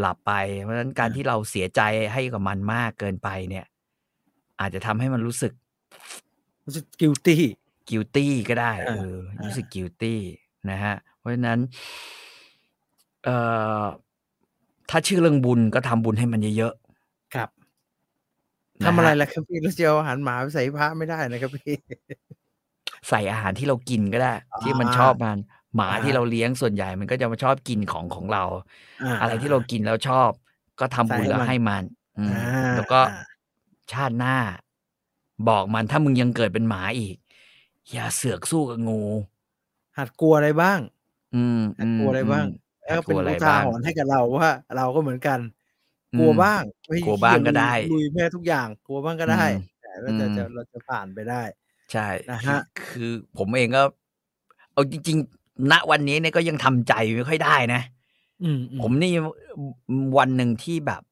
หลับไป เพราะฉะนั้นการ อ่า ที่เราเสียใจให้กับมันมากเกินไปเนี่ย อาจจะทำให้มันรู้สึก รู้สึก guilty guilty ก็ได้ อ่า เออ อ่ารู้ รู้สึก guilty นะฮะ เพราะฉะนั้น เอ่อถ้าชื่อเรื่องบุญก็ทำบุญให้มันเยอะ ครับ ๆนฮ ทำอะไรล่ะครับ พี่เราจะเอาอาหารหมาไปใส่พระไม่ได้นะครับพี่ ใส่อาหารที่เรากินก็ได้ ที่มัน อ่า ชอบมันหมา อ่า ที่เราเลี้ยงส่วนใหญ่มันก็จะมาชอบกินของของเรา อะไรที่เรากินแล้วชอบ ก็ทำบุญ ใส่ให้ แล้ว มัน ให้มันอืม อ่า แล้วก็ อ่า ชาติหน้า บอกมันถ้ามึงยังเกิดเป็นหมาอีก อย่าเสือกสู้กับงู หัดกลัวอะไรบ้าง อืมม กลัวอะไรบ้าง ม แล้วก็เป็น กลัวอะไร อุทา บ้าง หรณ์ให้กับเราว่า เราก็เหมือนกัน กลัว อืม บ้างเฮ้ย กลัวบ้าง เหี้ย ก็ได้ ลุยลุยแม่ทุกอย่าง กลัวบ้างก็ได้ อืม แต่เราจะ อืม จะเราจะผ่านไปได้ ใช่ นะ คือ ฮะ คือผมเองก็ เอาจริงๆ ณวันนี้เนี่ยก็ยังทำใจไม่ค่อยได้นะ อืม ผมนี่วันหนึ่งที่แบบ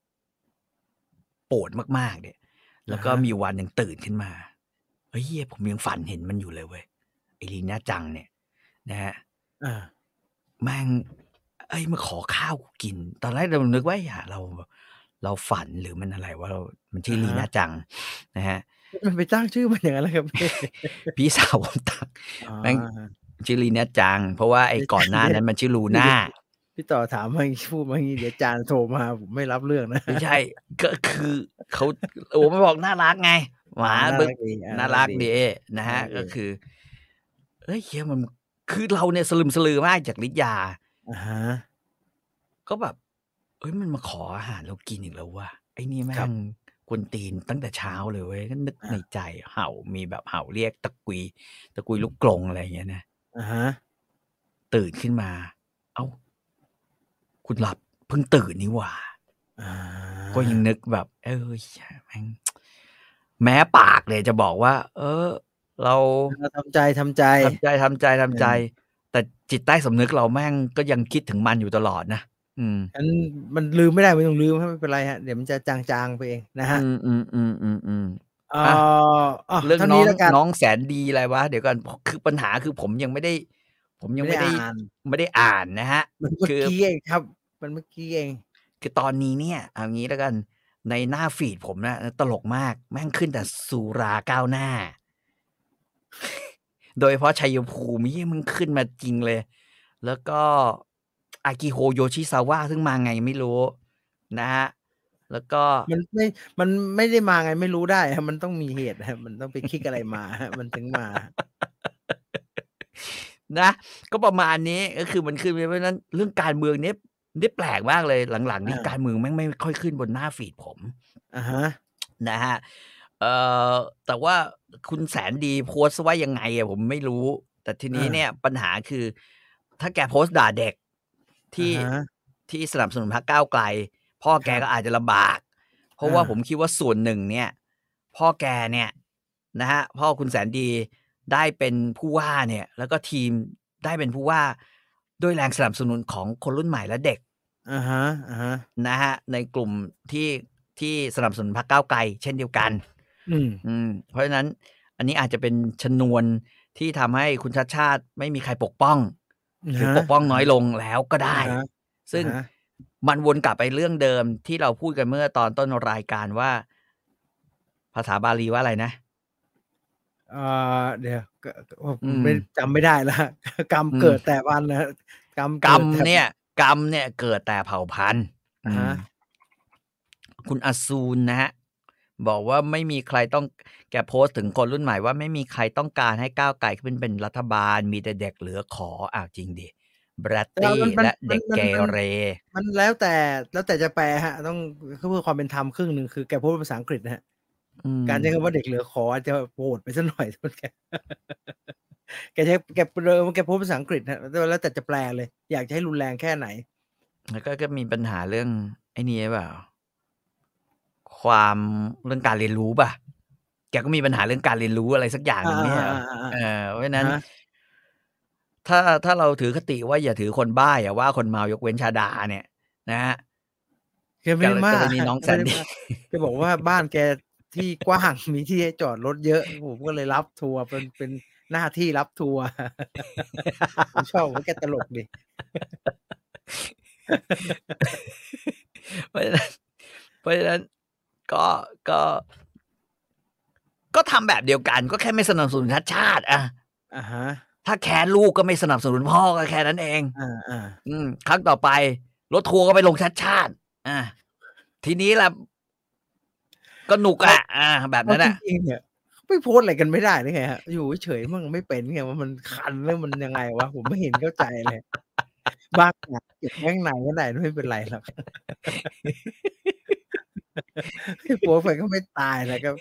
ปวดมากๆ เนี่ย แล้วก็มีวันหนึ่งตื่นขึ้นมาเฮ้ยเหี้ยผมยังฝันเห็นมันอยู่เลยเว้ยไอลีน่าจังเนี่ย นะฮะ อ่า แม่งเอ้ยมาขอข้าวกูกิน ตอนแรกเรานึกว่าอย่าเรา เราฝันหรือมันอะไรว่าเรา มันชื่อลี อ่าฮะ น่าจัง นะฮะ มันไปตั้งชื่อมันอย่างนั้นเลยครับพี่ พี่สาวผมตัก แม่ง อ่า ชื่อลีน่าจัง เพราะว่าไอ้ก่อนหน้านั้นมันชื่อลูน่า พี่ต่อถามมาอย่างงี้พูดมาอย่างงี้เดี๋ยวจานโทรมาผมไม่รับเรื่องนะ ไม่ใช่ก็คือเขาโอ้ไม่บอกน่ารักไง หมาบึก ดีอ่ะ น่ารักดีนะฮะ น่ารักดี ก็คือ เอ้ยเฮียมันคือเราเนี่ยสลึมสลือมากจากฤทธิ์ยา อ่าฮะ ก็แบบเอ้ยมันมาขออาหารเรากินอีกแล้วว่ะไอ้นี่แม่ ครับ งกวนตีนตั้งแต่เช้าเลยเว้ยก็นึก อ่า ในใจเห่ามีแบบเห่าเรียกตะกุย ตะกุยลูกกรงอะไรอย่างเงี้ยนะ อ่าฮะ ตื่นขึ้นมา เอ้า คุณหลับเพิ่งตื่นนี่หว่า อ่า ก็ยังนึกแบบ เออเหี้ยแม่งแม้ปากเลยจะบอกว่า เออ เรา เราทำใจทำใจ ทำใจทำใจทำใจ แต่จิตใต้สำนึกเราแม่งก็ยังคิดถึงมันอยู่ตลอดนะอืม อันมันลืมไม่ได้ไม่ต้องลืมฮะไม่เป็นไรฮะเดี๋ยวมันจะจางๆไปเองนะฮะ อืมอืมอืมอืมอืม เอ่ออะ เรื่อง เท่า น้อ นี้ ง แล้วกัน น้องแสนดีอะไรวะเดี๋ยวก่อนคือปัญหาคือผมยังไม่ได้ ผมยังไม่ได้ อ่าน ไม่ได้อ่านนะฮะ มันเมื่อ คือ กี้เองครับ มันเมื่อกี้เอง คือตอนนี้เนี่ยเอางี้แล้วกันในหน้าฟีดผมนะตลกมากแม่งขึ้นแต่สุราก้าวห น้า โดยเฉพราะชัยภูมิเหี้ยมันขึ้นมาจริงเลย แล้วก็อากิโฮโยชิซาวะซึ่งมาไงไม่รู้ นะฮะแล้วก็ มันไม่มันไม่ได้มาไงไม่รู้ได้ฮะมันต้องมีเหตุฮะมันต้องไปคิกอะไรมาฮะมันถึงมา นะก็ประมาณนี้ก็คือมันขึ้นไปเพราะฉะนั้นเรื่องการเมืองเนี้ยนี่แปลกมากเลยหลังๆนี่ อ่า การเมืองแม่งไม่ค่อยขึ้นบนหน้าฟีดผม อ่าฮะ นะฮะเอ่อแต่ว่าคุณแสนดีโพสต์ว่ายังไงอะผมไม่รู้ แต่ทีนี้เนี่ยปัญหาคือ ถ้าแกโพสต์ด่าเด็กที่ อ่าฮะ ที่สนับสนุนพรรคก้าวไกล พ่อแก ครับ ก็อาจจะลำบาก เพราะว่า อ่า ผมคิดว่าส่วนหนึ่งเนี่ย พ่อแกเนี่ยนะฮะพ่อคุณแสนดีได้เป็นผู้ว่าเนี่ย แล้วก็ทีมได้เป็นผู้ว่าด้วยแรงสนับสนุนของคนรุ่นใหม่และเด็ก อ่าฮะอ่าฮะ นะฮะในกลุ่มที่ที่สนับสนุนพรรคก้าวไกล เช่นเดียวกัน อืม อืมเพราะฉะนั้นอันนี้อาจจะเป็นชนวนที่ทำให้คุณชาติชาติไม่มีใครปกป้อง หรือปกป้องน้อยลงแล้วก็ได้ อ่าฮะ ซึ่ง อ่าฮะ มันวนกลับไปเรื่องเดิมที่เราพูดกันเมื่อตอนต้นรายการว่า ภาษาบาลีว่าอะไรนะ เอ่อเดี๋ยวก็ก็ผ อื ม ม ไม่จำไม่ได้ละกรรม อืม เกิดแต่วันนะฮะกรรม กรรม กิดแต่ เนี่ยกรรมเนี่ยเกิดแต่เผ่าพันธุ์ อ่าฮะ อืมคุณอสูรนะฮะบอกว่าไม่มีใครต้องแกโพสต์ถึงคนรุ่นใหม่ว่าไม่มีใครต้องการให้ก้าวไกลขึ้นเป็นรัฐบาล มีแต่เด็กเหลือขออ้าวจริงดิบรตตี้ แต่มันมัน และเด็ก มันมัน เกเร มันแล้วแต่แล้วแต่จะแปลฮะ ต้องเพื่อความเป็นธรรมครึ่งหนึ่งคือแกพูดเป็นภาษาอังกฤษนะฮะ อืม การใช้คำว่าเด็กเหลือขออาจจะโหดไปสักหน่อย ทุนแกแกใช้แกเริ่มแกพูดภาษาอังกฤษนะแล้วแต่จะแปลเลย อยากจะให้รุนแรงแค่ไหน แล้วก็ก็มีปัญหาเรื่อง ไอ้นี่หรือเปล่า ความเรื่องการเรียนรู้ป่ะแกก็มีปัญหาเรื่องการเรียนรู้อะไรสักอย่างหนึงเนี่ยเหรอ อ่าอ่าอ่าอ่า เออเพราะฉะนั้น อ่าฮะ ถ้าถ้าเราถือคติว่าอย่าถือคนบ้าอย่าว่าคนเมายกเว้นชาดาเนี่ยนะฮะ แกไม่ได้มาก กรณีน้องแสนดี แกบอกว่าบ้านแกที่กว้าง มีที่ให้จอดรถเยอะ ผมก็เลยรับทัวร์เป็นเป็นหน้าที่รับทัวร์ ผมชอบว่าแกตลกดิ เพราะฉะนั้นเพราะฉะนั้นก็ก็ ก็ทำแบบเดียวกัน ก็แค่ไม่สนับสนุนชาติชาติอะ อ่าฮะ ถ้าแค้นลูกก็ไม่สนับสนุนพ่อก็แค่นั้นเอง อ่าอ่า อืมครั้งต่อไป รถทัวร์ก็ไปลงชาติชาติ อ่ะทีนี้ล่ะก็หนุกอ่ะอ่า แบบนั้น เอา อ่ะ จริงๆเนี่ยไม่โพสต์อะไรกันไม่ได้หรือไงฮะอยู่เฉยๆมั่งไม่เป็นไงว่ามันคันแล้วมันยังไงวะผมไม่เห็นเข้าใจเลยบ้างอ่ะเก็บแม่งไหนก็ได้ไม่เป็นไรหรอก ไม่โพสต์ไปก็ไม่ตายนะครับ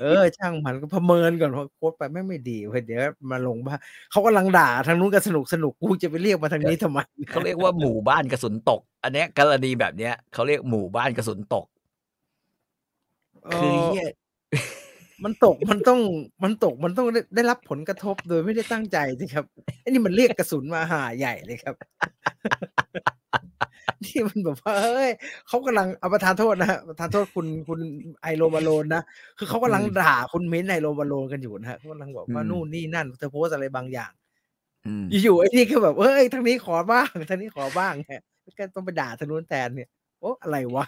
เออ ช่างมันก็ประเมินก่อนว่าโพสต์ไปแม่งไม่ดีเว้ยเดี๋ยวมาลงบ้านเขากำลังด่าทางนู้นก็สนุกสนุกกูจะไปเรียกมาทางนี้ทำไม เขาเรียกว่าหมู่บ้านกระสุนตก อันเนี้ยกรณีแบบเนี้ยเขาเรียกหมู่บ้านกระสุนตก คือเหี้ย มันตกมันต้องมันตกมันต้องได้ได้รับผลกระทบโดยไม่ได้ตั้งใจสิครับไอ้นี่มันเรียกกระสุนมาหาใหญ่เลยครับ นี่มันแบบว่าเฮ้ยเขากำลังเอาประทานโทษนะฮะประทานโทษคุณคุณไอโรมาโลนนะคือเขากำลัง อืม ด่าคุณมิ้นท์ไอโรมาโลนกันอยู่นะฮะเขากำลังบอกว่า อืม นู่นนี่นั่นเธอโพสต์อะไรบางอย่าง อืม อยู่ๆไอ้นี่ก็แบบเอ้ยทางนี้ขอบ้างทางนี้ขอบ้างฮะแล้วก็ต้องไปด่าทางนู้นแทนเนี่ยโอ้อะไรวะ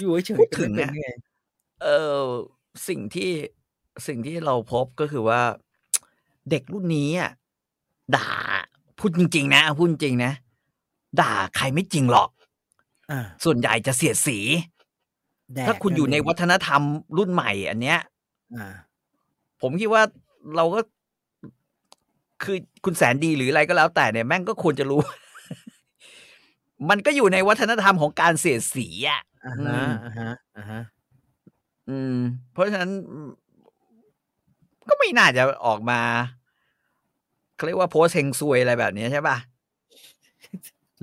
อยู่เฉย พูๆดก็ ถึง ไม่เป็น นะ ไง เออสิ่งที่สิ่งที่เราพบก็คือว่า เด็กรุ่นนี้อ่ะด่าพูดจริง ๆ นะพูดจริงนะด่าใครไม่จริงหรอก อ่า ส่วนใหญ่จะเสียดสี แดก ถ้าคุณอยู่ในวัฒนธรรมรุ่นใหม่ อันเนี้ย อ่า ผมคิดว่าเราก็คือคุณแสนดีหรืออะไรก็แล้วแต่เนี่ยแม่งก็ควรจะรู้ มันก็อยู่ในวัฒนธรรมของการเสียดสีอ่ะ อ่า อื ฮะ ม อ่าฮะอ่าฮะ อืม เพราะฉะนั้นอืมก็ไม่น่าจะออกมาเขาเรียกว่าโพสต์เฮงซวยอะไรแบบนี้ใช่ป่ะ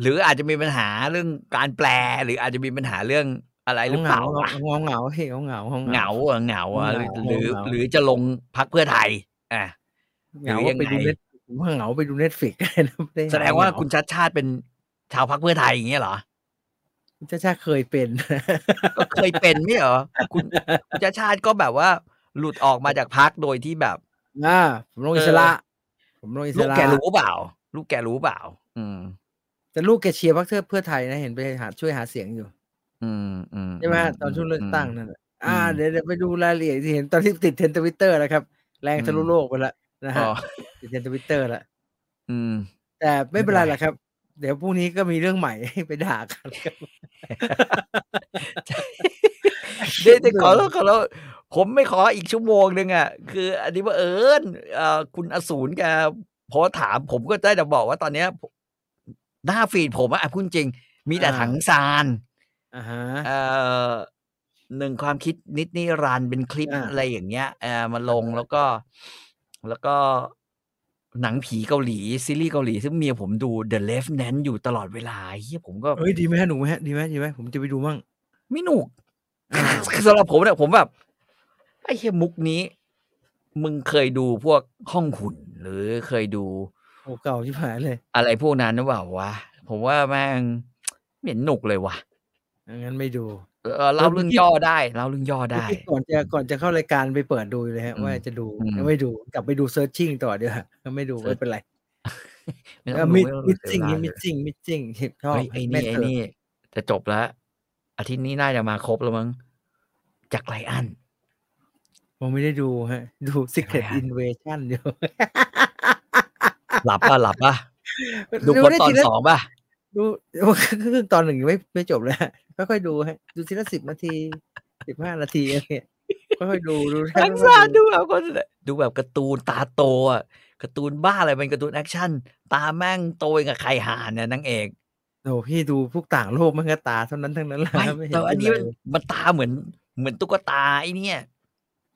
หรืออาจจะมีปัญหาเรื่องการแปล หรืออาจจะมีปัญหาเรื่องอะไรหรือเปล่า เห วะ งาเหงาเหงาเหงาเหงาเหงา เหงาอ่ะเหงาอ่ะ เหงา หรือ เหงา หรือจะลงพักเพื่อไทยอ่ะ เหงา หรือยัง ไปดู ไง เน็ตผมว่าเหงาไปดูเน็ตฟิกได้นะไม่ไเห แสดงว่าคุณชัดชาติเป็นชาวพักเพื่อไทยอย่างเงี้ยเหรอ คุณชาชาเคยเป็น ก็เคยเป็นไม่เหรอคุณคุณชาติชาติก็แบบว่า หลุดออกมาจากพักโดยที่แบบ อ่าผมลงอิสระ เออ ผมลงอิส ลูก ระ แกรู้เปล่า ลูกแกรู้เปล่า อืม แต่ลูกแกเชียร์พรรคเพื่อไทยนะเห็นไปหาช่วยหาเสียงอยู่ อืมอืม ใช่ไหมฮะ ม ตอนช่วงเลือก ม ตั้งนั่นแหละอ่า อืม เดี๋ยวเดี๋ยวไปดูรายละเอียดที่เห็นตอนที่ติดเทรนด์ทวิตเตอร์แล้วครับ แรงทะลุ อืม โลกไปละนะฮะ อ๋อ ติดเทรนด์ทวิตเตอร์ละ อืม แต่ไม่เป็นไร ไม่เป็นไร ละครับ เดี๋ยวพรุ่งนี้ก็มีเรื่องใหม่ ให้ไปด่ากันครับ เดี๋ยวเดี๋ยวขอโทษขอโทษผมไม่ขออีกชั่วโมงหนึ่งอ่ะคืออันนี้ว่าเอิญเอ่อคุณอสูรแกโพสต์ถาม ผมก็ได้แต่บอกว่าตอนเนี้ยผมหน้าฟีดผมอะอ่ะพูดจริง มีแต่ถังซาน อ่าฮะ เอ่อหนึ่งความคิดนิดนิรันดร์เป็นคลิป อ่า อะไรอย่างเงี้ยเออมาลงแล้วก็ แล้วก็หนังผีเกาหลีซีรีส์เกาหลี ซึ่งเมียผมดู The Leftenant อยู่ตลอดเวลาเฮียผมก็ เฮ้ยดีไหมฮะหนูไหมฮะดีไหมดีไหมผมจะไปดูมั่ง ไม่หนุก อ่า สำหรับผมเนี่ยผมแบบ ไอ้เฮียมุกนี้ มึงเคยดูพวกห้องหุ่น หรือเคยดู โอ้เก่าชิบหายเลย อะไรพวกนั้นหรือเปล่าวะ ผมว่าแม่งไม่เห็นหนุกเลยวะ งั้นไม่ดู เออเล่าเรื่องย่อได้เล่าเรื่องย่อได้ ก่อนจะก่อนจะเข้ารายการไปเปิดดูเลยฮะ อืม ว่าจะดู อืม ยังไม่ดูกลับไปดูเซิร์ชชิ่งต่อเดี๋ยวาก็ไม่ดูไม่เป็นไร ไต้ เอ อ อง ดู มิด ไต้อง มิดจเสียริงมิดจเวลาเลยริงมิดจริงเห็นชอบ เฮ้ยไอ้ แม่ นี่ไอ้ เติร์ นี่จะจบแล้วอาทิตย์นี้น่าจะมาครบแล้วมั้งจากไรอัน ผมไม่ได้ดูฮะ ดู Secret อะไรฮะ Invasion อยู่ หลับป่ะหลับป่ะดูคน ได้ ตอ ที น ละ สองป่ะ ดู ครึ่งตอนหนึ่งยังไม่ไม่จบเลย ฮะค่อยๆดูฮะดูทีละสิบนาทีสิบห้านาทีอะไรเงี้ยค่อยๆดูดู ค่อยๆ ทั้งซานดูแบบคนดูแบบการ์ตูนตาโตอ่ะการ์ตูนบ้าอะไรเป็นการ์ตูนแอคชั่น ตาแม่งโตอย่างกับไข่ห่านเนี่ยนางเอก โอ้พี่ดูพวกต่างโลกมันก็ตาเท่านั้นทั้งนั้นแหละ ไม่ ไม่เห็ แต่ น อันนี้ เป็ มัน นไร มันตาเหมือน เหมือนตุ๊กตาไอ้เนี่ย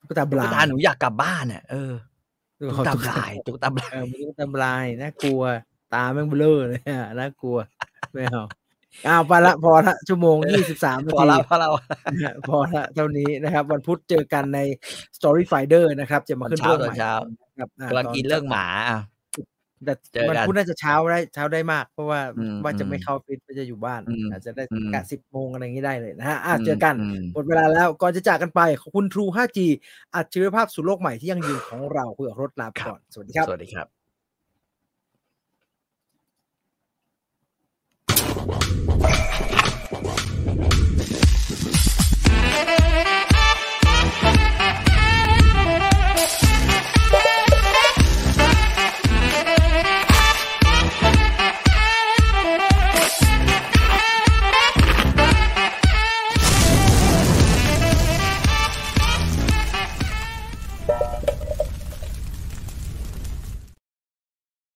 ตุ๊กตาบ ตุ๊ ลาก ตาหนูอยากกลับบ้านอ่ะเออตุ๊กตาบลายตุ๊กตาบลาย เออมันตุ๊กตาบลายน่ากลัว ตาแม่งเบลอเลย อะน่ากลัวไม่เอาอ้าวไป ละพอละชั่วโมงยี่สิบสามนา พอ ที แล้วพอแล้ว พอละเท่านี้นะครับ วันพุธเจอกันใน Story Finder นะครับ จะมาขึ้นเรื่อง ตอใหนม่ เช้า นะครับอ่าก ำลังกินเรื่องหมาอ่ะ แต่ เจอกัน วันพุธน่าจะเช้าได้เช้าได้มาก เพราะว่า อืม ว่าจะไม่เข้าออฟฟิตก็จะอยู่บ้าน อืม อาจจะได้ อืม กะสิบโมงอะไรอย่างนี้ได้เลยนะฮะอ่ะเจอกัน ม หมดเวลาแล้วก่อนจะจากกันไปขอบคุณ True 5G อัจฉริยภาพสู่โลกใหม่ที่ยั่งยืนของเราคุยกับรถลาไป ครับ ก่อนสวัสดีครับ สวัสดีครับ Business.